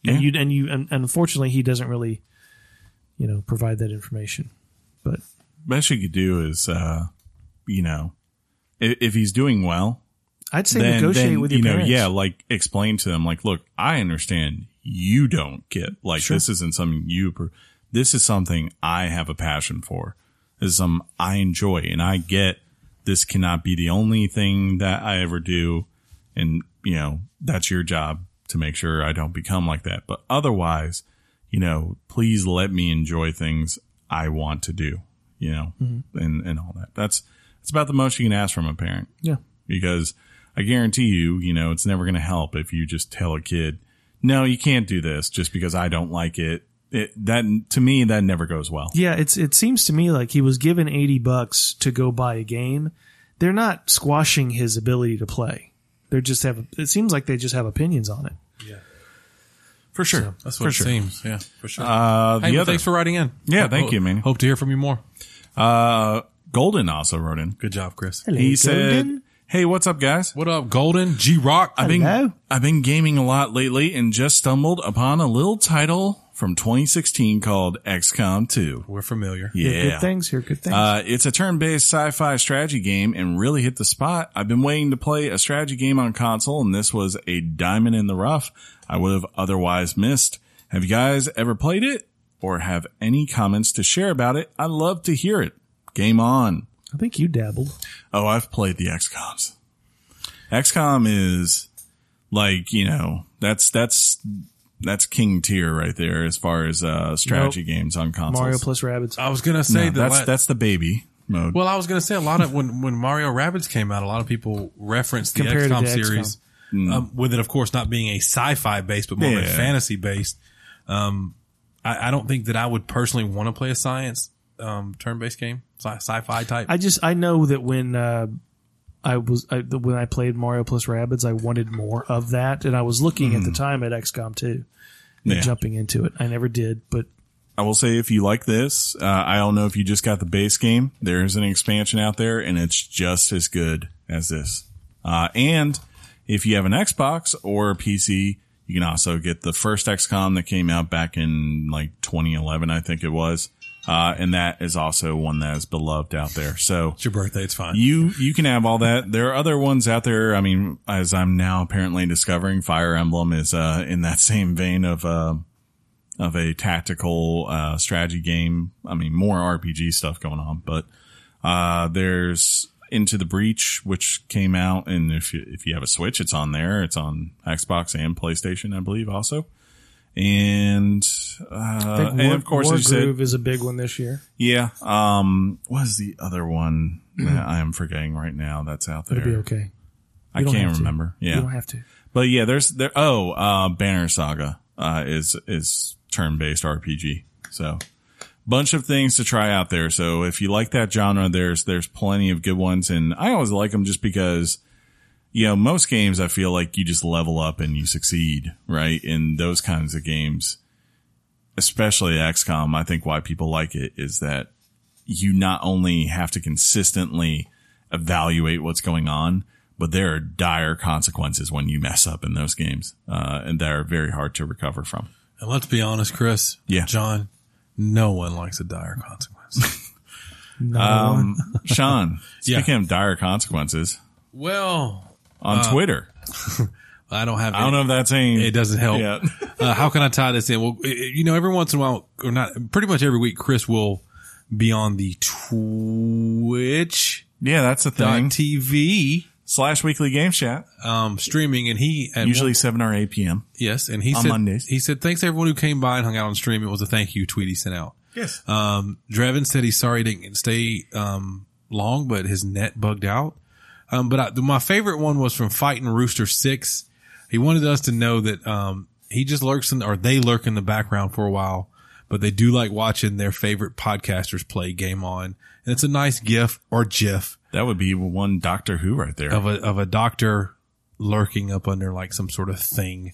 Yeah.
And you and you and, and unfortunately, he doesn't really you know provide that information. But
Best you could do is, uh, you know, if, if he's doing well,
I'd say
then,
negotiate
then,
with your
you know,
parents.
yeah, like explain to them, like, look, I understand you don't get like this isn't something you. Per- this is something I have a passion for. This is something I enjoy, and I get this cannot be the only thing that I ever do. And you know, that's your job to make sure I don't become like that. But otherwise, you know, please let me enjoy things I want to do. You know,
Mm-hmm.
and and all that. That's that's about the most you can ask from a parent
yeah.
because I guarantee you, you know, it's never going to help if you just tell a kid, no, you can't do this just because I don't like it. it that to me, that never goes well.
Yeah, it's it seems to me like he was given eighty bucks to go buy a game. They're not squashing his ability to play. They're just have. It seems like they just have opinions on it.
For sure.
That's
For
what it
sure.
seems. Yeah, for sure.
Uh,
hey,
the
well,
other,
thanks for writing in.
Yeah, thank
Ho-
you, man.
Hope to hear from you more.
uh, Golden also wrote in.
Good job, Chris.
Hello,
He
Golden.
said, Hey, what's up, guys?
What up, Golden G Rock?
I've been,
Hello.
I've been gaming a lot lately and just stumbled upon a little title from 2016 called XCOM 2.
We're familiar.
Yeah.
Hear good things. Hear good things.
Uh, it's a turn-based sci-fi strategy game and really hit the spot. I've been waiting to play a strategy game on console and this was a diamond in the rough I would have otherwise missed. Have you guys ever played it or have any comments to share about it? I'd love to hear it. Game on.
I think you dabbled.
Oh, I've played the XComs. XCOM is like, you know, that's, that's, that's king tier right there as far as, uh, strategy games on consoles.
Mario plus rabbits.
I was gonna say
No,
the
that's,
la-
that's the baby mode.
Well, I was going to say a lot of when when Mario Rabbids came out, a lot of people referenced the
Compared to
XCOM
the XCOM.
series, um, with it of course not being a sci-fi based, but more of a
Mm. Yeah.
fantasy based. Um, I, I don't think that I would personally want to play a science um, turn-based game, sci- sci-fi type.
I just I know that when uh, I was I, the- when I played Mario plus rabbits, I wanted more of that, and I was looking at the time at XCOM two, and
Mm-hmm. Yeah.
jumping into it. I never did, but
I will say if you like this, uh, I don't know if you just got the base game. There's an expansion out there and it's just as good as this. Uh, and if you have an Xbox or a PC, you can also get the first XCOM that came out back in like 2011, I think it was. Uh, and that is also one that is beloved out there. So
it's your birthday; it's fine.
you, you can have all that. There are other ones out there. I mean, as I'm now apparently discovering, Fire Emblem is, uh, in that same vein of, uh, of a tactical uh, strategy game. I mean, more RPG stuff going on, but uh, there's Into the Breach, which came out, and if you, if you have a Switch, it's on there. It's on Xbox and PlayStation, I believe, also. And
I
uh,
think
and of course,
War
as you said,
Groove is a big one this year.
yeah. Um, what is the other one that I am forgetting right now? That's out there.
It'll be okay.
I
don't
can't
have to.
remember. Yeah,
You don't have to.
but yeah, there's there. Oh, uh, Banner Saga uh, is is turn based RPG. So bunch of things to try out there. So if you like that genre, there's there's plenty of good ones, and I always like them just because you know most games I feel like you just level up and you succeed, right? In those kinds of games, especially XCOM, I think why people like it is that you not only have to consistently evaluate what's going on, but there are dire consequences when you mess up in those games, uh, and they are very hard to recover from.
and let's be honest, Chris,
Yeah.
John, no one likes a dire consequence.
No,
Um, Sean,
Yeah.
speaking of dire consequences
well,
on Twitter,
I don't have.
I don't know if that's saying
Uh, It doesn't help.
Yeah.
uh, how can I tie this in? Well, i- i- you know, every once in a while, or not, pretty much every week, Chris will be on the Twitch
Yeah, that's a thing.
TV
Slash weekly game chat,
um, streaming, and he at
usually
one-
seven or eight p.m.
yes, and he
on
said
Mondays.
he said thanks to everyone who came by and hung out on stream. It was a thank you tweet he sent out. Yes. Um, Drevin said he's sorry he didn't stay um, long, but his net bugged out. Um, but I, the- my favorite one was from Fighting Rooster Six. He wanted us to know that um, he just lurks in, or they lurk in the background for a while, but they do like watching their favorite podcasters play Game On, and it's a nice GIF or GIF Oh.
That would be one Doctor Who right there.
of a of a doctor lurking up under like some sort of thing.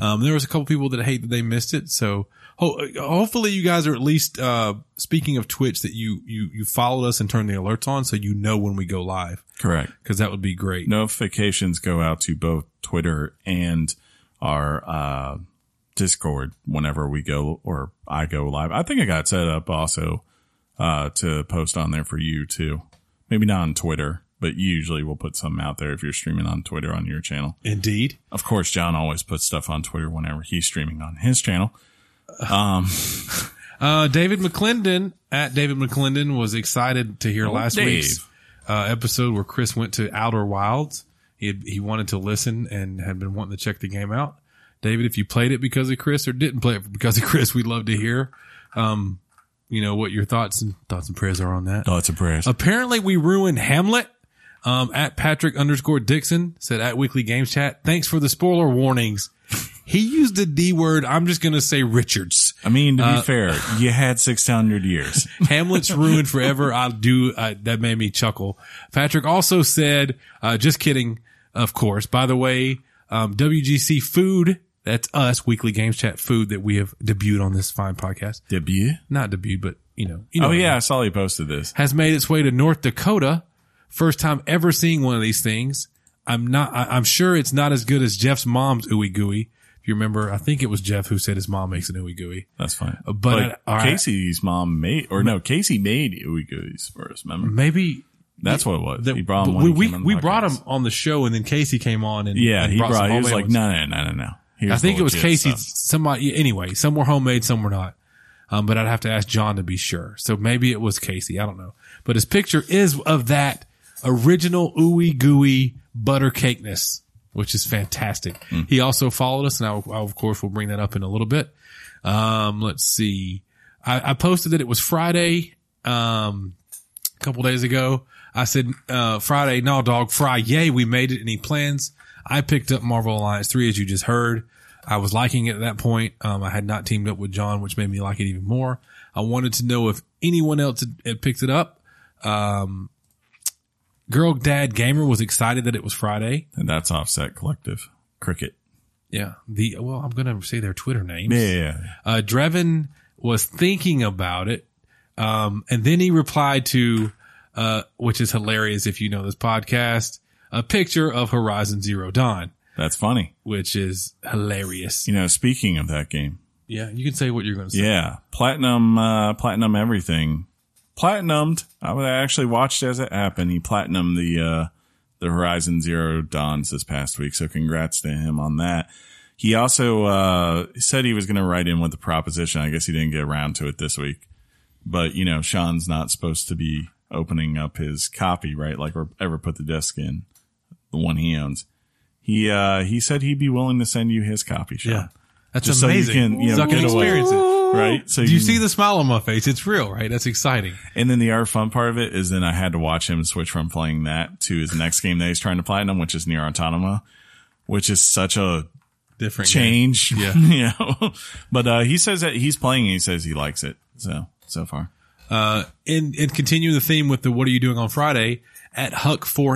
Um, there was a couple people that hate that they missed it. So ho- hopefully you guys are at least, uh, speaking of Twitch that you, you, you followed us and turned the alerts on so you know when we go live
Correct.
because that would be great.
Notifications go out to both Twitter and our uh, Discord whenever we go or I go live. I think I got set up also uh, to post on there for you too. Maybe not on Twitter, but you usually will put something out there if you're streaming on Twitter on your channel.
Indeed.
Of course, John always puts stuff on Twitter whenever he's streaming on his channel.
Uh, David McClendon at David McClendon was excited to hear last
Dave.
week's uh, episode where Chris went to Outer Wilds. He had, he wanted to listen and had been wanting to check the game out. David, if you played it because of Chris or didn't play it because of Chris, we'd love to hear, um, you know, what your thoughts and thoughts and prayers are on that.
Thoughts and prayers.
Apparently, we ruined Hamlet. Um, at Patrick underscore Dixon said at Weekly Games Chat. Thanks for the spoiler warnings. He used the D word. I'm just gonna say Richards.
I mean, to be fair, you had 600 years.
Hamlet's ruined forever. I do. I, that made me chuckle. Patrick also said, uh, just kidding, of course. By the way, um, WGC Food, that's us, weekly games chat food that we have debuted on this fine podcast.
Debut?
Not debuted, but you know, you know,
Oh,
what I
yeah.
mean.
I saw you posted this.
has made its way to North Dakota. First time ever seeing one of these things. I'm not, I, I'm sure it's not as good as Jeff's mom's ooey gooey. If you remember, I think it was Jeff who said his mom makes an ooey gooey.
That's fine. But,
Uh, all right.
Casey's mom made, or no, Casey made Uigui's first, remember?
Maybe
That's what it was.
Mm-hmm. that
he brought him
but
when
we
he came on
we,
the
we brought him
podcast.
on the show, and then Casey came on and
Yeah,
and
he brought,
some
he was
homemade
like,
ones.
no, no, no, no, no.
I
Here's
think
the
it was
legit
Casey.
stuff.
Somebody anyway, some were homemade, some were not. Um, but I'd have to ask John to be sure. So maybe it was Casey. I don't know. But his picture is of that original ooey gooey butter cakeness, which is fantastic.
Mm.
He also followed us, and I, will- I, of course will bring that up in a little bit. Um, let's see. I, I posted that it was Friday. Um, couple days ago. I said, uh, Friday, no dog, fry, yay, we made it. Any plans? I picked up Marvel Alliance 3, as you just heard. I was liking it at that point. Um, I had not teamed up with John, which made me like it even more. I wanted to know if anyone else had, had picked it up. Um, Girl Dad Gamer was excited that it was Friday.
And that's Offset Collective. Cricket.
Yeah. The, well, I'm going to say their Twitter names.
Yeah, yeah, yeah.
Uh, Drevin was thinking about it. Um, and then he replied to, uh, which is hilarious if you know this podcast, a picture of Horizon Zero Dawn,
That's funny.
which is hilarious.
You know, speaking of that game,
Yeah. You can say what you're going to say.
Yeah, platinum, uh, platinum everything, platinumed. I would I actually watched as it happened. He platinumed the uh, the Horizon Zero Dawns this past week, so congrats to him on that. He also uh, said he was going to write in with the proposition. I guess he didn't get around to it this week, but you know, Sean's not supposed to be opening up his copy, right? Like or ever put the disc in the one he owns. He uh, he said he'd be willing to send you his copy, Sean.
Yeah. That's
Just so you
amazing.
can, you know,
So I can
get away.
experience it.
Right? So
Do you
can-
see the smile on my face? It's real, right? That's exciting.
And then the other fun part of it is then I had to watch him switch from playing that to his next game that he's trying to platinum, which is Near Autonoma, which is such a
Different game.
change.
Yeah.
you know. But uh, he says that he's playing and he says he likes it. So so far.
Uh, and, and continue the theme with the what are you doing on Friday at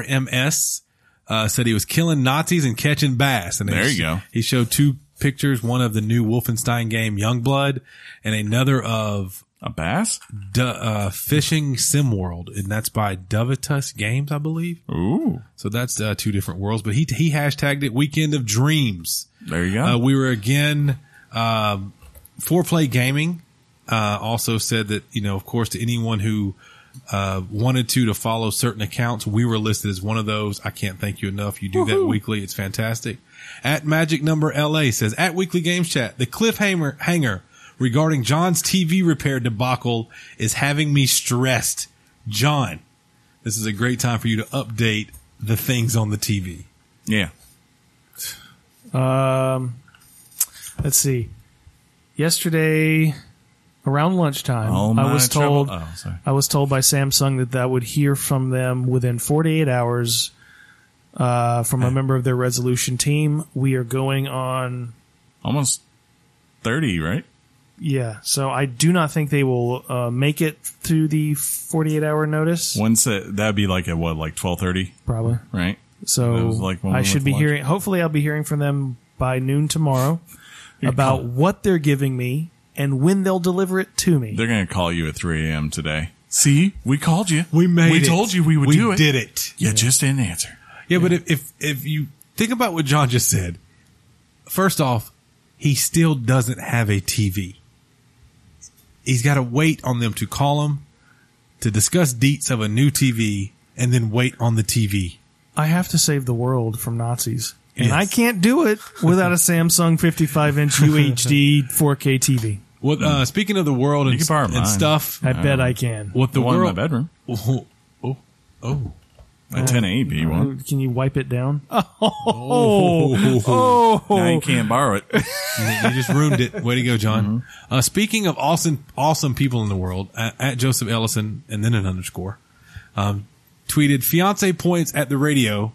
Huck4MS. Uh, said he was killing Nazis and catching bass. And
There
he-
you go.
He showed two pictures, one of the new Wolfenstein game Youngblood and another of
A bass?
du- uh, Fishing Sim World. And that's by Dovitus Games, I believe.
Ooh.
So that's uh, two different worlds, but he, he hashtagged it Weekend of Dreams.
There you go.
Uh, we were again, um, foreplay gaming. Uh, also said that you know, of course, to anyone who uh, wanted to to follow certain accounts, we were listed as one of those. I can't thank you enough. You do that weekly; it's fantastic. At Magic Number LA says at Weekly Games Chat, the cliffhanger hanger regarding John's TV repair debacle is having me stressed. John, this is a great time for you to update the things on the TV.
yeah.
Um, let's see. Yesterday, around lunchtime,
Oh, my
I was told
trouble- Oh, sorry.
I was told by Samsung that that would hear from them within 48 hours uh, from a member of their resolution team. We are going on.
Almost thirty, right?
Yeah, so I do not think they will uh, make it through the 48 hour notice.
Once it, that'd be like at what, like twelve thirty,
Probably.
right? That
So
was like when we
I
went
should
to
be
lunch.
hearing. Hopefully, I'll be hearing from them by noon tomorrow about what they're giving me and when they'll deliver it to me.
They're going to call you at 3 a.m. today. See, we called you.
We made
We
it.
told you we would do it.
did it.
You just didn't answer.
Yeah, but if, if if you think about what John just said, first off, he still doesn't have a TV. He's got to wait on them to call him to discuss deets of a new TV, and then wait on the TV.
I have to save the world from Nazis. And
Yes.
I can't do it without a Samsung 55 inch UHD 4K TV.
What uh, speaking of the world and,
Hmm. can borrow
and
mine.
stuff,
I bet I can.
what the
The one in my
world?
bedroom.
Oh, oh, oh.
A 1080p one.
Can you wipe it down?
oh.
Now you can't borrow it.
you just ruined it. Way to go, John.
Mm-hmm.
Uh, speaking of awesome, awesome people in the world, at, at Joseph Ellison and then an underscore, um, tweeted fiance points at the radio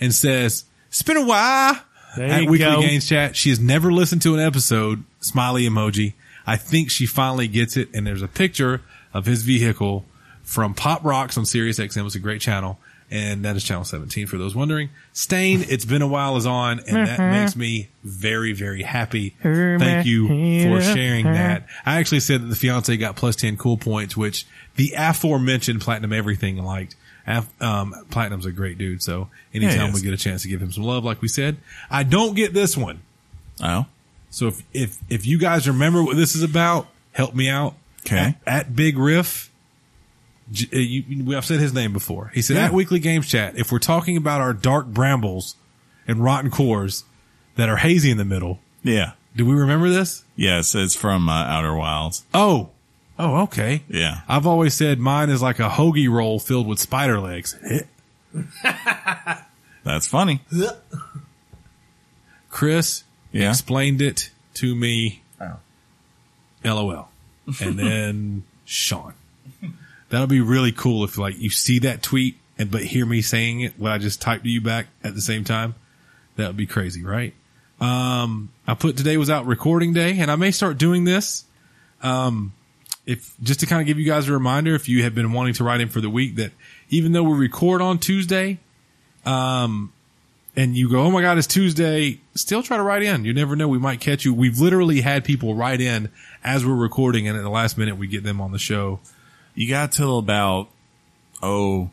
and says, "It's been a while."
There
at
you
Weekly
go.
Gains Chat, she has never listened to an episode. Smiley emoji. I think she finally gets it. And there's a picture of his vehicle from Pop Rocks on Sirius XM. It's a great channel. And that is channel 17 for those wondering. Stain, it's been a while is on and that
Mm-hmm.
makes me very, very happy. Thank you for sharing that. I actually said that the fiance got plus 10 cool points, which the aforementioned platinum everything liked. Af- um, Platinum's a great dude. So anytime
is.
we get a chance to give him some love, like we said, I don't get this one.
Oh,
So if, if, if you guys remember what this is about, help me out.
okay.
At, at Big Riff, J- uh, you, you- I've said his name before. He said
Yeah.
at Weekly Games Chat, if we're talking about our dark brambles and rotten cores that are hazy in the middle,
Yeah.
do we remember this?
Yes, it's from uh, Outer Wilds.
Oh, oh, okay.
Yeah.
I've always said mine is like a hoagie roll filled with spider legs.
That's funny.
Chris
Yeah.
explained it to me. LOL. And then Sean. That'll be really cool if like you see that tweet and but hear me saying it what I just typed to you back at the same time. That would be crazy, right? Um I put today was out recording day and I may start doing this. Um if just to kind of give you guys a reminder if you have been wanting to write in for the week that even though we record on Tuesday, and you go, oh my God, it's Tuesday, still try to write in. You never know. We might catch you. We've literally had people write in as we're recording, and at the last minute, we get them on the show.
You got till about, oh,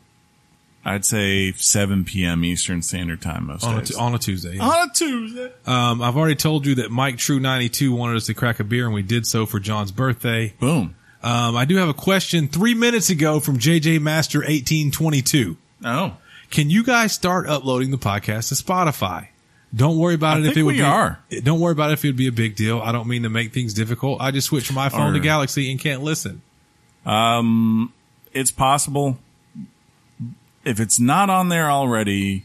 I'd say 7 p.m. Eastern Standard Time most
On a,
days.
tu- on a Tuesday. On a Tuesday. Um, I've already told you that Mike True 92 wanted us to crack a beer and we did so for John's birthday.
Boom.
Um, I do have a question three minutes ago from JJ Master 1822.
Oh.
Can you guys start uploading the podcast to Spotify? Don't worry about
I
it if
think
it would
we
be,
are.
Don't worry about it if it would be a big deal. I don't mean to make things difficult. I just switched from iPhone to
Or-
Galaxy and can't listen.
It's possible. If it's not on there already,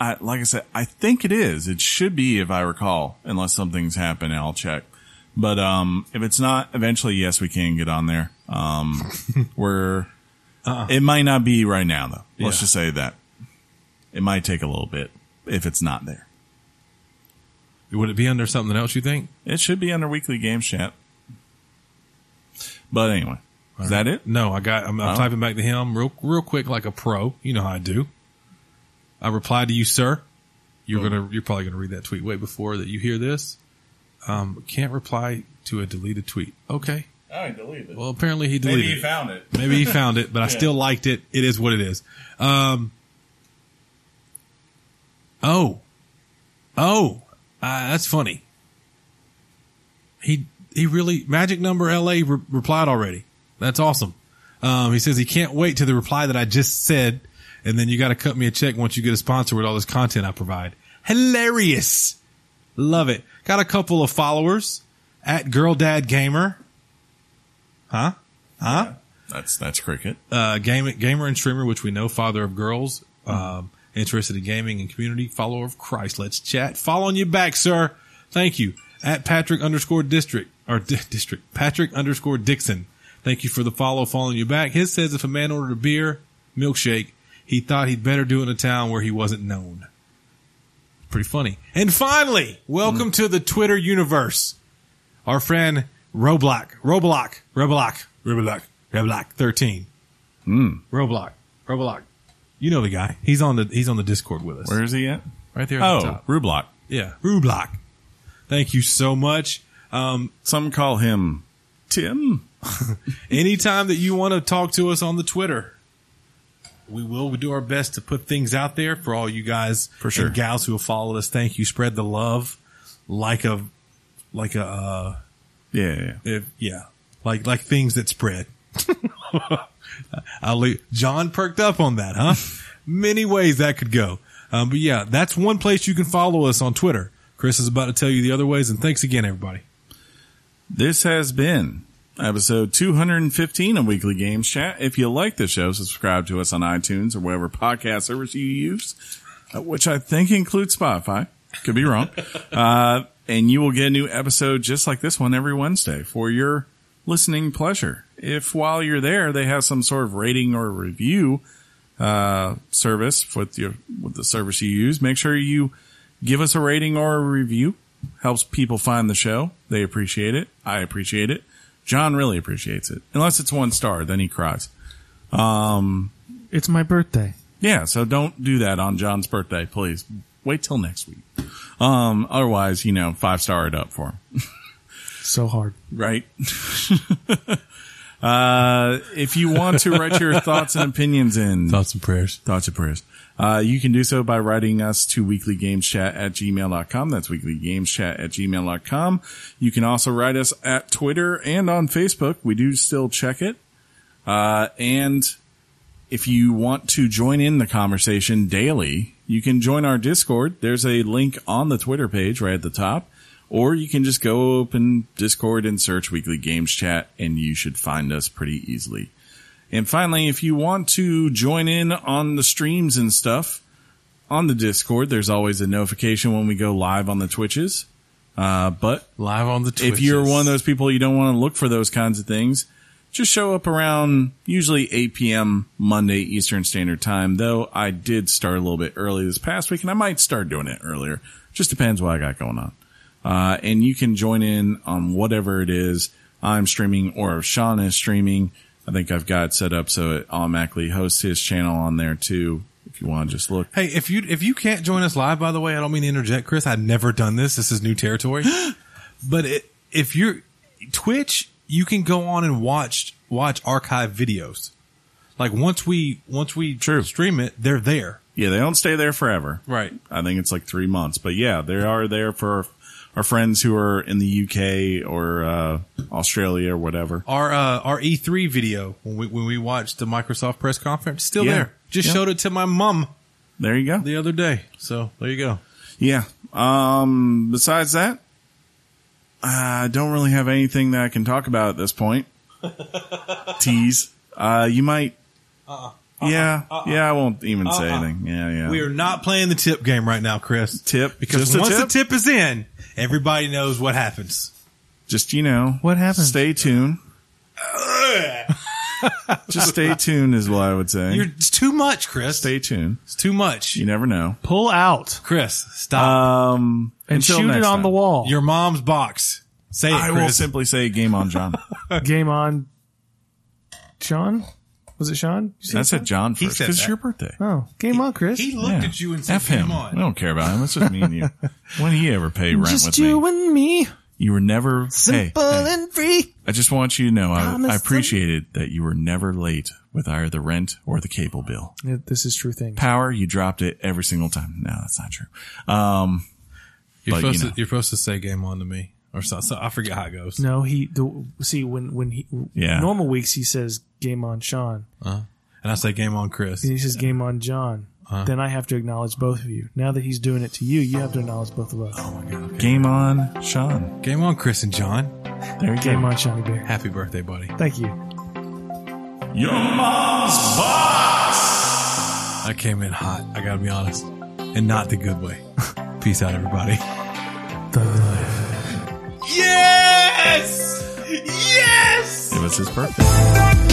I, like I said, I think it is. It should be, if I recall, unless something's happened. I'll check. But um, if it's not, eventually, yes, we can get on there. Um, we're. It might not be right now, though. Let's
Uh-uh. Yeah.
just say that it might take a little bit if it's not there.
Would it be under something else? You think?
It should be under weekly games chat. But anyway, is that it?
No, I got. I'm, I'm
Oh.
typing back to him real, real quick, like a pro. You know how I do. I replied to you, sir. You're gonna. You're probably gonna read that tweet way before that you hear this. Um, can't reply to a deleted tweet. Okay.
I deleted it.
Well, apparently he deleted. it.
found it.
Maybe he found it, but I still liked it. It is what it is. Um, oh, oh, uh, that's funny. He he really magic number LA re- replied already. That's awesome. Um, he says he can't wait to the reply that I just said, and then you got to cut me a check once you get a sponsor with all this content I provide. Hilarious, love it. Got a couple of followers at Girl Dad Gamer. Huh? Huh?
That's that's cricket.
uh, game, gamer and streamer, which we know, father of girls, um, interested in gaming and community, follower of Christ. Let's chat. Following you back, sir. Thank you. At Patrick underscore district, or di- district, Patrick underscore Dixon. Thank you for the follow, following you back. His says if a man ordered a beer, milkshake, he thought he'd better do it in a town where he wasn't known. Pretty funny. And finally, welcome to the Twitter universe our friend Roblox, Roblox, Hmm. Roblox, Roblox, Roblox, thirteen, mm. Roblox, Roblox. You know the guy. He's on the he's on the Discord with us.
Where is he at?
Right there at the
Oh,
top.
Rublock.
Yeah. Rublock. Thank you so much. Um,
Some call him Tim.
anytime that you want to talk to us on the Twitter, we will do our best to put things out there for all you guys
For sure.
and gals who have followed us. Thank you. Spread the love like a like a uh,
Yeah, yeah, yeah.
if, yeah like like things that spread. I'll leave. John perked up on that, huh? Many ways that could go. Um, but yeah, that's one place you can follow us on Twitter. Chris is about to tell you the other ways, and thanks again, everybody.
This has been episode 215 of Weekly Games Chat. If you like the show, subscribe to us on iTunes or whatever podcast service you use, uh, which I think includes Spotify. Could be wrong. uh, and you will get a new episode just like this one every Wednesday for your listening pleasure. If while you're there, they have some sort of rating or review, uh, service with your, with the service you use, make sure you give us a rating or a review helps people find the show. They appreciate it. I appreciate it. John really appreciates it. Unless it's one star, then he cries.
It's my birthday.
Yeah, so don't do that on John's birthday, please. Wait till next week. Um, otherwise, you know, five star it up for him.
So hard.
right? uh, if you want to write your thoughts and opinions in
Thoughts and prayers.
thoughts and prayers, uh, you can do so by writing us to weeklygameschat at gmail.com. That's weeklygameschat at gmail.com. You can also write us at Twitter and on Facebook. We do still check it. Uh, and if you want to join in the conversation daily, you can join our Discord. There's a link on the Twitter page right at the top, or you can just go open Discord and search Weekly Games Chat, and you should find us pretty easily. And finally, if you want to join in on the streams and stuff on the Discord, there's always a notification when we go live on the Twitches. Uh, but
Live on the Twitch.
if you're one of those people you don't want to look for those kinds of things, just show up around usually 8 p.m. Monday Eastern Standard Time. Though I did start a little bit early this past week, and I might start doing it earlier. Just depends what I got going on. Uh, and you can join in on whatever it is I'm streaming or if Sean is streaming. I think I've got it set up so it automatically hosts his channel on there too. If you want to just look,
Hey, if you if you can't join us live, by the way, I don't mean to interject, Chris. I've never done this. This is new territory. but it, if you're Twitch, you can go on and watch watch archive videos. Like once we once we stream it, they're there.
yeah, they don't stay there forever.
Right.
I think it's like three months. But yeah, they are there for our friends who are in the UK or uh, Australia or whatever.
Our uh, our E3 video when we when we watched the Microsoft press conference, still
Yeah.
there. Just
Yeah.
showed it to my mom
There you go.
the other day. So there you go.
Yeah. Um. Besides that, I don't really have anything that I can talk about at this point. Tease. Uh, you might. yeah. Yeah. I won't even say anything. Yeah. Yeah.
We are not playing the tip game right now, Chris.
Tip.
because
Just a
once
tip?
the tip is in, everybody knows what happens.
Just you know.
What happens?
Stay tuned. Just stay tuned is what I would say.
You're, it's too much, Chris.
stay tuned.
It's too much.
You never know.
Pull out
Chris, stop.
Um.
and
until
shoot it
next
on
time.
the wall.
Your mom's box. Say it,
Uh, I will
Chris.
simply say game on John.
Game on. Sean? Was it Sean? You said-
I said John
He
first
said
because it's
that.
your birthday.
Oh, game on, Chris.
He looked
Yeah.
at you and said,
F him.
"Come
I
on."
don't care about him. It's just me and you. When he ever pay rent
Just
with
you
me,
and me,
you were never. Hey,
simple
hey,
and free.
I just want you to know I,
Promise
I appreciated that you were never late with either the rent or the cable bill.
Yeah, this is true thing.
Power, you dropped it every single time. No, that's not true. Um,
You're,
but,
supposed
you know.
to, you're supposed to say game on to me. Or so, so- I forget how it goes.
No, he the, see when when he
Yeah.
normal weeks he says game on Sean,
And I say game on Chris.
then he says game on John. Then I have to acknowledge both of you. Now that he's doing it to you, you have to acknowledge both of us.
Oh
game on, Sean.
Game on Chris and John.
There you go.
Game on Shiny Bear.
Happy birthday, buddy.
Thank you.
Your mom's box.
I came in hot. I gotta be honest. And not the good way. Peace out, everybody.
It was his birthday.
Back